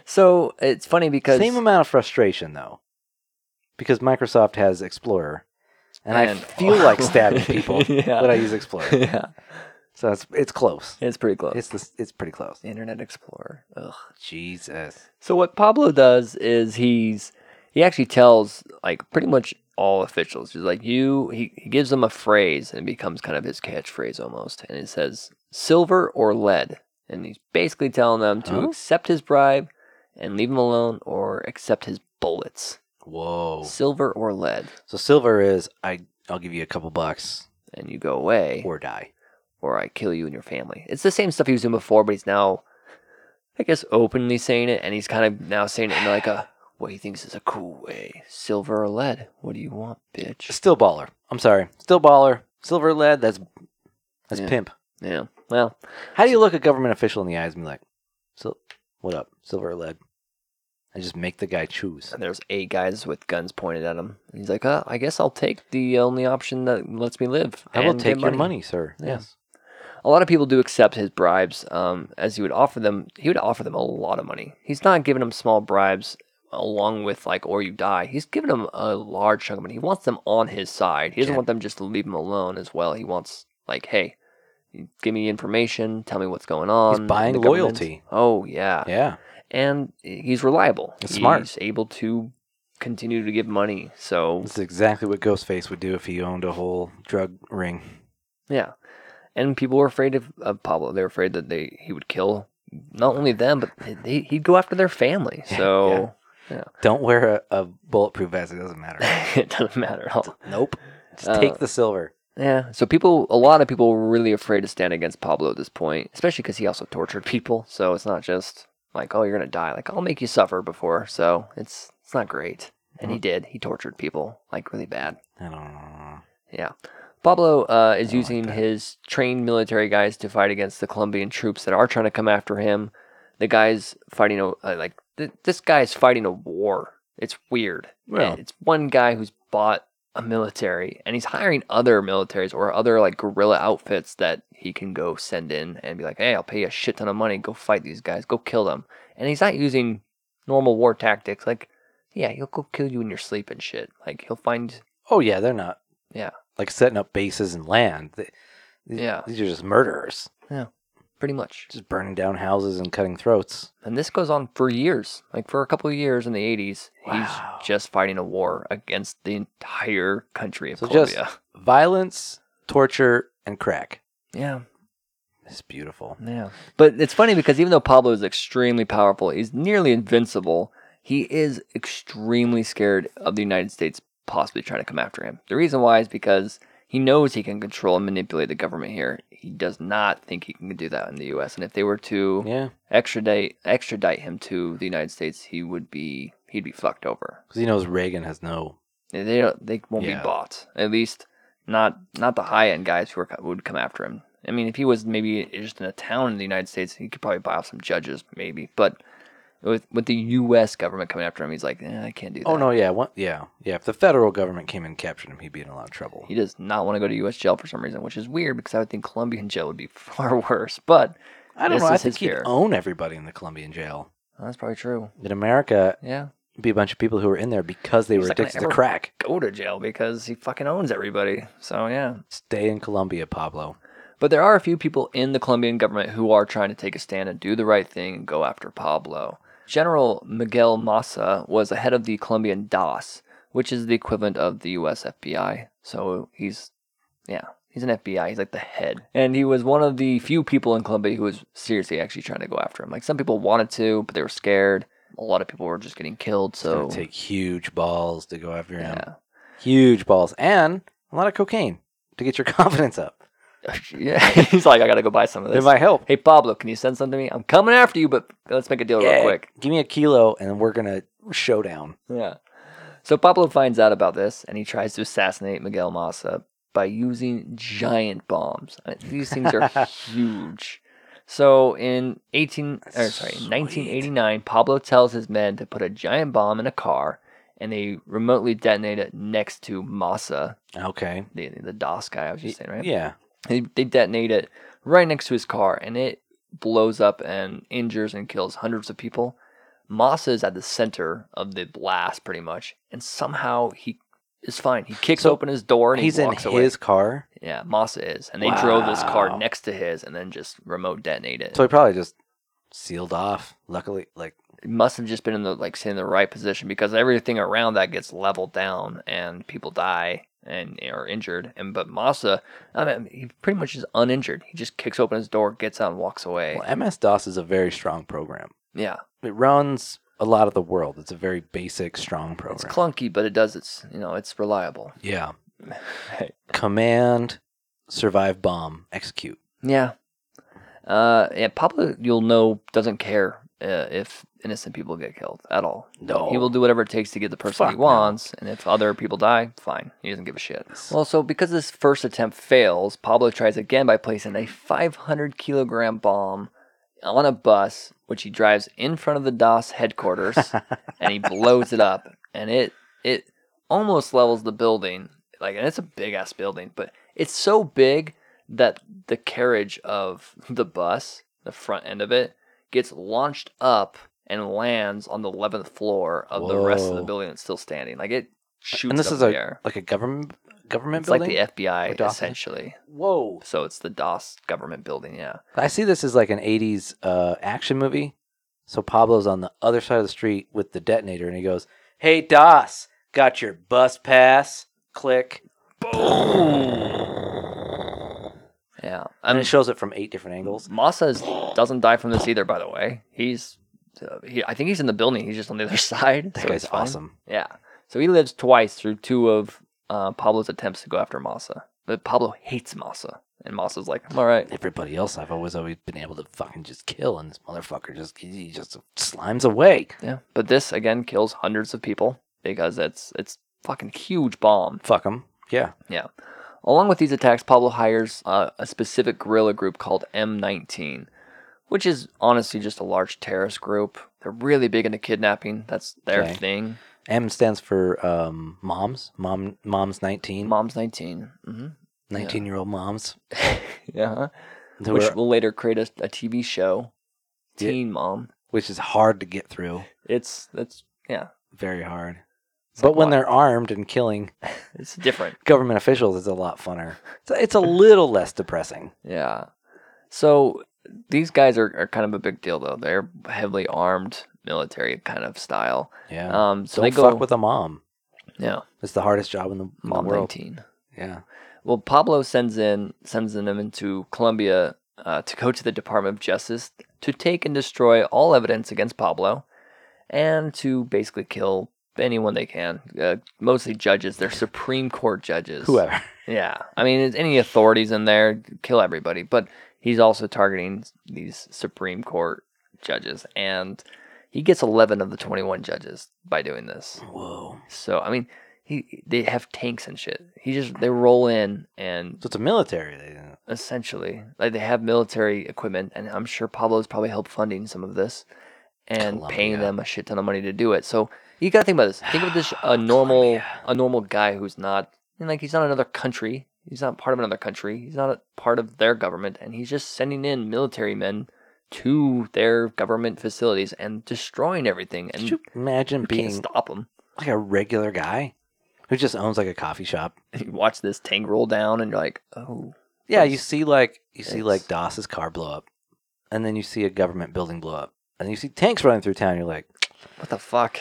S2: So it's funny because
S1: Same amount of frustration though, because Microsoft has Explorer, and, I
S2: Man.
S1: feel like stabbing people,
S2: Yeah.
S1: but I use Explorer,
S2: yeah,
S1: so it's it's close.
S2: it's pretty close.
S1: It's this, it's pretty close.
S2: Internet Explorer. Ugh.
S1: Jesus.
S2: So what Pablo does is he's he actually tells like pretty much all officials. He's like you. He, he gives them a phrase and it becomes kind of his catchphrase almost. And it says silver or lead. And he's basically telling them to
S1: Huh?
S2: accept his bribe and leave him alone, or accept his bullets.
S1: Whoa.
S2: Silver or lead,
S1: So silver is I. I'll give you a couple bucks
S2: and you go away.
S1: or die.
S2: or I kill you and your family. It's the same stuff he was doing before, but he's now, I guess, openly saying it, and he's kind of now saying it in like a what he thinks is a cool way. Silver or lead? What do you want, bitch?
S1: Still baller. I'm sorry. Still baller. Silver lead. That's that's
S2: Yeah.
S1: pimp.
S2: Yeah. Well,
S1: How do you look a government official in the eyes and be like, "So, what up, silver or lead?" I just make the guy choose.
S2: and there's eight guys with guns pointed at him. And he's like, uh, I guess I'll take the only option that lets me live.
S1: I will
S2: and get
S1: take your money, sir.
S2: Yeah.
S1: Yes.
S2: A lot of people do accept his bribes, um, as he would offer them. He would offer them a lot of money. He's not giving them small bribes along with like or you die. He's giving them a large chunk of money. He wants them on his side. He doesn't
S1: Yeah.
S2: want them just to leave him alone as well. He wants like, hey, give me information, tell me what's going on. in
S1: buying
S2: the government."
S1: loyalty.
S2: Oh yeah.
S1: Yeah.
S2: and he's reliable.
S1: It's smart.
S2: He's able to continue to give money. So
S1: This is exactly what Ghostface would do if he owned a whole drug ring.
S2: Yeah, and people were afraid of, of Pablo. They were afraid that they he would kill not only them, but they, he'd go after their family.
S1: Yeah,
S2: So
S1: Don't wear a, a bulletproof vest. It doesn't matter.
S2: it doesn't matter at all.
S1: nope. Just
S2: Uh,
S1: take the silver.
S2: Yeah. So people, a lot of people were really afraid to stand against Pablo at this point, especially because he also tortured people. So it's not just like, oh, you're gonna die. Like I'll make you suffer before. So it's it's not great. And he did. He tortured people like really bad.
S1: I don't know.
S2: Yeah. Pablo uh, is
S1: I like
S2: using
S1: that.
S2: his trained military guys to fight against the Colombian troops that are trying to come after him. The guy's fighting a uh, like th- this guy's fighting a war. It's weird.
S1: Well.
S2: And it's one guy who's bought a military and he's hiring other militaries or other like guerrilla outfits that he can go send in and be like, "Hey, I'll pay you a shit ton of money. Go fight these guys. Go kill them." And he's not using normal war tactics like, "Yeah, he'll go kill you in your sleep and shit." Like he'll find
S1: Oh yeah, they're not.
S2: Yeah.
S1: Like setting up bases and land. They- these-
S2: Yeah.
S1: These are just murderers.
S2: Yeah. pretty much.
S1: Just burning down houses and cutting throats.
S2: And this goes on for years. Like for a couple of years in the 80s,
S1: Wow.
S2: he's just fighting a war against the entire country of
S1: So just-
S2: Colombia.
S1: Violence, torture, and crack.
S2: Yeah,
S1: It's beautiful.
S2: yeah. But it's funny because even though Pablo is extremely powerful, he's nearly invincible, he is extremely scared of the United States possibly trying to come after him. The reason why is because he knows he can control and manipulate the government here. He does not think he can do that in the US. And if they were to
S1: Yeah,
S2: extradite extradite him to the United States, he would be he'd be fucked over.
S1: because he knows Reagan has no.
S2: They- They don't, they won't
S1: Yeah.
S2: be bought. At least not not the high end guys who are, co- would come after him. I mean, if he was maybe just in a town in the United States, he could probably buy off some judges, maybe. But with with the U.S. government coming after him, he's like, eh, I can't do that.
S1: Oh no, yeah, what? Yeah, yeah. If the federal government came in and captured him, he'd be in a lot of trouble.
S2: He does not want to go to U.S. jail for some reason, which is weird because I would think Colombian jail would be far worse. But
S1: I don't
S2: This
S1: know. I
S2: is his
S1: think he'd
S2: fear.
S1: own everybody in the Colombian jail.
S2: that's probably true.
S1: In America,
S2: Yeah,
S1: it'd be a bunch of people who were in there because they
S2: He's
S1: were
S2: not gonna
S1: addicted to
S2: ever-
S1: crack.
S2: go to jail because he fucking owns everybody. So yeah.
S1: Stay in Colombia, Pablo.
S2: But there are a few people in the Colombian government who are trying to take a stand and do the right thing and go after Pablo. General Miguel Massa was the head of the Colombian DAS, which is the equivalent of the US FBI. So he's, yeah, he's an FBI. He's like the head. And he was one of the few people in Colombia who was seriously actually trying to go after him. Like some people wanted to, but they were scared. A lot of people were just getting killed.
S1: It's gonna
S2: So,
S1: take huge balls to go after him.
S2: yeah.
S1: Huge balls and a lot of cocaine to get your confidence up.
S2: yeah. he's like, I got to go buy some of
S1: It
S2: this.
S1: might help.
S2: Hey, Pablo, can you send something to me? I'm coming after you, but let's make a deal real
S1: Yeah.
S2: quick.
S1: Give me a kilo, and we're gonna showdown.
S2: Yeah. So Pablo finds out about this and he tries to assassinate Miguel Massa by using giant bombs. I mean, these things are huge. So in 18 or sorry, in
S1: Sweet.
S2: 1989, Pablo tells his men to put a giant bomb in a car and they remotely detonate it next to Massa,
S1: Okay.
S2: the the DOS guy I was just saying, right?
S1: Yeah.
S2: They, they detonate it right next to his car, and it blows up and injures and kills hundreds of people. Massa is at the center of the blast, pretty much, and somehow he is fine. He kicks
S1: So,
S2: open his door and
S1: He's
S2: he
S1: in
S2: walks away.
S1: his car,
S2: Yeah, Massa is, and they drove this car
S1: Wow.
S2: next to his, and then just remote detonate it.
S1: so he probably just sealed off. Luckily, like
S2: it must have just been in the like in the right position because everything around that gets leveled down and people die and are injured. And but Massa, I mean, he pretty much is uninjured. He just kicks open his door, gets out, and walks away.
S1: well, MS DOS is a very strong program.
S2: Yeah,
S1: It runs a lot of the world. It's a very basic, strong program.
S2: it's clunky, but it does its you know it's reliable.
S1: yeah.
S2: Right.
S1: Command, survive, bomb, execute.
S2: Yeah, uh, yeah. Pablo, you'll know, doesn't care uh, if innocent people get killed at all.
S1: No.
S2: He will do whatever it takes to get the person he
S1: Oh. Fuck no.
S2: wants, and if other people die, fine. He doesn't give a shit. Well, so because this first attempt fails, Pablo tries again by placing a 500 kilogram bomb on a bus, which he drives in front of the DOS headquarters, and he blows it up, and it it almost levels the building. Like, and it's a big ass building, but it's so big that the carriage of the bus, the front end of it, gets launched up and lands on the 11th floor of the rest of the
S1: Whoa.
S2: building that's still standing. Like it shoots
S1: and this
S2: up
S1: is
S2: in
S1: a
S2: the air.
S1: like a government government
S2: It's
S1: building.
S2: like the
S1: Or
S2: FBI
S1: DOS?
S2: essentially.
S1: Whoa!
S2: So it's the DOS government building, yeah.
S1: I see this as like an '80s uh, action movie. So Pablo's on the other side of the street with the detonator, and he goes, "Hey DOS, got your bus pass? Click."
S2: Yeah. I
S1: And
S2: mean
S1: it shows it from eight different angles.
S2: Massa is, doesn't die from this either by the way. He's uh, he, I think he's in the building. He's just on the other side.
S1: That
S2: so
S1: guy's
S2: it's fine.
S1: awesome.
S2: Yeah. So he lives twice through two of uh, Pablo's attempts to go after Massa. But Pablo hates Massa. And Massa's like, I'm all right.
S1: Everybody else I've always always been able to fucking just kill, and this motherfucker just he he just slimes away.
S2: Yeah. But this again kills hundreds of people because it's it's fucking huge bomb.
S1: Fuck him. Yeah.
S2: Yeah. Along with these attacks, Pablo hires uh, a specific guerrilla group called M19, which is honestly just a large terrorist group. They're really big into kidnapping. That's their
S1: Okay.
S2: thing.
S1: M stands for um, moms. Mom. Moms. Nineteen.
S2: Mom's 19. hmm
S1: Nineteen-year-old moms.
S2: Yeah.
S1: who
S2: which
S1: are-
S2: will later create a, a TV show,
S1: Yeah.
S2: Teen Mom.
S1: which is hard to get through.
S2: It's that's yeah.
S1: Very hard.
S2: It's
S1: But
S2: like
S1: when
S2: what?
S1: they're armed and killing
S2: it's different.
S1: government officials, it's a lot funner. It's, it's a little less depressing.
S2: Yeah. So these guys are, are kind of a big deal though. They're heavily armed, military kind of style.
S1: Yeah.
S2: Um, so
S1: Don't
S2: they go
S1: fuck with a mom.
S2: yeah,
S1: It's the hardest job in the, in the
S2: Mom
S1: world.
S2: nineteen.
S1: Yeah.
S2: Well, Pablo sends in sends them into Colombia uh, to go to the Department of Justice to take and destroy all evidence against Pablo, and to basically kill anyone they can. Uh, mostly judges. They're Supreme Court judges.
S1: Whoever.
S2: Yeah, I mean, it's any authorities in there kill everybody, but he's also targeting these Supreme Court judges, and he gets eleven of the twenty-one judges by doing this.
S1: Whoa.
S2: So I mean, he they have tanks and shit. He just they roll in and
S1: So it's a military. They,
S2: essentially like they have military equipment, and I'm sure Pablo's probably helped funding some of this and
S1: Colombia.
S2: paying them a shit ton of money to do it. So you gotta think about this. Think of this a normal
S1: Colombia.
S2: a normal guy who's not and like he's not another country. He's not part of another country. He's not a part of their government, and he's just sending in military men to their government facilities and destroying everything. And
S1: could
S2: you
S1: you imagine
S2: can't
S1: being
S2: stop them.
S1: like a regular guy who just owns like a coffee shop?
S2: You watch this tank roll down, and you're like, oh,
S1: Yeah, you see like you see
S2: It's-
S1: like Doss's car blow up, and then you see a government building blow up, and you see tanks running through town. You're like,
S2: what the fuck?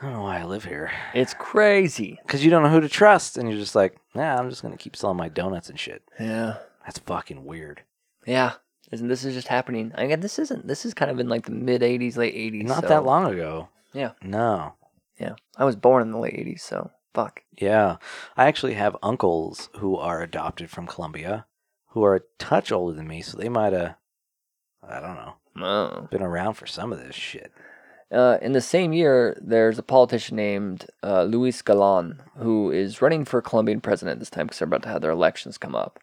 S1: I don't know why I live here
S2: It's crazy.
S1: because you don't know who to trust, and you're just like, Nah, I'm just gonna keep selling my donuts and shit.
S2: Yeah.
S1: That's fucking weird.
S2: Yeah. Isn't this is just happening? I mean, this isn't. This is kind of in like the mid '80s, late '80s.
S1: Not
S2: so-
S1: that long ago.
S2: Yeah.
S1: No.
S2: Yeah, I was born in the late '80s, so fuck.
S1: Yeah. I actually have uncles who are adopted from Colombia who are a touch older than me, so they might have, I don't know,
S2: No.
S1: been around for some of this shit.
S2: Uh, in the same year, there's a politician named uh, Luis Galan who is running for Colombian president this time because they're about to have their elections come up.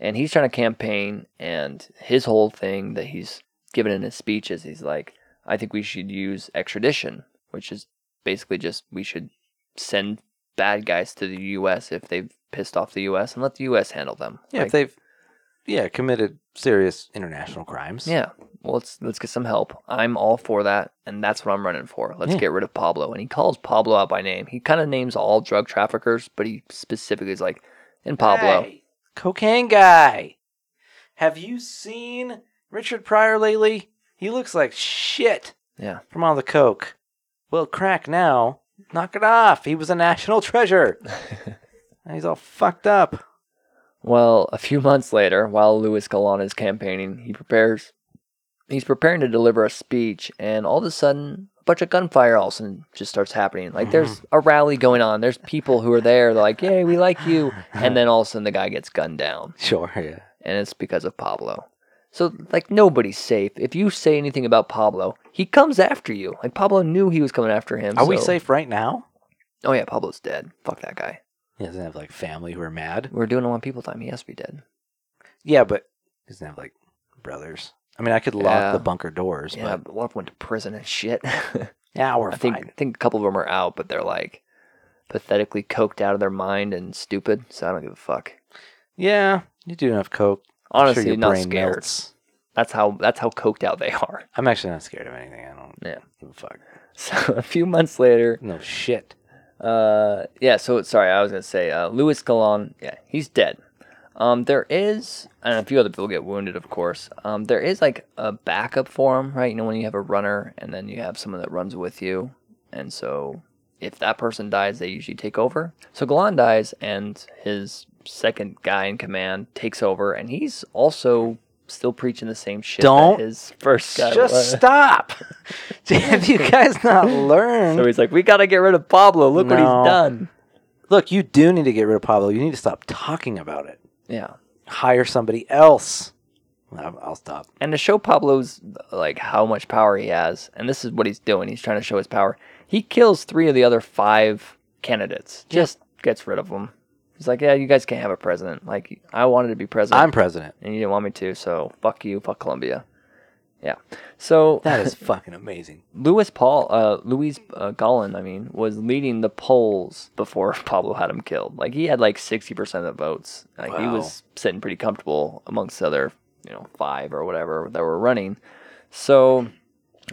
S2: And he's trying to campaign, and his whole thing that he's given in his speech is he's like, I think we should use extradition, which is basically just we should send bad guys to the U.S. if they've pissed off the U.S. and let the U.S. handle them.
S1: Yeah,
S2: Like,
S1: if they've yeah committed serious international crimes.
S2: Yeah. Well, let's let's get some help. I'm all for that, and that's what I'm running for. Let's
S1: Yeah.
S2: get rid of Pablo. And he calls Pablo out by name. He kind of names all drug traffickers, but he specifically is like, and Pablo.
S1: Hey, cocaine guy. Have you seen Richard Pryor lately? He looks like shit
S2: Yeah.
S1: from all the coke. Well, crack now. Knock it off. He was a national treasure. and he's all fucked up.
S2: Well, a few months later, while Luis Galan is campaigning, he prepares. He's preparing to deliver a speech, and all of a sudden, a bunch of gunfire all of a sudden just starts happening. Like there's
S1: Mm-hmm.
S2: a rally going on. There's people who are there. They're like, "Yay, we like you!" And then all of a sudden, the guy gets gunned down.
S1: Sure, yeah.
S2: and it's because of Pablo. So like nobody's safe. If you say anything about Pablo, he comes after you. Like Pablo knew he was coming after him.
S1: Are we
S2: so-
S1: safe right now?
S2: Oh yeah, Pablo's dead. Fuck that guy.
S1: He doesn't have like family who are mad.
S2: We're doing it on people time. He has to be dead.
S1: Yeah, but he doesn't have like brothers. I mean, I could lock
S2: Yeah.
S1: the bunker doors,
S2: Yeah,
S1: but
S2: a lot of them went to prison and shit. I
S1: yeah, we're
S2: think
S1: fine.
S2: I think a couple of them are out, but they're like pathetically coked out of their mind and stupid. So I don't give a fuck.
S1: Yeah, you do enough coke. I'm sure
S2: Honestly,
S1: your
S2: not
S1: brain
S2: scared.
S1: melts.
S2: That's how that's how coked out they are.
S1: I'm actually not scared of anything. I don't
S2: Yeah.
S1: give a fuck.
S2: So a few months later,
S1: No shit.
S2: Uh, yeah. So sorry, I was gonna say uh, Louis Galon. Yeah, he's dead. Um, there is, and a few other people get wounded, of course. Um, there is like a backup for him, right? You know, when you have a runner, and then you have someone that runs with you, and so if that person dies, they usually take over. So Galon dies, and his second guy in command takes over, and he's also still preaching the same shit. that
S1: Don't
S2: his first guy.
S1: Just
S2: was.
S1: stop. have you guys not learned?
S2: So he's like, we gotta get rid of Pablo. Look what
S1: No.
S2: he's done.
S1: Look, you do need to get rid of Pablo. You need to stop talking about it.
S2: Yeah.
S1: Hire somebody else. I'll, I'll stop.
S2: and to show Pablo's like how much power he has, and this is what he's doing. He's trying to show his power. He kills three of the other five candidates. Just gets rid of them. He's like, yeah, you guys can't have a president. Like I wanted to be president,
S1: I'm president.
S2: and you didn't want me to. So fuck you, fuck Colombia. Yeah. So
S1: That is fucking amazing.
S2: Louis Paul, uh, Louis uh, Gallen, I mean, was leading the polls before Pablo had him killed. Like he had like sixty percent of the votes. Like he
S1: Wow.
S2: was sitting pretty comfortable amongst the other, you know, five or whatever that were running. So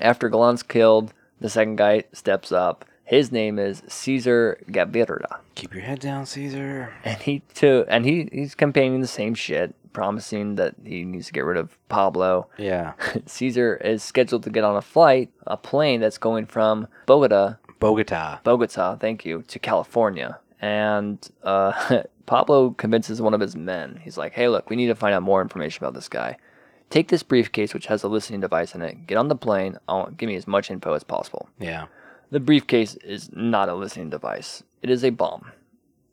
S2: after Gallen's killed, the second guy steps up. His name is Caesar Gavirda
S1: Keep your head down, Caesar.
S2: and he too and he he's campaigning the same shit promising that he needs to get rid of Pablo.
S1: Yeah.
S2: Caesar is scheduled to get on a flight, a plane that's going from Bogota
S1: Bogota.
S2: Bogota, thank you, to California. And uh, Pablo convinces one of his men. He's like, hey, look, we need to find out more information about this guy. Take this briefcase, which has a listening device in it, get on the plane, I want, give me as much info as possible.
S1: Yeah.
S2: The briefcase is not a listening device, it is a bomb.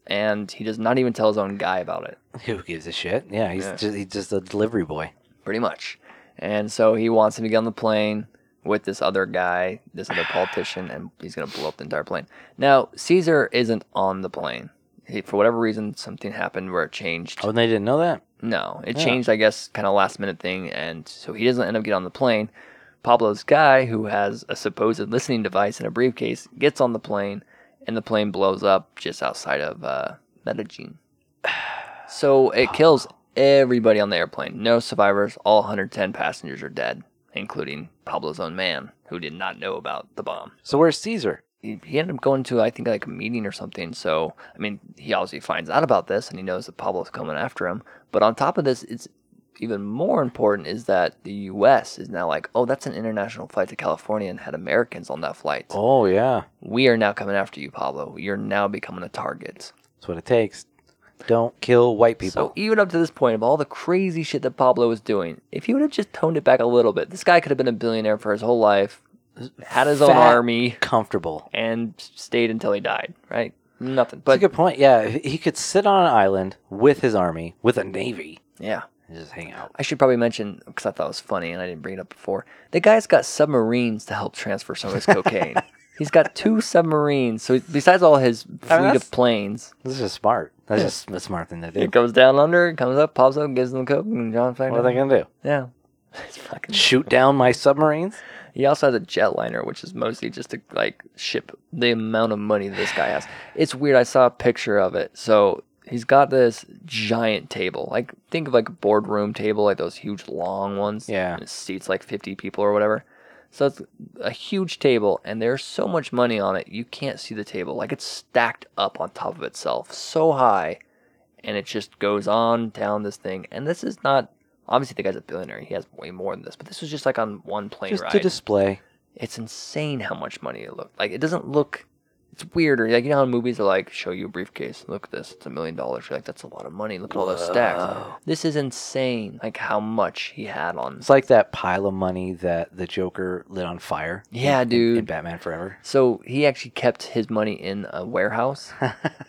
S2: And he does not even tell his own guy about it,
S1: Who gives a shit? Yeah, he's
S2: Yeah.
S1: just he's just a delivery boy.
S2: pretty much. And so he wants him to get on the plane with this other guy, this other politician, and he's going to blow up the entire plane. Now, Caesar isn't on the plane. He, for whatever reason, something happened where it changed.
S1: Oh, and they didn't know that.
S2: No, it
S1: Yeah.
S2: changed, I guess, kind of last minute thing. And so he doesn't end up getting on the plane. Pablo's guy, who has a supposed listening device in a briefcase, gets on the plane, and the plane blows up just outside of uh, Medellin. So it kills everybody on the airplane. No survivors. All 110 passengers are dead, including Pablo's own man, who did not know about the bomb
S1: So where's Caesar?
S2: he he ended up going to I think like a meeting or something. So I mean, he obviously finds out about this and he knows that Pablo's coming after him. But on top of this, it's even more important is that the U.S. is now like, oh, that's an international flight to California and had Americans on that flight.
S1: Oh yeah,
S2: We are now coming after you, Pablo. You're now becoming a target.
S1: that's what it takes. Don't kill white people.
S2: So even up to this point of all the crazy shit that Pablo was doing, if he would have just toned it back a little bit, this guy could have been a billionaire for his whole life, had his own
S1: Fat.
S2: army,
S1: Comfortable.
S2: and stayed until he died. Right? Nothing.
S1: But,
S2: But
S1: That's a good point. Yeah, he he could sit on an island with his army, with a navy,
S2: yeah.
S1: and just hang out.
S2: I should probably mention because I thought it was funny and I didn't bring it up before. The guy's got submarines to help transfer some of his cocaine. He's got two submarines. So besides all his fleet
S1: that's-
S2: of planes,
S1: This is smart. That's just a smart thing to do.
S2: it goes down under, it comes up, pops up, gives them the coke, and John
S1: What are they gonna do?
S2: Yeah. It's fucking.
S1: Shoot down my submarines?
S2: He also has a jetliner, which is mostly just to like ship the amount of money this guy has. It's weird. I saw a picture of it. So he's got this giant table. Like think of like a boardroom table, like those huge long ones.
S1: Yeah.
S2: And it seats like fifty people or whatever. So it's a huge table, and there's so much money on it, you can't see the table. Like it's stacked up on top of itself, so high, and it just goes on down this thing. And this is not obviously the guy's a billionaire; he has way more than this. But this was just like on one plane
S1: Just
S2: ride
S1: to display.
S2: it's insane how much money it looked like. It doesn't look. It's weirder. Like you know how in movies are like, show you a briefcase. Look at this. It's a million dollars. You're like, that's a lot of money. Look at all those stacks. This is insane. Like how much he had on.
S1: It's like that pile of money that the Joker lit on fire.
S2: Yeah,
S1: in- in-
S2: dude.
S1: In Batman Forever.
S2: So he actually kept his money in a warehouse,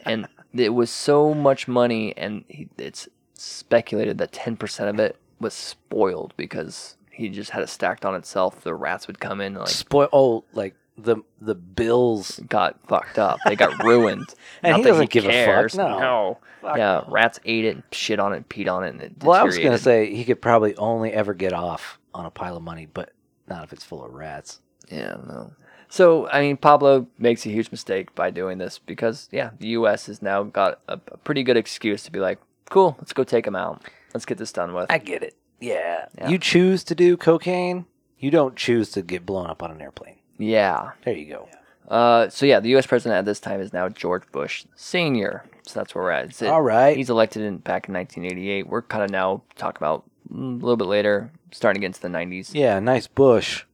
S2: and it was so much money, and he, it's speculated that ten percent of it was spoiled because he just had it stacked on itself. The rats would come in, and, like
S1: Spoil. Oh, like the the bills.
S2: got fucked up. They got ruined.
S1: And
S2: Not
S1: he
S2: that
S1: doesn't give a fuck,
S2: cares.
S1: no. Fuck
S2: yeah, rats ate it, and shit on it, peed on it, and it
S1: Well, I was gonna
S2: deteriorated.
S1: say he could probably only ever get off on a pile of money, but not if it's full of rats.
S2: Yeah, no. So I mean, Pablo makes a huge mistake by doing this because yeah, the U.S. has now got a, a pretty good excuse to be like, cool, let's go take him out. Let's get this done with.
S1: I get it. Yeah.
S2: Yeah.
S1: You choose to do cocaine. You don't choose to get blown up on an airplane.
S2: yeah.
S1: There you go.
S2: Uh, so yeah, the U.S. president at this time is now George Bush Senior. So that's where we're at. It's it-
S1: All right.
S2: He's elected in, back in 1988. We're kind of now talking about mm, a little bit later, starting to get into the 90s.
S1: yeah. Nice bush.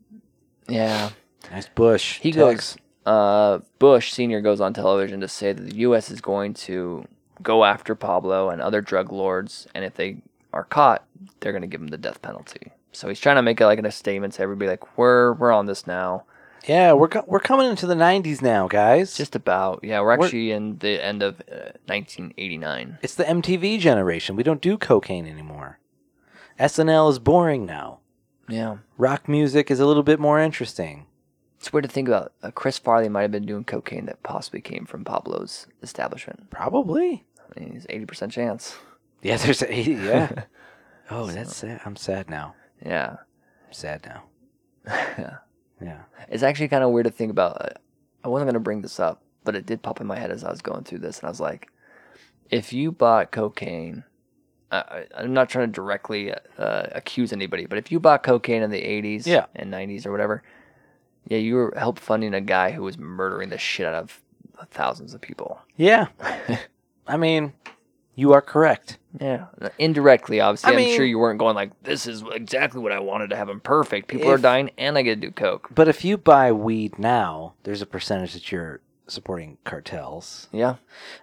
S2: Yeah.
S1: Nice bush.
S2: He
S1: Tex.
S2: goes. Uh, Bush Senior goes on television to say that the U.S. is going to go after Pablo and other drug lords, and if they are caught, they're going to give them the death penalty. So he's trying to make it like a statement to everybody, like we're we're on this now.
S1: Yeah, we're co- we're coming into the '90s now, guys.
S2: Just about yeah, we're
S1: We're-
S2: actually in the end of uh, 1989.
S1: It's the MTV generation. We don't do cocaine anymore. SNL is boring now.
S2: Yeah,
S1: Rock music is a little bit more interesting.
S2: it's weird to think about. Uh, Chris Farley might have been doing cocaine that possibly came from Pablo's establishment.
S1: Probably.
S2: I mean, it's 80% chance.
S1: Yeah, there's a, yeah. oh, that's sad. I'm sad now.
S2: Yeah.
S1: I'm sad now. Yeah.
S2: It's actually kind of weird to think about. I- I wasn't going to bring this up, but it did pop in my head as I was going through this. And I was like, if you bought cocaine, I, I- I'm not trying to directly uh, accuse anybody, but if you bought cocaine in the 80s
S1: Yeah.
S2: and 90s or whatever, yeah, you were help funding a guy who was murdering the shit out of thousands of people.
S1: Yeah. I mean, You are correct.
S2: Yeah, indirectly, obviously.
S1: I
S2: I am
S1: mean-
S2: sure you weren't going like, "This is exactly what I wanted to have them perfect." People are
S1: If-
S2: dying, and I get to do coke.
S1: But if you buy weed now, there's a percentage that you're supporting cartels.
S2: Yeah,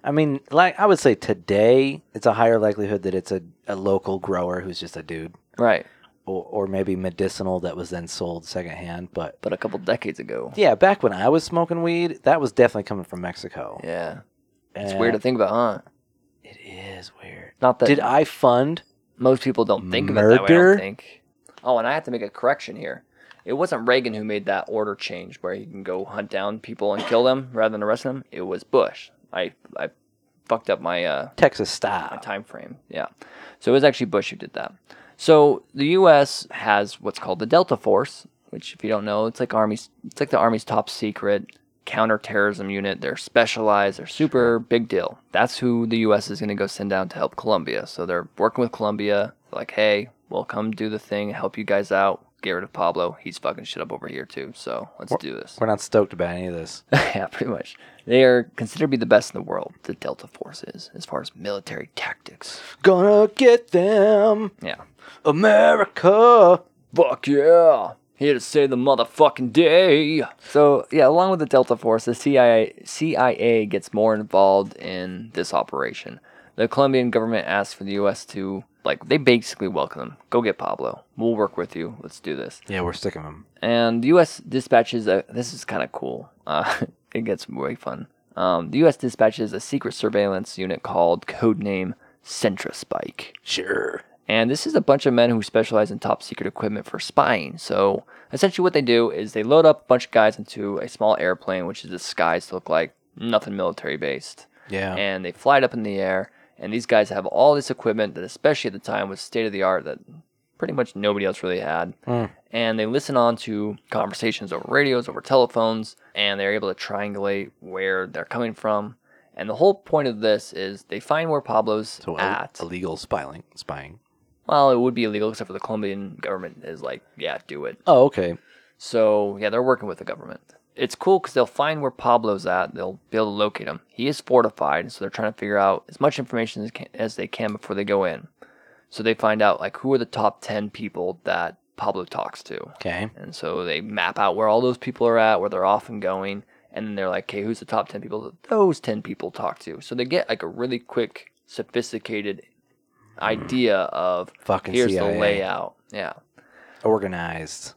S1: I mean, like I would say today, it's a higher likelihood that it's a, a local grower who's just a dude,
S2: right.
S1: or, or maybe medicinal that was then sold secondhand. But
S2: But a couple decades ago,
S1: yeah, back when I was smoking weed, that was definitely coming from Mexico.
S2: yeah, it's weird to think about, huh?
S1: It is weird.
S2: Not that
S1: Did I fund?
S2: most people don't think of it that way. I
S1: Murder?
S2: don't think. Oh, and I have to make a correction here. It wasn't Reagan who made that order change where he can go hunt down people and kill them rather than arrest them. It was Bush. I I fucked up my uh,
S1: Texas
S2: a
S1: style.
S2: time frame. Yeah. So it was actually Bush who did that. So the U.S. has what's called the Delta Force, which, if you don't know, it's like Army's. It's like the Army's top secret counterterrorism unit. They're specialized. They're super big deal. That's who the U.S. is going to go send down to help Colombia. So they're working with Colombia. Like, hey, we'll come do the thing, help you guys out. Get rid of Pablo. He's fucking shit up over here too. So let's do this.
S1: We're not stoked about any of this.
S2: yeah, pretty much. They are considered to be the best in the world. The Delta Force is, as far as military tactics.
S1: Gonna get them,
S2: Yeah.
S1: America.
S2: Fuck yeah! Here to save the motherfucking day. So yeah, along with the Delta Force, the CIA CIA gets more involved in this operation. The Colombian government asks for the U.S. to like they basically welcome them. Go get Pablo. We'll work with you. Let's do this.
S1: Yeah, we're sticking them.
S2: And the U.S. dispatches a. This is kind of cool. Uh, it gets way fun. Um, the U.S. dispatches a secret surveillance unit called codename Centra Spike.
S1: Sure.
S2: And this is a bunch of men who specialize in top secret equipment for spying. So essentially, what they do is they load up a bunch of guys into a small airplane, which is disguised to look like nothing military based.
S1: Yeah.
S2: And they fly it up in the air. And these guys have all this equipment that, especially at the time, was state of the art that pretty much nobody else really had.
S1: Mm.
S2: And they listen on to conversations over radios, over telephones, and they're able to triangulate where they're coming from. And the whole point of this is they find where Pablo's
S1: so
S2: at.
S1: Ill- illegal spying. Spying.
S2: Well, it would be illegal except for the Colombian government is like, yeah, do it.
S1: Oh, okay.
S2: So yeah, they're working with the government. It's cool because they'll find where Pablo's at. They'll be able to locate him. He is fortified, so they're trying to figure out as much information as, can, as they can before they go in. So they find out like who are the top ten people that Pablo talks to,
S1: Okay.
S2: and so they map out where all those people are at, where they're off and going, and then they're like, okay, who's the top ten people that those ten people talk to? So they get like a really quick, sophisticated idea of
S1: Fucking
S2: Here's
S1: CIA.
S2: the layout. Yeah.
S1: Organized.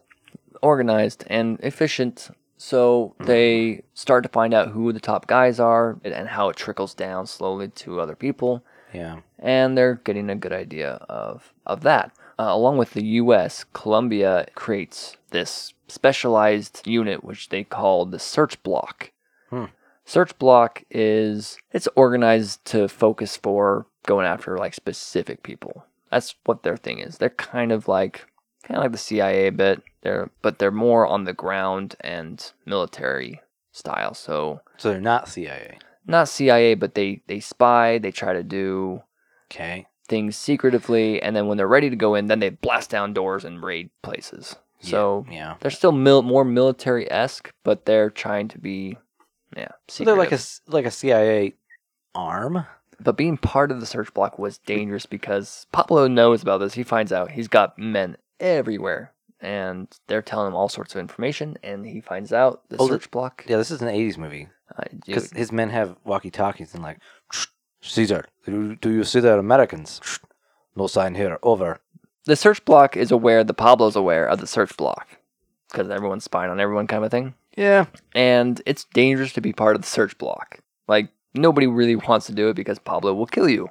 S2: Organized and efficient. So they start to find out who the top guys are and- and how it trickles down slowly to other people.
S1: Yeah.
S2: And they're getting a good idea of, of that. Uh, along with the US, Colombia creates this specialized unit, which they call the search block.
S1: Hmm.
S2: Search block is it's organized to focus for going after like specific people. That's what their thing is. They're kind of like kind of like the CIA a bit. They're but they're more on the ground and military style. So
S1: So they're not CIA.
S2: not CIA, but they they spy. They try to do
S1: Okay.
S2: things secretively, and then when they're ready to go in, then they blast down doors and raid places.
S1: Yeah,
S2: So
S1: yeah.
S2: they're still mil- more military esque, but they're trying to be yeah.
S1: So they're like a
S2: secretive.
S1: s- like a CIA arm.
S2: But being part of the search block was dangerous because Pablo knows about this. He finds out he's got men everywhere, and they're telling him all sorts of information. And he finds out the
S1: Oh, the-
S2: search block.
S1: Yeah, this is an '80s movie
S2: Uh,
S1: because
S2: dude,
S1: his men have walkie-talkies and like, Caesar, do do you see the Americans? No sign here. Over.
S2: the search block is aware. The Pablo's aware of the search block because everyone's spying on everyone, kind of thing.
S1: Yeah.
S2: And it's dangerous to be part of the search block. Like nobody really wants to do it because Pablo will kill you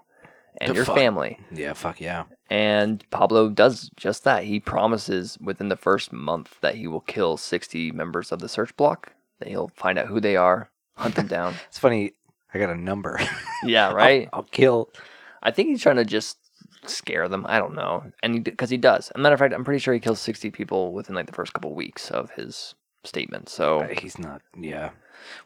S2: and
S1: The
S2: your
S1: fuck?
S2: family.
S1: Yeah. Fuck yeah.
S2: And Pablo does just that. He promises within the first month that he will kill 60 members of the search block, that he'll find out who they are, hunt them down.
S1: It's funny. I got a number.
S2: yeah, right?
S1: I'll, I'll kill.
S2: I think he's trying to just scare them. I don't know. And because he, does. As a matter of fact, I'm pretty sure he kills 60 people within like the first couple weeks of his statement. So,
S1: Uh, He's not. Yeah.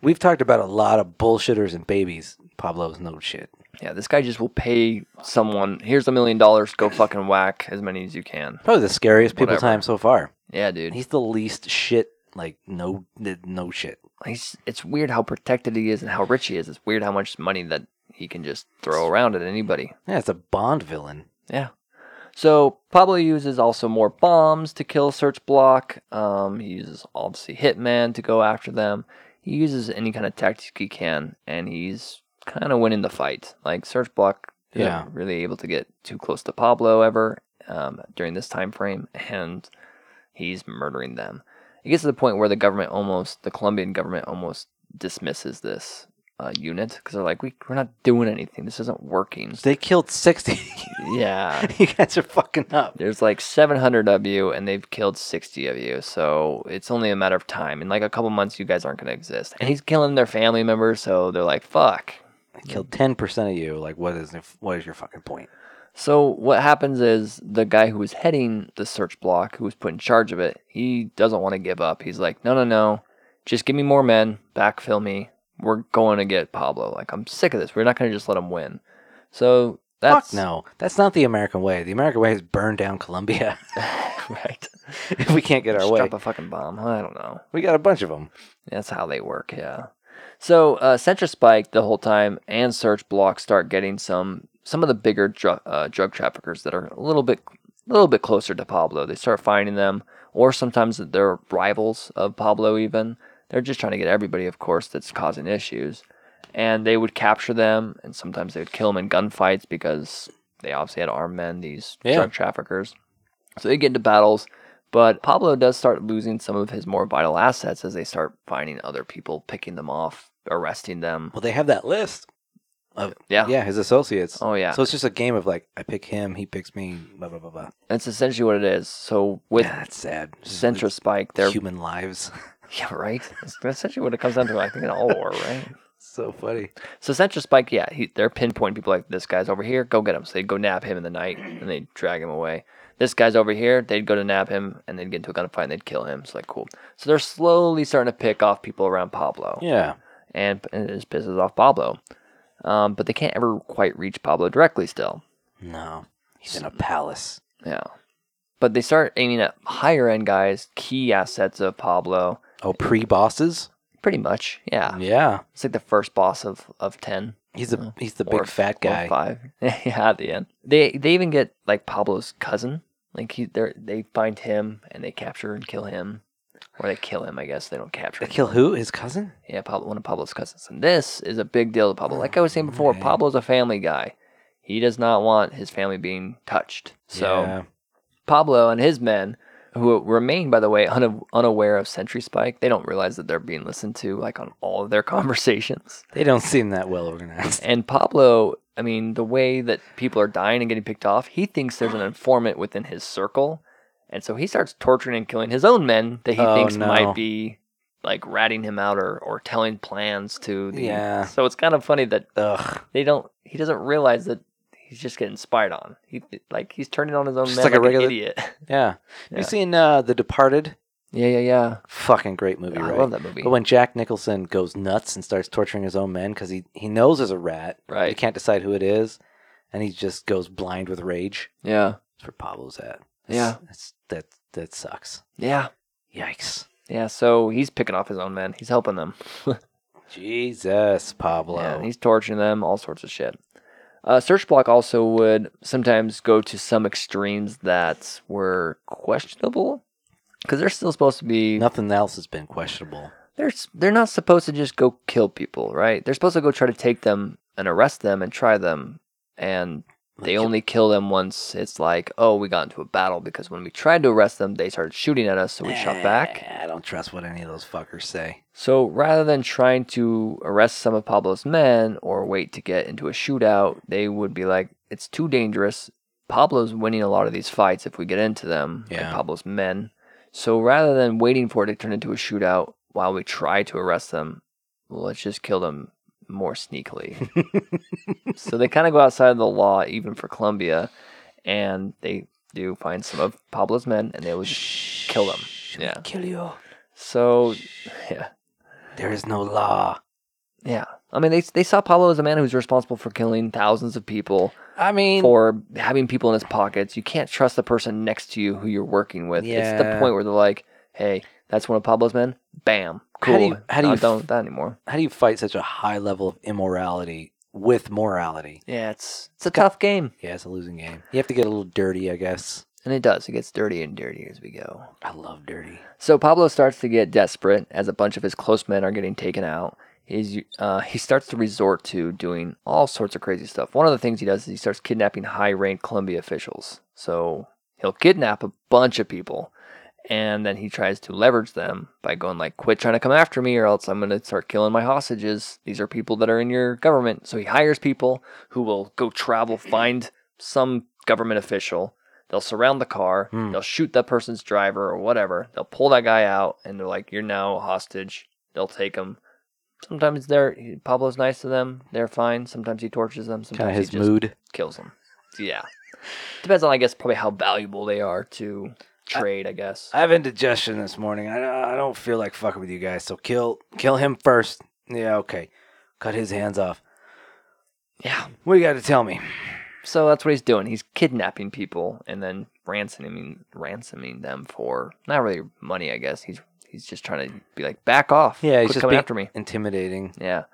S1: We've talked about a lot of bullshitters and babies. Pablo's no shit.
S2: yeah, this guy just will pay someone, here's a million dollars, go fucking whack as many as you can.
S1: Probably the scariest people
S2: Whatever.
S1: time so far.
S2: Yeah, dude.
S1: He's the least shit. Like no, no shit.
S2: he's it's weird how protected he is and how rich he is. It's weird how much money that he can just throw around at anybody.
S1: Yeah, it's a Bond villain.
S2: So Pablo uses also more bombs to kill Search Block. Um, he uses obviously Hitman to go after them. He uses any kind of tactic he can, and he's kind of winning the fight. Like Search Block, isn't
S1: Yeah.
S2: really able to get too close to Pablo ever um, during this time frame, and he's murdering them. It gets to the point where the government almost, the Colombian government almost dismisses this uh, unit because they're like, we, we're not doing anything. This isn't working.
S1: They killed 60.
S2: Yeah.
S1: you guys are fucking up.
S2: There's like 700 of you, and they've killed 60 of you. So it's only a matter of time. In like a couple months, you guys aren't going to exist. And he's killing their family members, so they're like, fuck.
S1: I killed 10% of you. Like, what is what is your fucking point?
S2: So what happens is the guy who was heading the search block, who was put in charge of it, he doesn't want to give up. He's like, no, no, no. Just give me more men. Backfill me. We're going to get Pablo. Like, I'm sick of this. We're not going to just let him win. So that's.
S1: Fuck no. That's not the American way. The American way is burn down Colombia
S2: right.
S1: if we can't get our
S2: Just
S1: way.
S2: drop a fucking bomb. I don't know.
S1: We got a bunch of them.
S2: That's how they work, yeah. So uh, Central Spike the whole time and Search Block start getting some some of the bigger drug uh, drug traffickers that are a little bit a little bit closer to Pablo. They start finding them, or sometimes they're rivals of Pablo. Even they're just trying to get everybody, of course, that's causing issues. And they would capture them, and sometimes they would kill them in gunfights because they obviously had armed men, these
S1: Yeah.
S2: drug traffickers. So they get into battles. But Pablo does start losing some of his more vital assets as they start finding other people, picking them off, arresting them.
S1: Well, they have that list.
S2: Yeah.
S1: Yeah, his associates.
S2: Oh yeah.
S1: So it's just a game of like, I pick him, he picks me, blah, blah, blah, blah.
S2: That's essentially what it is. So with
S1: yeah, that's sad. Just
S2: Central Spike, they're
S1: human lives.
S2: yeah, right. That's essentially what it comes down to. I think in all war, right?
S1: so funny.
S2: So Central Spike, yeah, he, they're pinpointing people like this guy's over here, go get him. So they'd go nab him in the night and they'd drag him away. This guy's over here, they'd go to nab him and they'd get into a gunfight and they'd kill him. So like cool. So they're slowly starting to pick off people around Pablo.
S1: Yeah.
S2: and and it just pisses off Pablo. Um, but they can't ever quite reach Pablo directly still.
S1: No. He's in a palace.
S2: Yeah. But they start aiming at higher end guys, key assets of Pablo,
S1: Oh, pre bosses?
S2: pretty much. Yeah.
S1: Yeah.
S2: It's like the first boss of, of 10
S1: He's a he's the
S2: Uh, or
S1: big fat
S2: or
S1: guy.
S2: 5. yeah, at the end. They they even get like Pablo's cousin. Like he they they find him and they capture and kill him. Or they kill him, I guess. They don't capture
S1: They
S2: him.
S1: kill who? His cousin?
S2: Yeah, Pablo, one of Pablo's cousins. And this is a big deal to Pablo. Like I was saying before,
S1: Okay.
S2: Pablo's a family guy. He does not want his family being touched. So
S1: Yeah.
S2: Pablo and his men, who remain, by the way, una- unaware of Sentry Spike, they don't realize that they're being listened to, like on all of their conversations.
S1: they don't seem that well organized.
S2: And Pablo, I mean, the way that people are dying and getting picked off, he thinks there's an informant within his circle. And so he starts torturing and killing his own men that he
S1: Oh,
S2: thinks
S1: no.
S2: might be like ratting him out or, or telling plans to the.
S1: Yeah.
S2: So it's kind of funny that
S1: Ugh.
S2: they don't, he doesn't realize that he's just getting spied on. He Like he's turning on his own
S1: Just
S2: men
S1: like
S2: like,
S1: a
S2: an
S1: regular-
S2: idiot.
S1: Yeah.
S2: Yeah.
S1: You seen uh, The Departed?
S2: Yeah, yeah, yeah.
S1: Fucking great movie,
S2: I
S1: right?
S2: love that movie.
S1: But when Jack Nicholson goes nuts and starts torturing his own men because he, he knows there's a rat, he
S2: right.
S1: can't decide who it is, and he just goes blind with rage.
S2: Yeah.
S1: That's where Pablo's at.
S2: Yeah.
S1: That's, that that sucks.
S2: Yeah.
S1: Yikes.
S2: Yeah. So he's picking off his own men. He's helping them.
S1: Jesus, Pablo.
S2: Yeah, and he's torturing them, all sorts of shit. Uh, Search Block also would sometimes go to some extremes that were questionable because they're still supposed to be.
S1: Nothing else has been questionable.
S2: They're s- they're not supposed to just go kill people, right? They're supposed to go try to take them and arrest them and try them, and they only kill them once it's like, oh, we got into a battle because when we tried to arrest them, they started shooting at us, so we shot back.
S1: Eh, I don't trust what any of those fuckers say.
S2: So rather than trying to arrest some of Pablo's men or wait to get into a shootout, they would be like, it's too dangerous. Pablo's winning a lot of these fights if we get into them, and
S1: Yeah.
S2: Pablo's men. So rather than waiting for it to turn into a shootout while we try to arrest them, let's just kill them more sneakily. so they kind of go outside of the law, even for Colombia, and they do find some of Pablo's men, and they will just kill them. Yeah.
S1: Kill you.
S2: So, yeah.
S1: There is no law.
S2: Yeah. I mean, they, they saw Pablo as a man who's responsible for killing thousands of people,
S1: I mean,
S2: for having people in his pockets. You can't trust the person next to you who you're working with. It's the
S1: Yeah.
S2: point where they're like, hey, that's one of Pablo's men. Bam. Cool.
S1: How do you- how do
S2: I
S1: you
S2: don't
S1: f-
S2: do that anymore.
S1: how do you fight such a high level of immorality with morality.
S2: Yeah, it's it's a tough game,
S1: Yeah, it's a losing game. You have to get a little dirty, I guess.
S2: and it does. It gets dirtier and dirtier as we go.
S1: I love dirty.
S2: So Pablo starts to get desperate as a bunch of his close men are getting taken out. He's, uh, he starts to resort to doing all sorts of crazy stuff. One of the things he does is he starts kidnapping high ranked Columbia officials. So he'll kidnap a bunch of people and then he tries to leverage them by going like quit trying to come after me or else i'm going to start killing my hostages these are people that are in your government so he hires people who will go travel find some government official they'll surround the car
S1: Hmm.
S2: they'll shoot that person's driver or whatever they'll pull that guy out and they're like you're now a hostage they'll take him sometimes they're pablo's nice to them they're fine sometimes he tortures them sometimes
S1: Kind of
S2: he
S1: his
S2: just
S1: mood.
S2: kills them yeah depends on i guess probably how valuable they are to trade i guess
S1: I have indigestion this morning. I, I don't feel like fucking with you guys, so kill kill him first. Yeah, okay. Cut his hands off.
S2: Yeah.
S1: What do you got to tell me?
S2: So that's what he's doing. He's kidnapping people and then ransoming ransoming them for not really money, I guess. He's he's just trying to be like, back off.
S1: Yeah, he's
S2: Quit
S1: just
S2: coming
S1: being-
S2: after me.
S1: Intimidating.
S2: Yeah.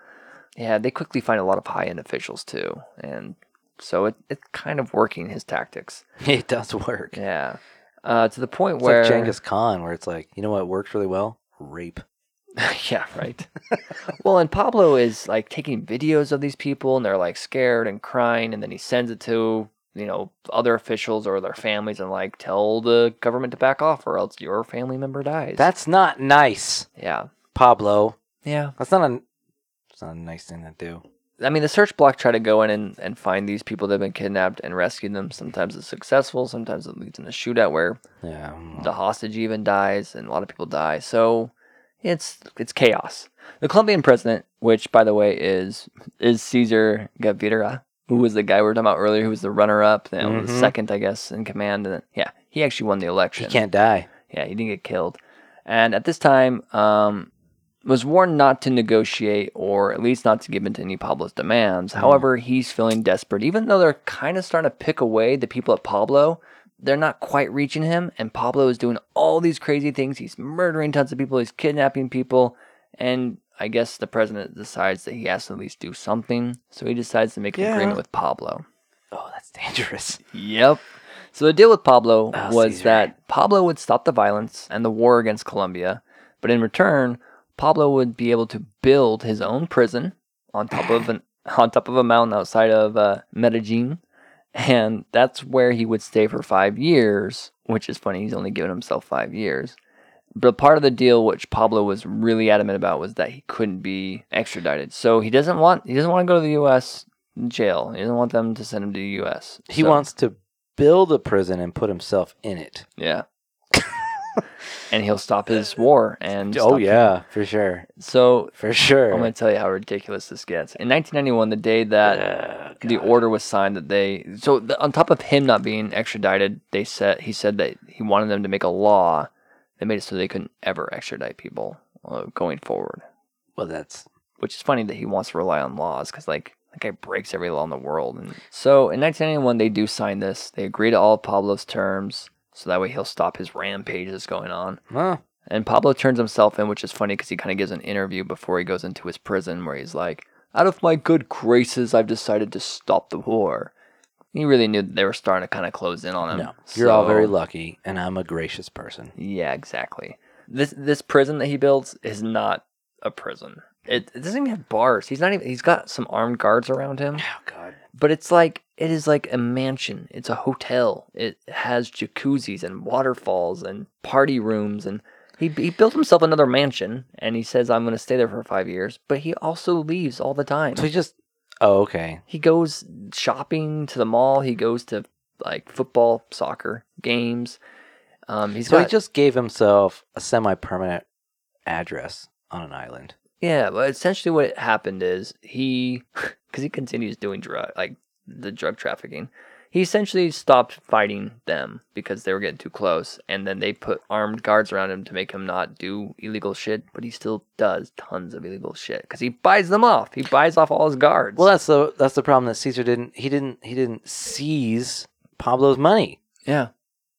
S2: Yeah, they quickly find a lot of high end officials too. And so it, it's kind of working his tactics.
S1: It does work.
S2: Yeah. Uh, to the point
S1: It's
S2: where
S1: like Genghis Khan, where it's like, you know what works really well? Rape.
S2: yeah, right. well, and Pablo is like taking videos of these people and they're like scared and crying and then he sends it to, you know, other officials or their families and like tell the government to back off or else your family member dies.
S1: That's not nice,
S2: yeah.
S1: Pablo.
S2: Yeah.
S1: That's not a. It's not a nice thing to do.
S2: I mean, the search block try to go in and, and find these people that have been kidnapped and rescue them. Sometimes it's successful, sometimes it leads in a shootout where
S1: Yeah. well,
S2: the hostage even dies and a lot of people die so it's it's chaos the colombian president which by the way is is caesar gaviria who was the guy we were talking about earlier who was the runner-up the
S1: Mhm.
S2: second i guess in command and yeah he actually won the election
S1: He can't die.
S2: yeah, he didn't get killed. And at this time, um, was warned not to negotiate or at least not to give in to any Pablo's demands. However, he's feeling desperate. Even though they're kind of starting to pick away the people at Pablo, they're not quite reaching him. And Pablo is doing all these crazy things. He's murdering tons of people, he's kidnapping people. And I guess the president decides that he has to at least do something. So he decides to make an
S1: Yeah.
S2: agreement with Pablo.
S1: Oh, that's dangerous.
S2: Yep. So the deal with Pablo
S1: Oh,
S2: was
S1: Caesar.
S2: that Pablo would stop the violence and the war against Colombia, but in return, Pablo would be able to build his own prison on top of an on top of a mountain outside of uh, Medellin, and that's where he would stay for five years. Which is funny; he's only given himself five years. But part of the deal, which Pablo was really adamant about, was that he couldn't be extradited. So he doesn't want he doesn't want to go to the U.S. jail. He doesn't want them to send him to the U.S.
S1: He
S2: So-
S1: wants to build a prison and put himself in it.
S2: yeah. and he'll stop his war and
S1: oh
S2: stop-
S1: yeah, for sure,
S2: So
S1: for sure.
S2: I'm going to tell you how ridiculous this gets. In 1991, the day that
S1: Uh,
S2: the order was signed, that they so the, on top of him not being extradited, they said he said that he wanted them to make a law that made it so they couldn't ever extradite people uh, going forward.
S1: well, that's
S2: Which is funny that he wants to rely on laws because like. That guy breaks every law in the world. And so in 1991, they do sign this. They agree to all of Pablo's terms, so that way he'll stop his rampages going on.
S1: well,
S2: And Pablo turns himself in, which is funny because he kind of gives an interview before he goes into his prison where he's like, Out of my good graces, I've decided to stop the war. He really knew that they were starting to kind of close in on him.
S1: no. You're all very
S2: So-
S1: lucky, and I'm a gracious person.
S2: Yeah, exactly. This this prison that he builds is not a prison. It, it doesn't even have bars. He's not even. He's got some armed guards around him,
S1: Oh God,
S2: but it's like it is like a mansion. It's a hotel. It has jacuzzis and waterfalls and party rooms and he, he built himself another mansion and he says i'm going to stay there for five years but he also leaves all the time
S1: so he just. Oh, okay.
S2: he goes shopping to the mall he goes to like football soccer games um, he's
S1: so
S2: got,
S1: he just gave himself a semi-permanent address on an island.
S2: yeah but essentially what happened is he because he continues doing drug like the drug trafficking he essentially stopped fighting them because they were getting too close and then they put armed guards around him to make him not do illegal shit but he still does tons of illegal shit because he buys them off he buys off all his guards
S1: Well, that's the that's the problem that Caesar didn't. He didn't. He didn't seize Pablo's money.
S2: yeah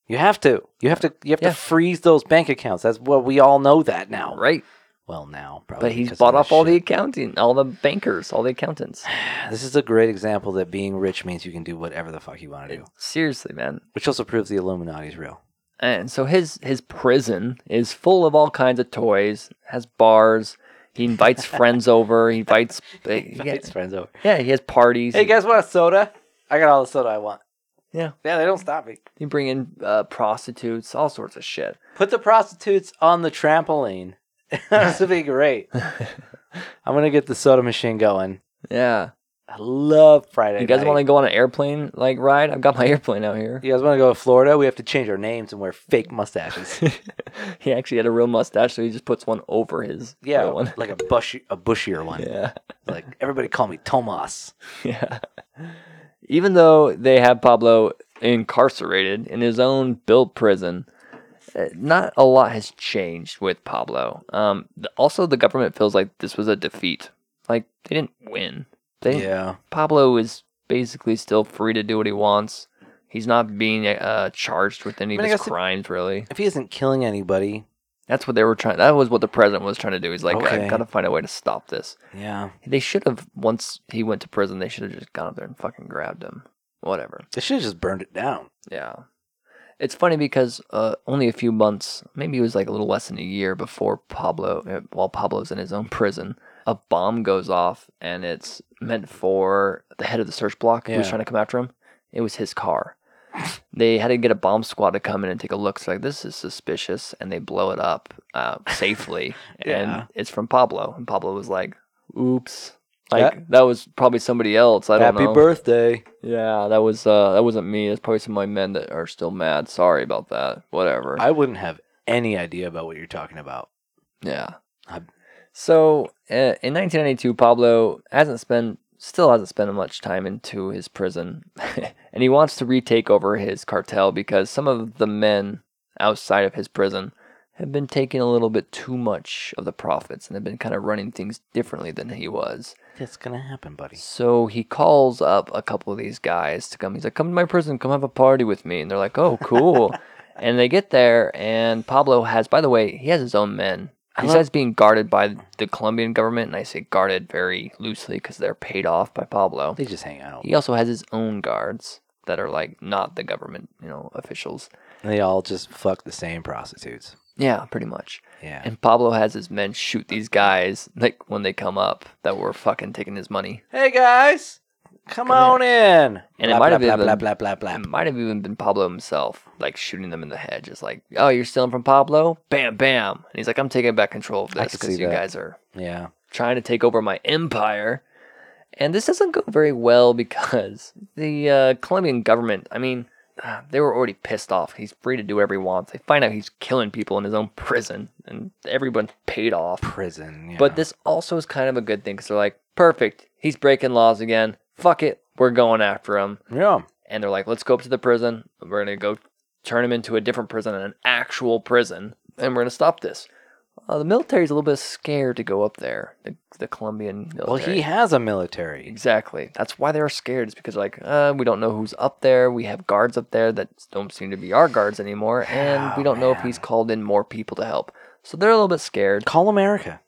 S1: You have to. You have to. You have
S2: Yeah.
S1: to freeze those bank accounts. That's what we all know that now.
S2: right
S1: Well, now probably.
S2: But he's
S1: Oh, because
S2: bought
S1: this
S2: off all the
S1: shit.
S2: accounting, all the bankers, all the accountants.
S1: This is a great example that being rich means you can do whatever the fuck you want to do,
S2: Seriously, man.
S1: which also proves the Illuminati's real.
S2: And so his his prison is full of all kinds of toys. Has bars. He invites friends over. He invites. eh, he-
S1: Yeah, it's friends over.
S2: yeah, he has parties.
S1: Hey, guess what? Soda. I got all the soda I want.
S2: Yeah.
S1: Yeah, they don't stop me.
S2: You bring in uh, prostitutes, all sorts of shit.
S1: Put the prostitutes on the trampoline. this would be great. I'm gonna get the soda machine going.
S2: Yeah.
S1: I love Friday.
S2: You guys
S1: night.
S2: want to go on an airplane like ride? I've got my airplane out here.
S1: You guys want to go to Florida? We have to change our names and wear fake mustaches.
S2: he actually had a real mustache, so he just puts one over his
S1: Yeah,
S2: real one.
S1: like a bushy, a bushier one.
S2: Yeah,
S1: Like everybody call me Tomas.
S2: yeah. Even though they have Pablo incarcerated in his own built prison, eh, not a lot has changed with Pablo. Um, th- also, the government feels like this was a defeat. Like they didn't win. They didn't
S1: Yeah,
S2: Pablo is basically still free to do what he wants. He's not being uh, charged with any
S1: I mean, I
S2: of his
S1: guess it-
S2: crimes, really.
S1: if he isn't killing anybody,
S2: That's what they were trying. That was what the president was trying to do. He's like,
S1: Okay.
S2: I've got to find a way to stop this.
S1: yeah,
S2: They should have once he went to prison. They should have just gone up there and fucking grabbed him. Whatever.
S1: they should have just burned it down.
S2: Yeah. It's funny because uh, only a few months, maybe it was like a little less than a year before Pablo, uh, while Pablo's in his own prison, a bomb goes off and it's meant for the head of the search block who was
S1: Yeah.
S2: trying to come after him. It was his car. They had to get a bomb squad to come in and take a look. So like, this is suspicious, and they blow it up uh, safely.
S1: Yeah.
S2: And it's from Pablo, and Pablo was like, "Oops."
S1: Yeah.
S2: Like that was probably somebody else. I don't
S1: Happy
S2: know.
S1: birthday!
S2: Yeah, that was uh that wasn't me. That's probably some of my men that are still mad. Sorry about that. Whatever.
S1: I wouldn't have any idea about what you're talking about.
S2: yeah.
S1: I-
S2: so uh, in 1992, Pablo hasn't spent still hasn't spent much time into his prison, and he wants to retake over his cartel because some of the men outside of his prison have been taking a little bit too much of the profits and have been kind of running things differently than he was.
S1: It's gonna happen, buddy.
S2: So he calls up a couple of these guys to come. He's like, "Come to my prison, come have a party with me." And they're like, "Oh, cool." and they get there, and Pablo has, by the way, he has his own men.
S1: I
S2: Besides being guarded by the Colombian government, and I say guarded very loosely because they're paid off by Pablo.
S1: They just hang out.
S2: He also has his own guards that are like not the government, you know, officials.
S1: They all just fuck the same prostitutes.
S2: Yeah, pretty much.
S1: Yeah,
S2: And Pablo has his men shoot these guys like when they come up that were fucking taking his money.
S1: Hey guys, come
S2: Come
S1: on in.
S2: And it
S1: Blap,
S2: might have
S1: blap,
S2: been-
S1: blap, blap, blap, blap,
S2: It might have even been Pablo himself, like shooting them in the head, just like, "Oh, you're stealing from Pablo? Bam, bam!" And he's like, "I'm taking back control of
S1: I
S2: this
S1: could
S2: because
S1: see
S2: you
S1: that.
S2: guys are
S1: Yeah,
S2: trying to take over my empire." And this doesn't go very well because the uh, Colombian government, I mean, ah, they were already pissed off. He's free to do whatever he wants. They find out he's killing people in his own prison, and everyone's paid off.
S1: prison. yeah.
S2: But this also is kind of a good thing because they're like, "Perfect, he's breaking laws again. Fuck it, we're going after him."
S1: yeah,
S2: and they're like, let's go up to the prison. We're gonna go turn him into a different prison, an actual prison, and we're gonna stop this. Uh, the military's a little bit scared to go up there. The, the Colombian military.
S1: well, he has a military.
S2: exactly. That's why they're scared. It's because like uh, we don't know who's up there. We have guards up there that don't seem to be our guards anymore, and we
S1: Oh,
S2: don't know if
S1: man.
S2: he's called in more people to help. So they're a little bit scared.
S1: Call America.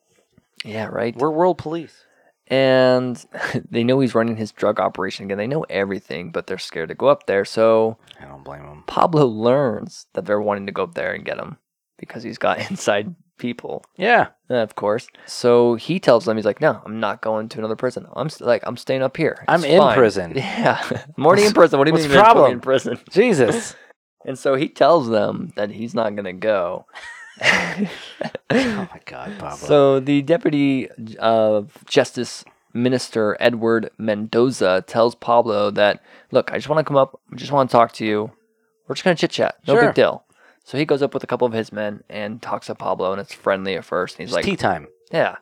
S2: Yeah, right.
S1: We're world police.
S2: And they know he's running his drug operation again. They know everything, but they're scared to go up there. So
S1: I don't blame him.
S2: Pablo learns that they're wanting to go up there and get him because he's got inside people,
S1: Yeah,
S2: uh, of course. So he tells them, he's like, "No, I'm not going to another prison. I'm st- like, I'm staying up here.
S1: I'm
S2: It's
S1: in
S2: fine."
S1: prison.
S2: Yeah, I'm already in prison. What do you
S1: What's
S2: mean
S1: the
S2: you're putting me
S1: problem?
S2: in prison?
S1: Jesus.
S2: And so he tells them that he's not going to go.
S1: oh my God, Pablo.
S2: So the deputy of justice minister Edward Mendoza tells Pablo that, look, I just want to come up, I just want to talk to you. We're just gonna chit chat, no
S1: Sure.
S2: big deal. So he goes up with a couple of his men and talks to Pablo, and it's friendly at first. And he's
S1: it's
S2: like,
S1: tea time.
S2: yeah.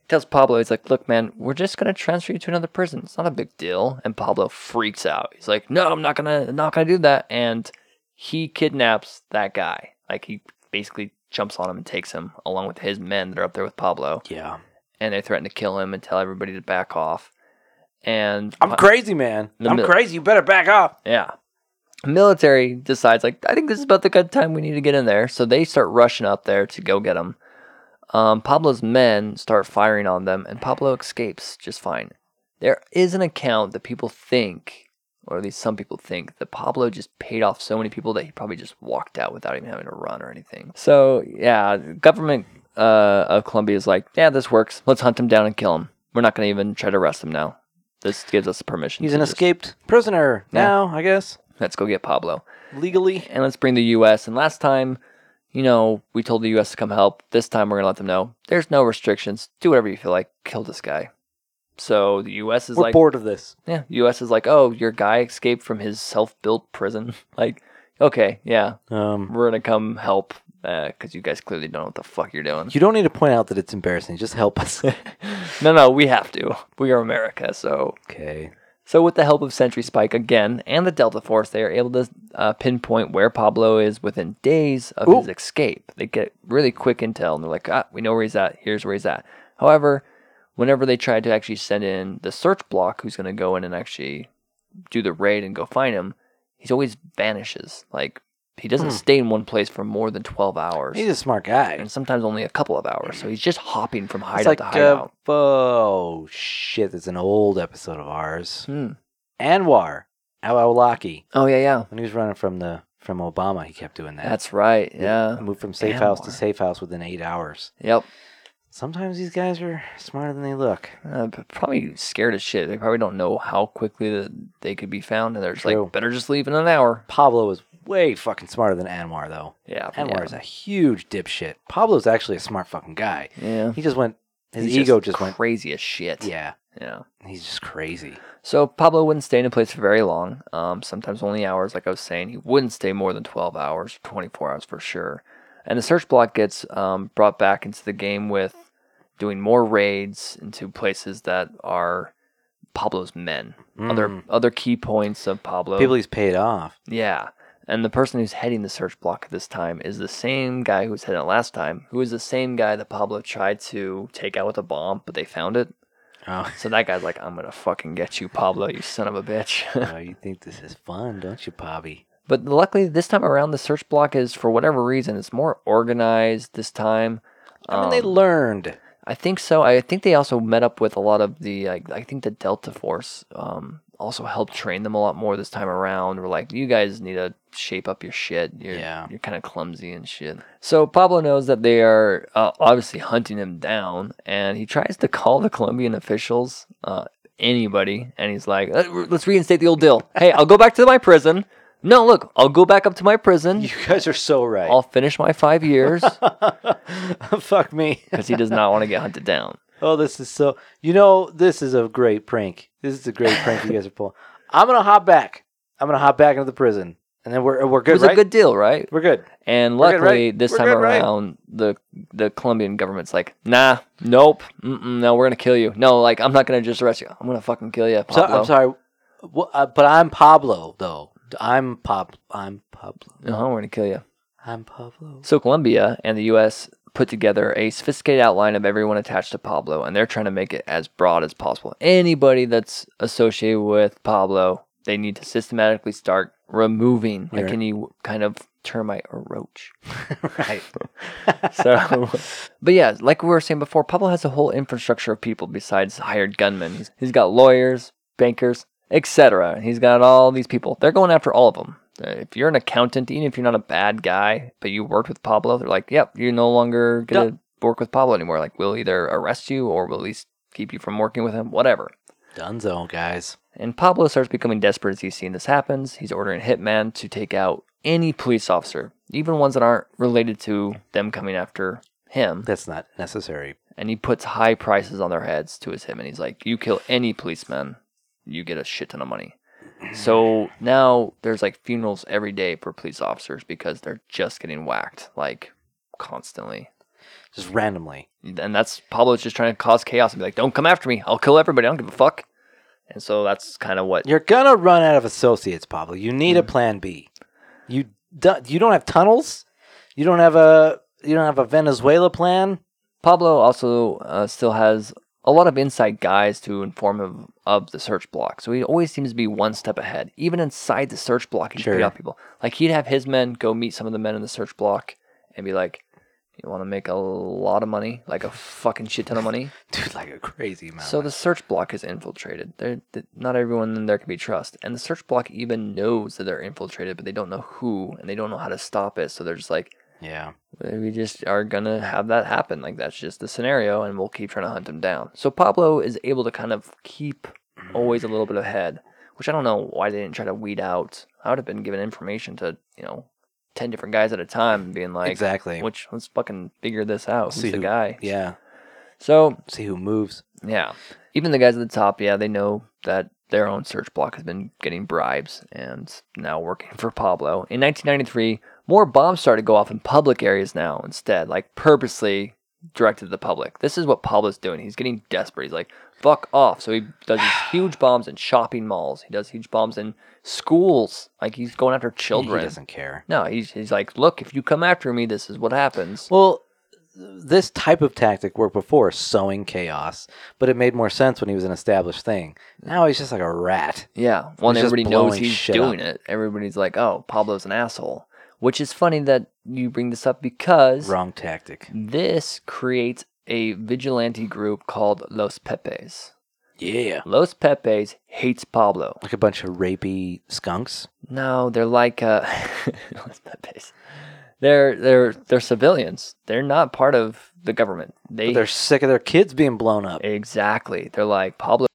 S2: He tells Pablo, he's like, look, man, we're just gonna transfer you to another prison. It's not a big deal. And Pablo freaks out. He's like, no, I'm not gonna, not gonna do that. And he kidnaps that guy. Like he basically jumps on him and takes him along with his men that are up there with Pablo.
S1: Yeah,
S2: And they threaten to kill him and tell everybody to back off. And
S1: I'm crazy, man.
S2: The
S1: I'm
S2: mil-
S1: crazy. You better back off.
S2: yeah. Military decides, like, I think this is about the good time we need to get in there. So they start rushing up there to go get him. Um, Pablo's men start firing on them, and Pablo escapes just fine. There is an account that people think, or at least some people think, that Pablo just paid off so many people that he probably just walked out without even having to run or anything. So, yeah, government uh, of Colombia is like, yeah, this works. Let's hunt him down and kill him. We're not going to even try to arrest him now. This gives us permission.
S1: He's
S2: to
S1: an
S2: just-
S1: escaped prisoner
S2: Yeah.
S1: now, I guess,
S2: Let's go get Pablo
S1: legally.
S2: and let's bring the U.S. And last time, you know, we told the U.S. to come help. This time, we're gonna let them know there's no restrictions. Do whatever you feel like. Kill this guy. So the U.S. is
S1: We're
S2: like,
S1: bored of this.
S2: yeah, U.S. is like, oh, your guy escaped from his self-built prison. like, okay, yeah,
S1: Um,
S2: we're gonna come help because you guys clearly don't know what the fuck you're doing.
S1: you don't need to point out that it's embarrassing. Just help us.
S2: no, no, we have to. We are America, so
S1: okay.
S2: So, with the help of Sentry Spike again and the Delta Force, they are able to uh, pinpoint where Pablo is within days of
S1: Ooh.
S2: his escape. They get really quick intel and they're like, ah, we know where he's at. Here's where he's at. However, whenever they try to actually send in the search block who's going to go in and actually do the raid and go find him, he's always vanishes. Like, he doesn't
S1: Hmm.
S2: stay in one place for more than 12 hours.
S1: He's a smart guy.
S2: and sometimes only a couple of hours. So he's just hopping from hideout
S1: It's like,
S2: to
S1: uh,
S2: hideout.
S1: oh shit, it's an old episode of ours.
S2: Hmm.
S1: Anwar Awlaki,
S2: Oh, yeah, yeah.
S1: when he was running from the from Obama, he kept doing that.
S2: That's right.
S1: He
S2: Yeah.
S1: moved from safe house to
S2: Anwar.
S1: safe house within eight hours.
S2: Yep.
S1: Sometimes these guys are smarter than they look.
S2: Uh, p- probably scared as shit. They probably don't know how quickly that they could be found, and they're just
S1: True.
S2: like, better just leave in an hour.
S1: Pablo is way fucking smarter than Anwar, though.
S2: Yeah,
S1: Anwar
S2: yeah.
S1: is a huge dipshit. Pablo's actually a smart fucking guy.
S2: yeah.
S1: He just went. His
S2: He's
S1: ego just, went.
S2: crazy as shit.
S1: Yeah,
S2: yeah.
S1: he's just crazy.
S2: So Pablo wouldn't stay in a place for very long. Um, sometimes only hours, like I was saying. He wouldn't stay more than 12 hours, 24 hours for sure. And the search block gets um, brought back into the game with doing more raids into places that are Pablo's men, other
S1: Mm.
S2: other key points of Pablo.
S1: people he's paid off.
S2: Yeah. And the person who's heading the search block this time is the same guy who was heading it last time, who is the same guy that Pablo tried to take out with a bomb, but they found it.
S1: Oh,
S2: So that guy's like, I'm going to fucking get you, Pablo, you son of a bitch.
S1: oh, you think this is fun, don't you, Bobby?
S2: but luckily, this time around, the search block is, for whatever reason, it's more organized this time.
S1: I mean, they
S2: Um,
S1: learned.
S2: I think so. I think they also met up with a lot of the. Like, I think the Delta Force um, also helped train them a lot more this time around. We're like, you guys need to shape up your shit. You're,
S1: Yeah.
S2: you're kind of clumsy and shit. So Pablo knows that they are uh, obviously hunting him down, and he tries to call the Colombian officials, uh, anybody, and he's like, "Uh, let's reinstate the old deal. Hey, I'll go back to my prison. No, look, I'll go back up to my prison.
S1: You guys are so right.
S2: I'll finish my five years
S1: Fuck me.
S2: because he does not want to get hunted down.
S1: Oh, this is so. You know, this is a great prank. This is a great prank you guys are pulling. I'm gonna hop back. I'm gonna hop back into the prison, and then we're we're
S2: It
S1: good,
S2: was
S1: right?
S2: a good deal, right?
S1: we're good.
S2: And
S1: We're good,
S2: luckily,
S1: right?
S2: this
S1: We're
S2: time
S1: good, right?
S2: around, the the Colombian government's like, nah, nope, mm-mm, no, we're gonna kill you. No, like I'm not gonna just arrest you. I'm gonna fucking kill you,
S1: So,
S2: Pablo.
S1: I'm sorry, Wha- uh, but I'm Pablo though. I'm Pab. I'm Pablo.
S2: Uh-huh, we're gonna kill you.
S1: I'm Pablo.
S2: So Colombia and the U.S. put together a sophisticated outline of everyone attached to Pablo, and they're trying to make it as broad as possible. Anybody that's associated with Pablo, they need to systematically start removing, like
S1: Right.
S2: any kind of termite or roach.
S1: right.
S2: So, but yeah, like we were saying before, Pablo has a whole infrastructure of people besides hired gunmen. He's, he's got lawyers, bankers, etc. He's got all these people. They're going after all of them. Uh, If you're an accountant, even if you're not a bad guy, but you worked with Pablo, they're like, "Yep, you're no longer gonna work with Pablo anymore. Like, we'll either arrest you or we'll at least keep you from working with him. Whatever."
S1: Dunzo, guys.
S2: And Pablo starts becoming desperate as he's seeing this happens. He's ordering hitman to take out any police officer, even ones that aren't related to them coming after him.
S1: That's not necessary.
S2: And he puts high prices on their heads to his him. And he's like, you kill any policeman, you get a shit ton of money. So now there's like funerals every day for police officers because they're just getting whacked like constantly.
S1: Just randomly.
S2: And that's Pablo's just trying to cause chaos and be like, don't come after me. I'll kill everybody. I don't give a fuck. And so that's kind of what
S1: You're gonna run out of associates, Pablo. You need a plan B. You do, you don't have tunnels. You don't have a you don't have a Venezuela plan.
S2: Pablo also uh, still has a lot of inside guys to inform him of the search block. So he always seems to be one step ahead. Even inside the search block, he'd
S1: Sure.
S2: paid off people. Like he'd have his men go meet some of the men in the search block and be like, You want to make a lot of money, like a fucking shit ton of money.
S1: Dude, like a crazy amount.
S2: So the search block is infiltrated. They're, th- not everyone in there can be trusted, and the search block even knows that they're infiltrated, but they don't know who, and they don't know how to stop it. So they're just like,
S1: yeah.
S2: we just are gonna have that happen. Like that's just the scenario, and we'll keep trying to hunt them down. So Pablo is able to kind of keep always a little bit ahead, which I don't know why they didn't try to weed out. I would have been given information to you know ten different guys at a time, and being like,
S1: exactly.
S2: which let's fucking figure this out.
S1: See
S2: Who's the
S1: who-
S2: guy?
S1: yeah.
S2: So
S1: See who moves.
S2: yeah. Even the guys at the top, yeah, they know that their own search block has been getting bribes and now working for Pablo. In 1993, more bombs started to go off in public areas now instead, like purposely directed to the public. This is what Pablo's doing. He's getting desperate. He's like, fuck off. So he does these huge bombs in shopping malls. He does huge bombs in schools. Like he's going after children.
S1: He doesn't care.
S2: no, he's, he's like, look, if you come after me, this is what happens.
S1: Well, this type of tactic worked before, sowing chaos, but it made more sense when he was an established thing. Now he's just like a rat.
S2: Yeah. Well, and
S1: He's just
S2: everybody knows
S1: blowing
S2: he's
S1: shit
S2: doing
S1: up.
S2: it. Everybody's like, oh, Pablo's an asshole. Which is funny that you bring this up because
S1: Wrong tactic.
S2: this creates a vigilante group called Los Pepes.
S1: Yeah.
S2: Los Pepes hates Pablo.
S1: Like a bunch of rapey skunks.
S2: No, they're like uh, Los Pepes. They're they're they're civilians. They're not part of the government. They
S1: But they're sick of their kids being blown up.
S2: exactly. They're like Pablo.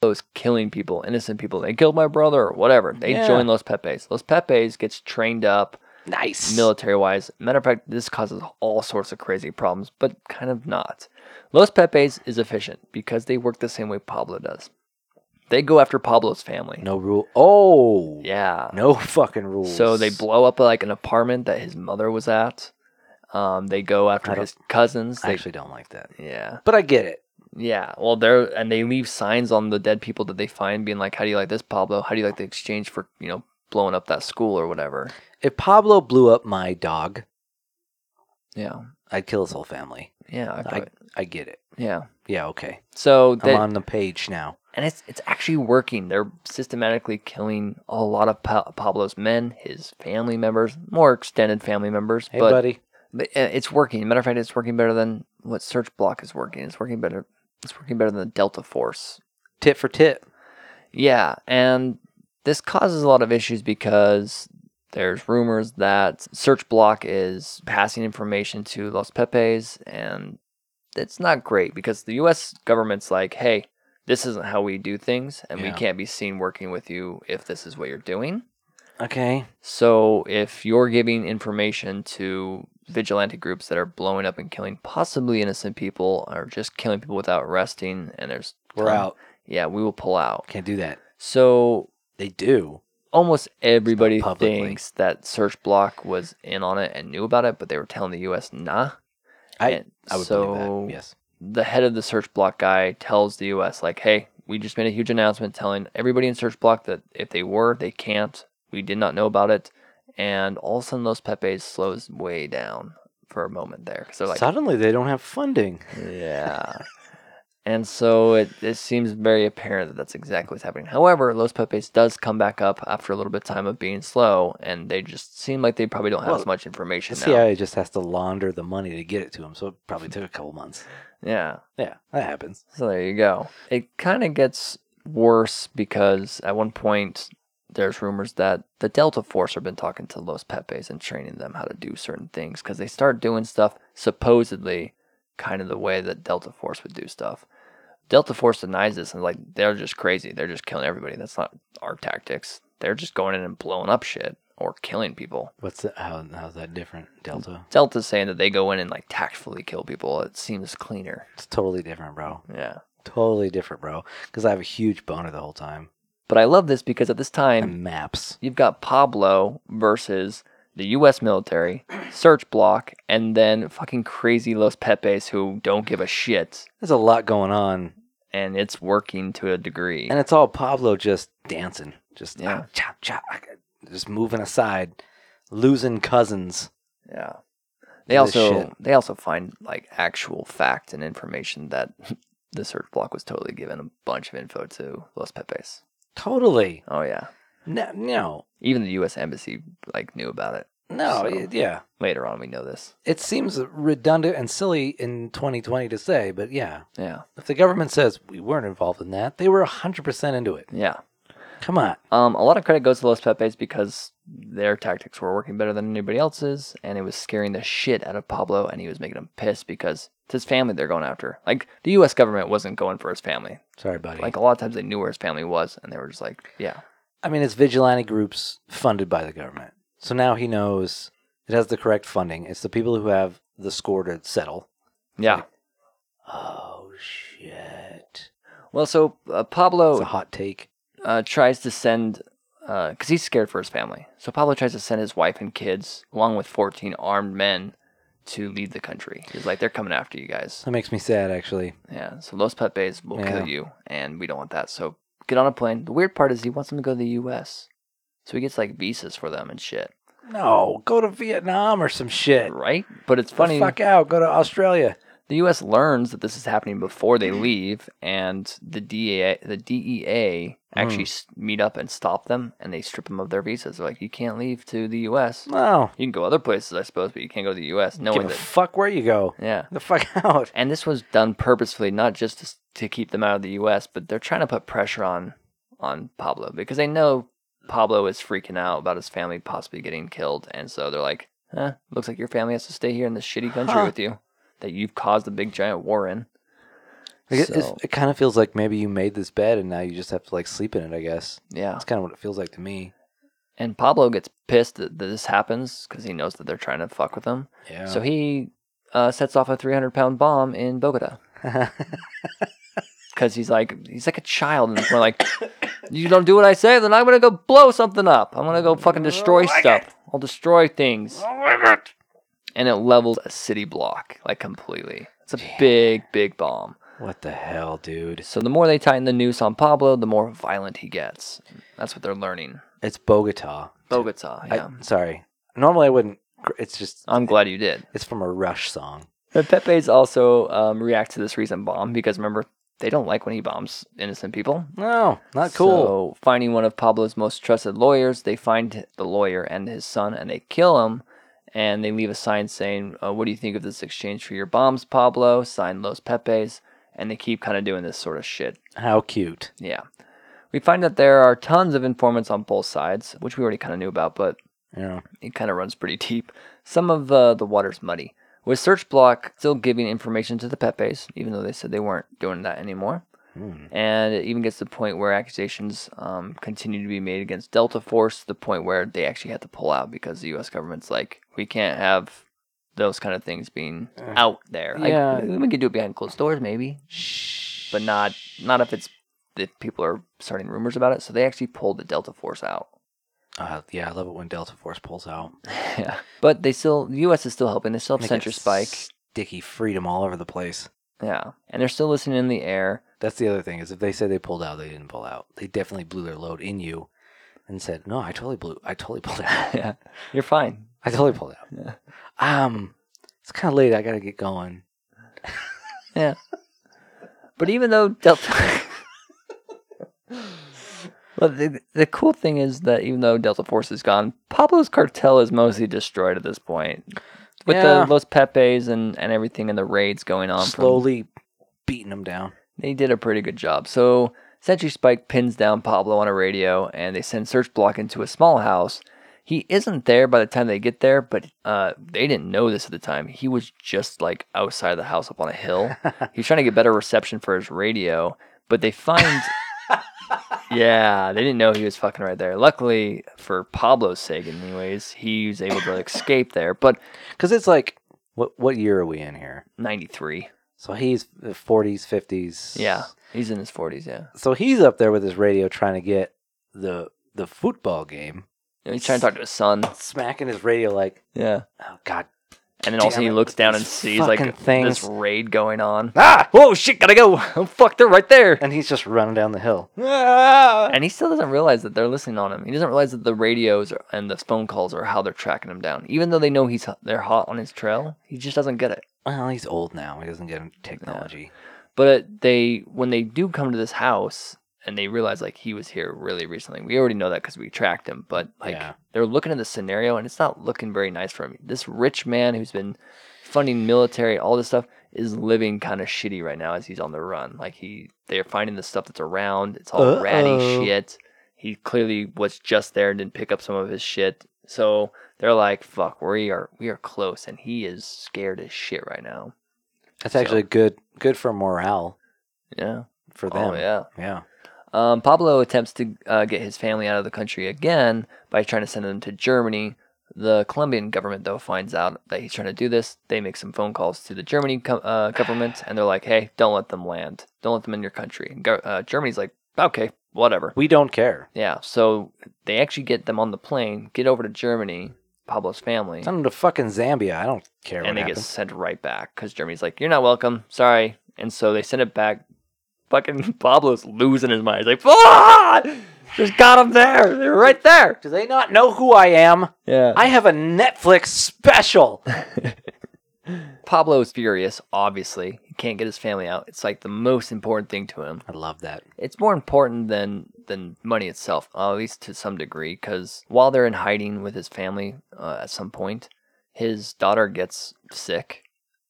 S2: Those killing people, innocent people. They killed my brother, or whatever. They
S1: Yeah.
S2: join Los Pepes. Los Pepes gets trained up
S1: Nice.
S2: military wise. Matter of fact, this causes all sorts of crazy problems, but kind of not. Los Pepes is efficient because they work the same way Pablo does. They go after Pablo's family.
S1: no rule. Oh.
S2: Yeah.
S1: No fucking rules.
S2: So they blow up like an apartment that his mother was at. Um, they go
S1: I
S2: after
S1: don't-
S2: his cousins.
S1: I
S2: They,
S1: actually don't like that.
S2: yeah.
S1: But I get it.
S2: Yeah. Well, they're and they leave signs on the dead people that they find, being like, "How do you like this, Pablo? How do you like the exchange for you know blowing up that school or whatever?"
S1: If Pablo blew up my dog,
S2: Yeah.
S1: I'd kill his whole family.
S2: Yeah. I,
S1: I, I get it.
S2: yeah.
S1: Yeah, okay.
S2: So
S1: I'm
S2: they,
S1: on the page now.
S2: and it's it's actually working. They're systematically killing a lot of pa- Pablo's men, his family members, more extended family members.
S1: Hey,
S2: but,
S1: buddy.
S2: but, uh, it's working. Matter of fact, it's working better than what Search Block is working. It's working better. It's working better than the Delta Force.
S1: Tit for tit.
S2: Yeah, and this causes a lot of issues because there's rumors that Search Block is passing information to Los Pepes, and it's not great because the U.S. government's like, "Hey, this isn't how we do things, and
S1: Yeah.
S2: we can't be seen working with you if this is what you're doing."
S1: Okay.
S2: So if you're giving information to vigilante groups that are blowing up and killing possibly innocent people, or just killing people without resting, and there's
S1: We're out.
S2: yeah, we will pull out.
S1: Can't do that.
S2: So
S1: They do.
S2: almost everybody
S1: publicly.
S2: thinks that Search Block was in on it and knew about it, but they were telling the U.S. nah.
S1: I-
S2: And
S1: I would
S2: so
S1: believe that. Yes.
S2: the head of the Search Block guy tells the U.S. like, "Hey, we just made a huge announcement telling everybody in Search Block that if they were, they can't. We did not know about it." And all of a sudden, Los Pepes slows way down for a moment there because they're like,
S1: Suddenly they don't have funding.
S2: yeah. And so it, it seems very apparent that that's exactly what's happening. However, Los Pepes does come back up after a little bit of time of being slow, and they just seem like they probably don't have
S1: Well,
S2: as much information
S1: The
S2: now.
S1: CIA just has to launder the money to get it to him, so it probably took a couple months.
S2: yeah.
S1: Yeah, that happens.
S2: So there you go. It kind of gets worse because at one point there's rumors that the Delta Force have been talking to Los Pepes and training them how to do certain things because they start doing stuff supposedly kind of the way that Delta Force would do stuff. Delta Force denies this and like they're just crazy. They're just killing everybody. That's not our tactics. They're just going in and blowing up shit or killing people.
S1: What's the, how, how's that different, Delta?
S2: Delta's saying that they go in and like tactfully kill people. It seems cleaner.
S1: It's totally different, bro.
S2: Yeah.
S1: Totally different, bro. Because I have a huge boner the whole time.
S2: But I love this because at this time
S1: And maps.
S2: you've got Pablo versus the U.S. military, search block, and then fucking crazy Los Pepes who don't give a shit,
S1: There's a lot going on,
S2: and it's working to a degree.
S1: and it's all Pablo just dancing, just
S2: Yeah.
S1: ah, chop chop, ah, just moving aside, losing cousins.
S2: yeah. They
S1: This
S2: also
S1: shit.
S2: they also find like actual fact and information that the search block was totally given a bunch of info to Los Pepes.
S1: Totally.
S2: Oh yeah,
S1: No, no,
S2: even the U.S. embassy like knew about it.
S1: no.
S2: So-
S1: y- Yeah,
S2: Later on, we know this.
S1: it seems redundant and silly in 2020 to say, but yeah,
S2: Yeah,
S1: if the government says we weren't involved in that, they were 100% into it.
S2: yeah.
S1: Come on.
S2: Um, a lot of credit goes to Los Pepes because their tactics were working better than anybody else's, and it was scaring the shit out of Pablo, and he was making him pissed because it's his family they're going after. Like the U.S. government wasn't going for his family.
S1: Sorry, buddy.
S2: Like a lot of times they knew where his family was, and they were just like, yeah,
S1: I mean, it's vigilante groups funded by the government. So now he knows it has the correct funding. It's the people who have the score to settle.
S2: yeah.
S1: Oh, shit.
S2: Well, so
S1: It's
S2: uh,
S1: a
S2: Pablo
S1: hot take.
S2: uh, tries to send, because he's scared for his family. So Pablo tries to send his wife and kids, along with 14 armed men, to leave the country. He's like, they're coming after you guys.
S1: That makes me sad, actually.
S2: Yeah. So Los Pepes will
S1: Yeah.
S2: kill you, and we don't want that. So get on a plane. The weird part is he wants them to go to the U.S. So he gets like visas for them and shit,
S1: No, go to Vietnam or some shit.
S2: right? But it's
S1: Funny.
S2: funny.
S1: The fuck out. Go to Australia.
S2: The U.S. learns that this is happening before they leave, and the DEA, the DEA actually
S1: Mm.
S2: s meet up and stop them, and they strip them of their visas. They're like, you can't leave to the U.S.
S1: No.
S2: You can go other places, I suppose, but you can't go to the U.S.
S1: Give
S2: Knowing
S1: a
S2: that,
S1: fuck where you go.
S2: yeah.
S1: The fuck out.
S2: And this was done purposefully, not just to, s- to keep them out of the U.S., but they're trying to put pressure on on Pablo because they know Pablo is freaking out about his family possibly getting killed, and so they're like, eh, looks like your family has to stay here in this shitty country
S1: Huh.
S2: with you that you've caused a big giant war in.
S1: Like, it- it's-
S2: So,
S1: it kind of feels like maybe you made this bed and now you just have to like sleep in it, I guess.
S2: yeah,
S1: That's kind of what it feels like to me.
S2: and Pablo gets pissed that that this happens because he knows that they're trying to fuck with him.
S1: Yeah.
S2: So he uh, sets off a 300 pound bomb in Bogota. because he's like he's like a child and we're like you don't do what i say then i'm gonna go blow something up i'm gonna go fucking destroy stuff i'll destroy things and it levels a city block like completely it's a big big bomb
S1: what the hell, dude?
S2: so the more they tighten the noose on pablo the more violent he gets that's what they're learning
S1: It's Bogota.
S2: bogota yeah
S1: I, sorry. Normally I wouldn't. gr- It's just
S2: I, am glad you did
S1: it's from a Rush song.
S2: but pepe's also um, reacts to this recent bomb because remember they don't like when he bombs innocent people
S1: No, not cool.
S2: So, finding one of Pablo's most trusted lawyers, they find the lawyer and his son and they kill him. And they leave a sign saying, uh, What do you think of this exchange for your bombs, Pablo? Signed Los Pepes. And they keep kind of doing this sort of shit.
S1: How cute.
S2: Yeah. We find that there are tons of informants on both sides, which we already kind of knew about, but
S1: Yeah.
S2: it kind of runs pretty deep. Some of uh, the water's muddy. With Search Block still giving information to the Pepes, even though they said they weren't doing that anymore.
S1: Hmm.
S2: And it even gets to the point where accusations um, continue to be made against Delta Force, to the point where they actually had to pull out because the U.S. government's like, we can't have those kind of things being out there. Like,
S1: yeah.
S2: we, we could do it behind closed doors, maybe, but not not if it's if people are starting rumors about it. So they actually pulled the Delta Force out.
S1: Uh, yeah, I love it when Delta Force pulls out.
S2: yeah, but they still the U.S. is still helping. They still have
S1: Make
S2: Center
S1: it
S2: Spike.
S1: Sticky freedom all over the place.
S2: Yeah, and they're still listening in the air.
S1: That's the other thing is if they said they pulled out, they didn't pull out. They definitely blew their load in you, and said, "No, I totally blew. I totally pulled out.
S2: yeah, you're fine.
S1: I totally pulled out."
S2: Yeah.
S1: Um, it's kind of late. I gotta get going.
S2: Yeah. But even though Delta. well, the, the cool thing is that even though Delta Force is gone, Pablo's cartel is mostly destroyed at this point. With
S1: Yeah.
S2: the Los Pepes and, and everything and the raids going on. from-
S1: Slowly beating them down.
S2: they did a pretty good job. So Sentry Spike pins down Pablo on a radio, and they send Search Block into a small house. He isn't there by the time they get there, but uh, they didn't know this at the time. He was just like outside the house up on a hill. he was trying to get better reception for his radio, but they find. yeah, they didn't know he was fucking right there. Luckily, for Pablo's sake, anyways, he was able to escape there. But
S1: Because it's like, what what year are we in here?
S2: 93.
S1: So he's uh, forties, fifties.
S2: Yeah, he's in his 40s, yeah.
S1: So he's up there with his radio trying to get the the football game,
S2: And he's trying to talk to his son.
S1: smacking his radio like,
S2: Yeah.
S1: oh god,
S2: And then all of a sudden he
S1: Damn it.
S2: looks down
S1: These
S2: and sees like
S1: fucking
S2: this
S1: things.
S2: raid going on.
S1: Ah!
S2: Whoa, shit, gotta go. Fuck, they're right there.
S1: And he's just running down the hill.
S2: And he still doesn't realize that they're listening on him. He doesn't realize that the radios are, and the phone calls are how they're tracking him down. Even though they know he's they're hot on his trail, he just doesn't get it.
S1: Well, he's old now. He doesn't get technology.
S2: But it, they when they do come to this house and they realize like he was here really recently. We already know that because we tracked him. But like
S1: Yeah.
S2: they're looking at the scenario and it's not looking very nice for him. This rich man who's been funding military, all this stuff, is living kind of shitty right now as he's on the run. Like he, they're finding the stuff that's around. It's all
S1: Uh-oh.
S2: ratty shit. He clearly was just there and didn't pick up some of his shit. So they're like, "Fuck, we are we are close," and he is scared as shit right now.
S1: That's
S2: So-
S1: actually good. Good for morale
S2: Yeah.
S1: for them.
S2: Oh yeah.
S1: Yeah.
S2: Um, Pablo attempts to uh, get his family out of the country again by trying to send them to Germany. The Colombian government, though, finds out that he's trying to do this. They make some phone calls to the Germany co- uh, government, and they're like, "Hey, don't let them land. Don't let them in your country." And go- uh, Germany's like, "Okay, whatever."
S1: We don't care.
S2: Yeah. So they actually get them on the plane, get over to Germany, Pablo's family,
S1: Send him to fucking Zambia. I don't care
S2: and
S1: what
S2: they get
S1: happens.
S2: sent right back because Germany's like, "You're not welcome. Sorry." And so they send it back. Fucking Pablo's losing his mind. He's like, "Ah! Just got them there. They're right there."
S1: Do they not know who I am?
S2: Yeah.
S1: I have a Netflix special.
S2: Pablo's furious. Obviously, he can't get his family out. It's like the most important thing to him.
S1: I love that.
S2: It's more important than than money itself, uh, at least to some degree. Because while they're in hiding with his family, uh, at some point, his daughter gets sick,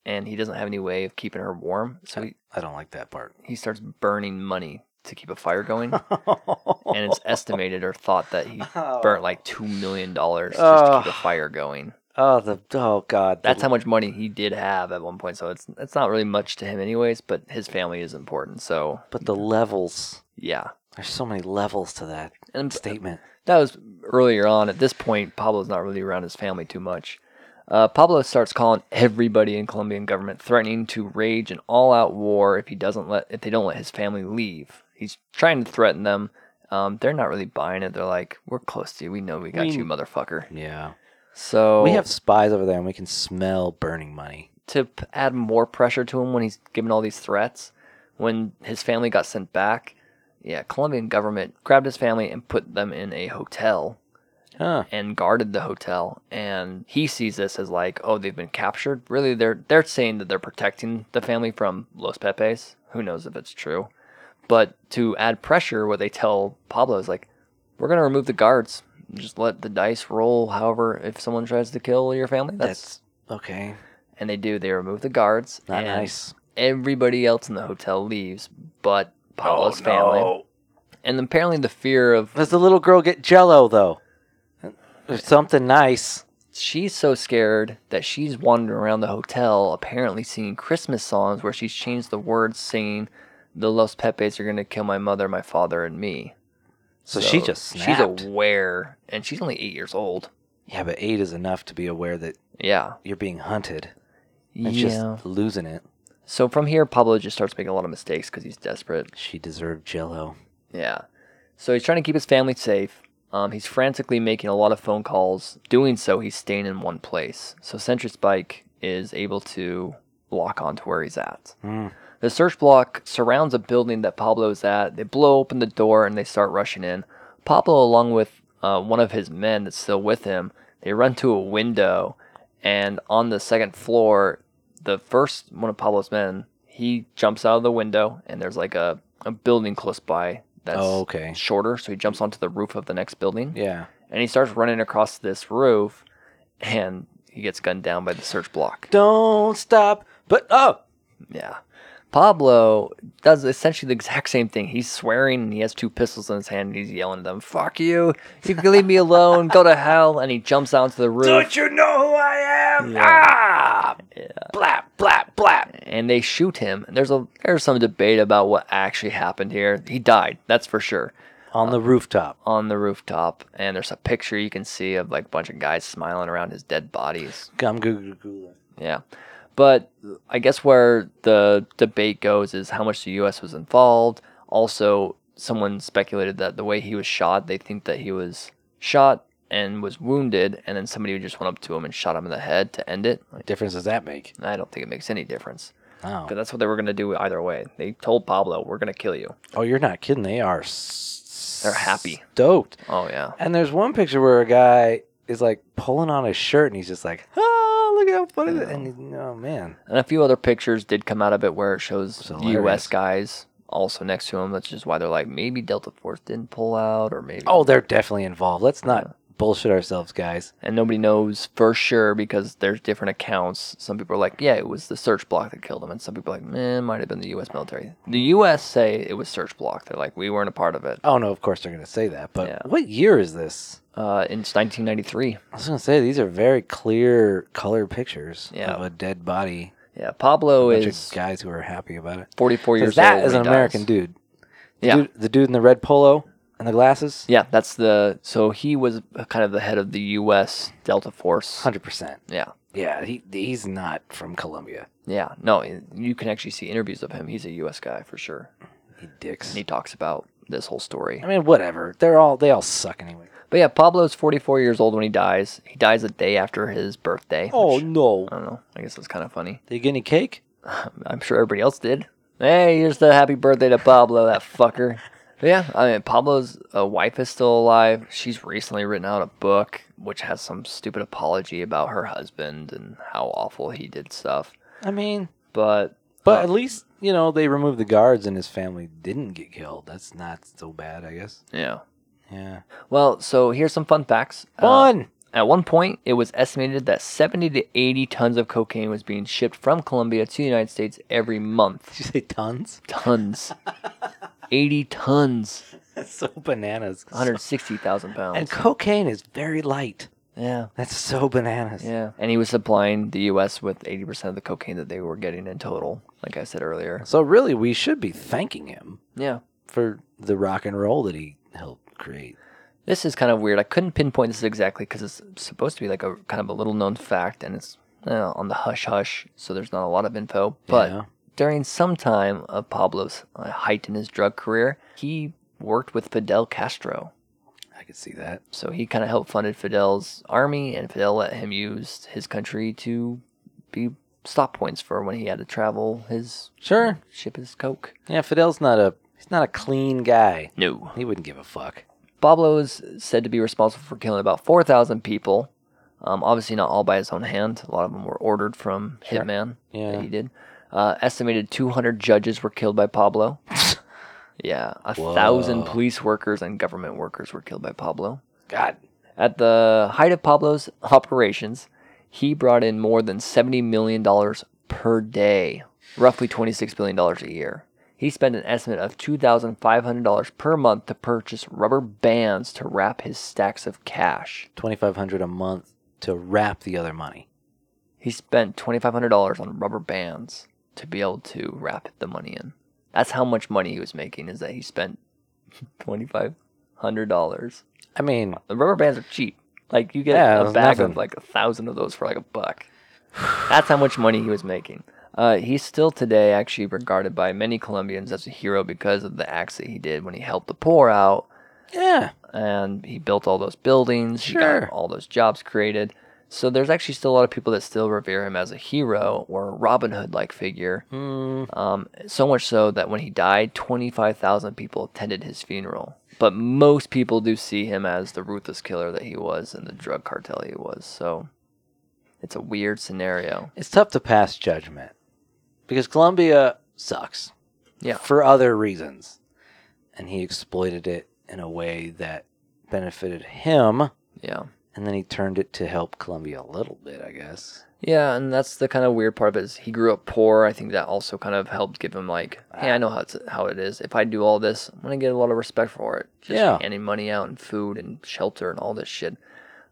S2: and he doesn't have any way of keeping her warm. So he,
S1: I don't like that part.
S2: he starts burning money to keep a fire going, and
S1: Oh.
S2: it's estimated or thought that he burnt like two million dollars just to keep a
S1: Oh.
S2: fire going.
S1: Oh the oh god. the-
S2: That's how much money he did have at one point. So it's it's not really much to him, anyways. But his family is important, so
S1: But the levels.
S2: yeah.
S1: There's so many levels to that
S2: And
S1: statement.
S2: that was earlier on. At this point, Pablo's not really around his family too much. Uh, Pablo starts calling everybody in Colombian government, threatening to rage an all-out war if he doesn't let if they don't let his family leave. He's trying to threaten them. Um, they're not really buying it. They're like, "We're close to you. We know we got
S1: We-
S2: you, motherfucker."
S1: Yeah. Oh.
S2: So
S1: We have spies over there and we can smell burning money.
S2: to p- add more pressure to him when he's given all these threats. When his family got sent back, yeah, Colombian government grabbed his family and put them in a hotel
S1: Huh.
S2: and guarded the hotel and he sees this as like oh they've been captured really they're they're saying that they're protecting the family from los pepes who knows if it's true but to add pressure what they tell pablo is like we're going to remove the guards just let the dice roll however if someone tries to kill your family that's,
S1: That's okay.
S2: and they do they remove the guards
S1: Not
S2: and
S1: nice.
S2: everybody else in the hotel leaves but pablo's family and apparently the fear of
S1: Does the little girl get jello though? There's something nice.
S2: she's so scared that she's wandering around the hotel, apparently singing Christmas songs where she's changed the words, singing "The Los Pepes are gonna kill my mother, my father, and me."
S1: So, she just snapped.
S2: she's aware, and she's only eight years old.
S1: Yeah, but eight is enough to be aware that
S2: Yeah,
S1: you're being hunted. and
S2: yeah.
S1: just losing it.
S2: So from here, Pablo just starts making a lot of mistakes because he's desperate.
S1: She deserved jello.
S2: Yeah. So he's trying to keep his family safe. Um, he's frantically making a lot of phone calls. Doing so, he's staying in one place. So Centris Bike is able to lock onto where he's at.
S1: Hmm.
S2: The search block surrounds a building that Pablo's at. They blow open the door and they start rushing in. Pablo, along with uh, one of his men that's still with him, they run to a window, and on the second floor, the first one of Pablo's men, he jumps out of the window, and there's like a, a building close by that's
S1: Oh, okay.
S2: shorter, so he jumps onto the roof of the next building,
S1: Yeah.
S2: and he starts running across this roof, and he gets gunned down by the search block.
S1: Don't stop. But oh,
S2: Yeah. Pablo does essentially the exact same thing. He's swearing and he has two pistols in his hand and he's yelling at them, Fuck you. You can leave me alone. Go to hell. And he jumps onto the roof
S1: don't you know who I am?
S2: Yeah.
S1: Ah! Blap, blap, blap.
S2: and they shoot him. And there's a there's some debate about what actually happened here. He died, that's for sure.
S1: On the rooftop.
S2: On the rooftop. And there's a picture you can see of like a bunch of guys smiling around his dead bodies.
S1: Gum goo goo goo.
S2: Yeah. But I guess where the debate goes is how much the U.S. was involved. Also, someone speculated that the way he was shot, they think that he was shot and was wounded, and then somebody just went up to him and shot him in the head to end it. Like,
S1: difference does that make?
S2: I don't think it makes any difference.
S1: Oh,
S2: But that's what they were going to do either way. They told Pablo, "We're going to kill you."
S1: oh, you're not kidding. They are. S-
S2: They're happy.
S1: Stoked.
S2: Oh yeah.
S1: And there's one picture where a guy is like pulling on his shirt, and he's just like, "Ah, look how funny!" that-" And he- oh man,
S2: And a few other pictures did come out of it where it shows
S1: It's hilarious.
S2: U.S. guys also next to him. That's just why they're like, maybe Delta Force didn't pull out, or maybe
S1: oh, they're definitely involved. Let's not bullshit ourselves, guys.
S2: and nobody knows for sure because there's different accounts. Some people are like, yeah, it was the search block that killed him, and some people are like, man, it might have been the U.S. military. The U.S. say it was search block. They're like, we weren't a part of it.
S1: Oh no, of course they're gonna say that. But
S2: Yeah.
S1: what year is this?
S2: Uh, in 1993,
S1: I was gonna say these are very clear color pictures
S2: Yeah.
S1: of a dead body.
S2: yeah, Pablo
S1: Bunch
S2: is
S1: of guys who are happy about it.
S2: 44
S1: Because
S2: years
S1: that
S2: old.
S1: is
S2: when
S1: an
S2: he
S1: American
S2: dies.
S1: dude. The,
S2: Yeah.
S1: dude. the dude in the red polo and the glasses.
S2: Yeah, that's the so he was kind of the head of the U.S. Delta Force.
S1: Hundred percent.
S2: Yeah,
S1: Yeah, he he's not from Colombia.
S2: yeah. No, you can actually see interviews of him. He's a U.S. guy for sure,
S1: He dicks.
S2: and he talks about this whole story.
S1: I mean, whatever. They're all they all suck anyway.
S2: But yeah, Pablo's 44 years old when he dies. He dies a day after his birthday.
S1: Oh
S2: which-
S1: no!
S2: I don't know. I guess it's kind of funny.
S1: Did you get any cake?
S2: I'm sure everybody else did. Hey, here's the happy birthday to Pablo, that fucker. But yeah, I mean, Pablo's uh, wife is still alive. She's recently written out a book which has some stupid apology about her husband and how awful he did stuff.
S1: I mean,
S2: But
S1: but
S2: Uh,
S1: at least you know they removed the guards and his family didn't get killed. That's not so bad, I guess.
S2: yeah.
S1: Yeah.
S2: Well, so here's some fun facts. Uh,
S1: Fun.
S2: At one point, it was estimated that 70 to 80 tons of cocaine was being shipped from Colombia to the United States every month.
S1: Did you say tons?
S2: Tons. 80 tons.
S1: That's so bananas.
S2: 160,000
S1: And
S2: pounds.
S1: cocaine is very light.
S2: Yeah.
S1: That's so bananas.
S2: Yeah. And he was supplying the U.S. with 80% of the cocaine that they were getting in total, like I said earlier.
S1: So really, we should be thanking him
S2: Yeah.
S1: for the rock and roll that he helped create.
S2: This is kind of weird. I couldn't pinpoint this exactly because it's supposed to be like a kind of a little known fact and it's uh, on the hush hush. So there's not a lot of info. But
S1: Yeah.
S2: during some time of Pablo's uh, height in his drug career, he worked with Fidel Castro.
S1: I could see that.
S2: So he kind of helped funded Fidel's army, and Fidel let him use his country to be stop points for when he had to travel his
S1: Sure.
S2: ship his coke.
S1: Yeah, Fidel's not a he's not a clean guy.
S2: No.
S1: He wouldn't give a fuck.
S2: Pablo is said to be responsible for killing about 4,000 people. Um, obviously, not all by his own hand. A lot of them were ordered from Hitman
S1: Yeah.
S2: that he did. Uh, estimated 200 judges were killed by Pablo. yeah, a thousand
S1: Whoa.
S2: police workers and government workers were killed by Pablo.
S1: God.
S2: At the height of Pablo's operations, he brought in more than $70 million per day, roughly $26 billion a year. He spent an estimate of $2,500 per month to purchase rubber bands to wrap his stacks of cash.
S1: Twenty five hundred a month to wrap the other money.
S2: He spent $2,500 on rubber bands to be able to wrap the money in. That's how much money he was making, is that he spent $2,500.
S1: I mean,
S2: The rubber bands are cheap. Like you get
S1: Yeah, it
S2: a
S1: was
S2: bag
S1: nothing.
S2: of like a thousand of those for like a buck. That's how much money he was making. Uh, he's still today actually regarded by many Colombians as a hero because of the acts that he did when he helped the poor out
S1: yeah.
S2: and he built all those buildings. He
S1: Sure.
S2: got all those jobs created. So there's actually still a lot of people that still revere him as a hero or a Robin Hood like figure.
S1: Mm,
S2: Um, so much so that when he died, 25,000 people attended his funeral. But most people do see him as the ruthless killer that he was and the drug cartel he was. So it's a weird scenario.
S1: it's tough to pass judgment because Colombia sucks.
S2: Yeah.
S1: For other reasons. And he exploited it in a way that benefited him.
S2: Yeah.
S1: And then he turned it to help Colombia a little bit, I guess.
S2: Yeah, and that's the kind of weird part of it is he grew up poor. I think that also kind of helped give him like, hey, I know how it's, how it is. If I do all this, I'm gonna get a lot of respect for it. Just
S1: Yeah.
S2: handing money out and food and shelter and all this shit.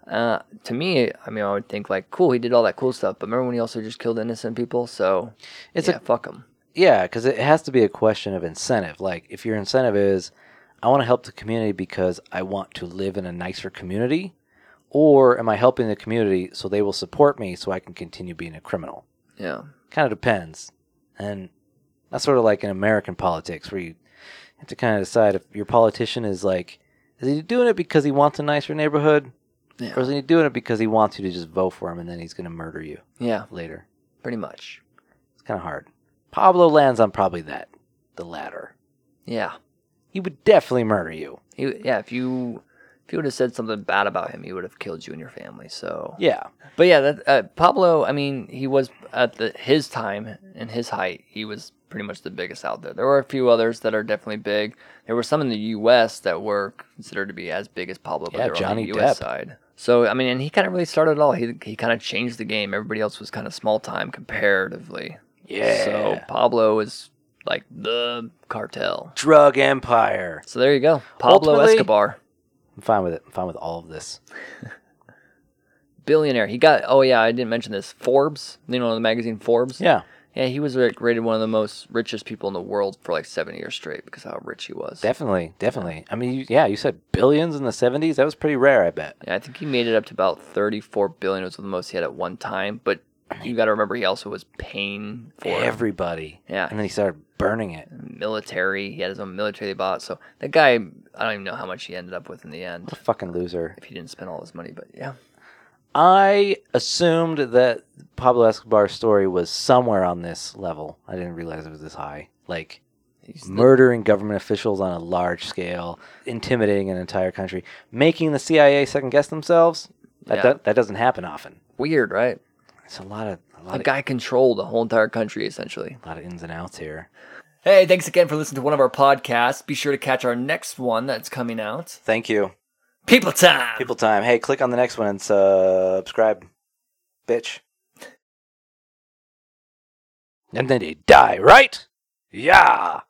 S2: Uh, to me, I mean, I would think like, cool, he did all that cool stuff. But remember when he also just killed innocent people? So
S1: It's
S2: yeah,
S1: a
S2: fuck him.
S1: yeah, because it has to be a question of incentive. Like if your incentive is, I want to help the community because I want to live in a nicer community, or am I helping the community so they will support me so I can continue being a criminal?
S2: Yeah,
S1: kind of depends. And that's sort of like in American politics where you have to kind of decide if your politician is like, is he doing it because he wants a nicer neighborhood
S2: Yeah.
S1: Or is he doing it because he wants you to just vote for him and then he's going to murder you
S2: Yeah,
S1: later?
S2: pretty much.
S1: It's kind of hard. Pablo lands on probably that, the latter.
S2: Yeah.
S1: He would definitely murder you.
S2: He, yeah, if you if you would have said something bad about him, he would have killed you and your family. So,
S1: Yeah.
S2: but yeah, that, uh, Pablo. I mean, he was at the, his time and his height. He was pretty much the biggest out there. There were a few others that are definitely big. There were some in the U.S. that were considered to be as big as Pablo, but
S1: Yeah,
S2: they were
S1: Johnny
S2: on the U.S.
S1: Depp.
S2: side. So I mean, and he kind of really started it all. He he kind of changed the game. Everybody else was kind of small time comparatively.
S1: Yeah.
S2: So Pablo is like the cartel.
S1: Drug empire.
S2: So there you go, Pablo
S1: Ultimately-
S2: Escobar.
S1: I'm fine with it. I'm fine with all of this.
S2: billionaire. He got oh yeah, I didn't mention this. Forbes, you know the magazine Forbes.
S1: Yeah.
S2: yeah, he was like, rated one of the most richest people in the world for like seven years straight because how rich he was.
S1: Definitely. Definitely. I mean, you, yeah, you said billions in the 70s? That was pretty rare, I bet.
S2: yeah, I think he made it up to about thirty-four billion was the most he had at one time. But you got to remember, he also was paying for it.
S1: Everybody.
S2: Yeah.
S1: And then he started burning it.
S2: military. He had his own military they bought. So that guy, I don't even know how much he ended up with in the end
S1: What a fucking loser.
S2: if he didn't spend all his money. But yeah,
S1: I assumed that Pablo Escobar's story was somewhere on this level. I didn't realize it was this high. Like
S2: he's the-
S1: murdering government officials on a large scale, intimidating an entire country, making the CIA second guess themselves. That
S2: Yeah.
S1: do- that doesn't happen often.
S2: weird, right?
S1: It's a lot of a lot
S2: The
S1: of,
S2: guy controlled the whole entire country essentially.
S1: lot of ins and outs here.
S2: Hey, thanks again for listening to one of our podcasts. Be sure to catch our next one that's coming out.
S1: Thank you,
S2: People time.
S1: people. Time. Hey, click on the next one and subscribe, bitch. And then they die, right? Yeah.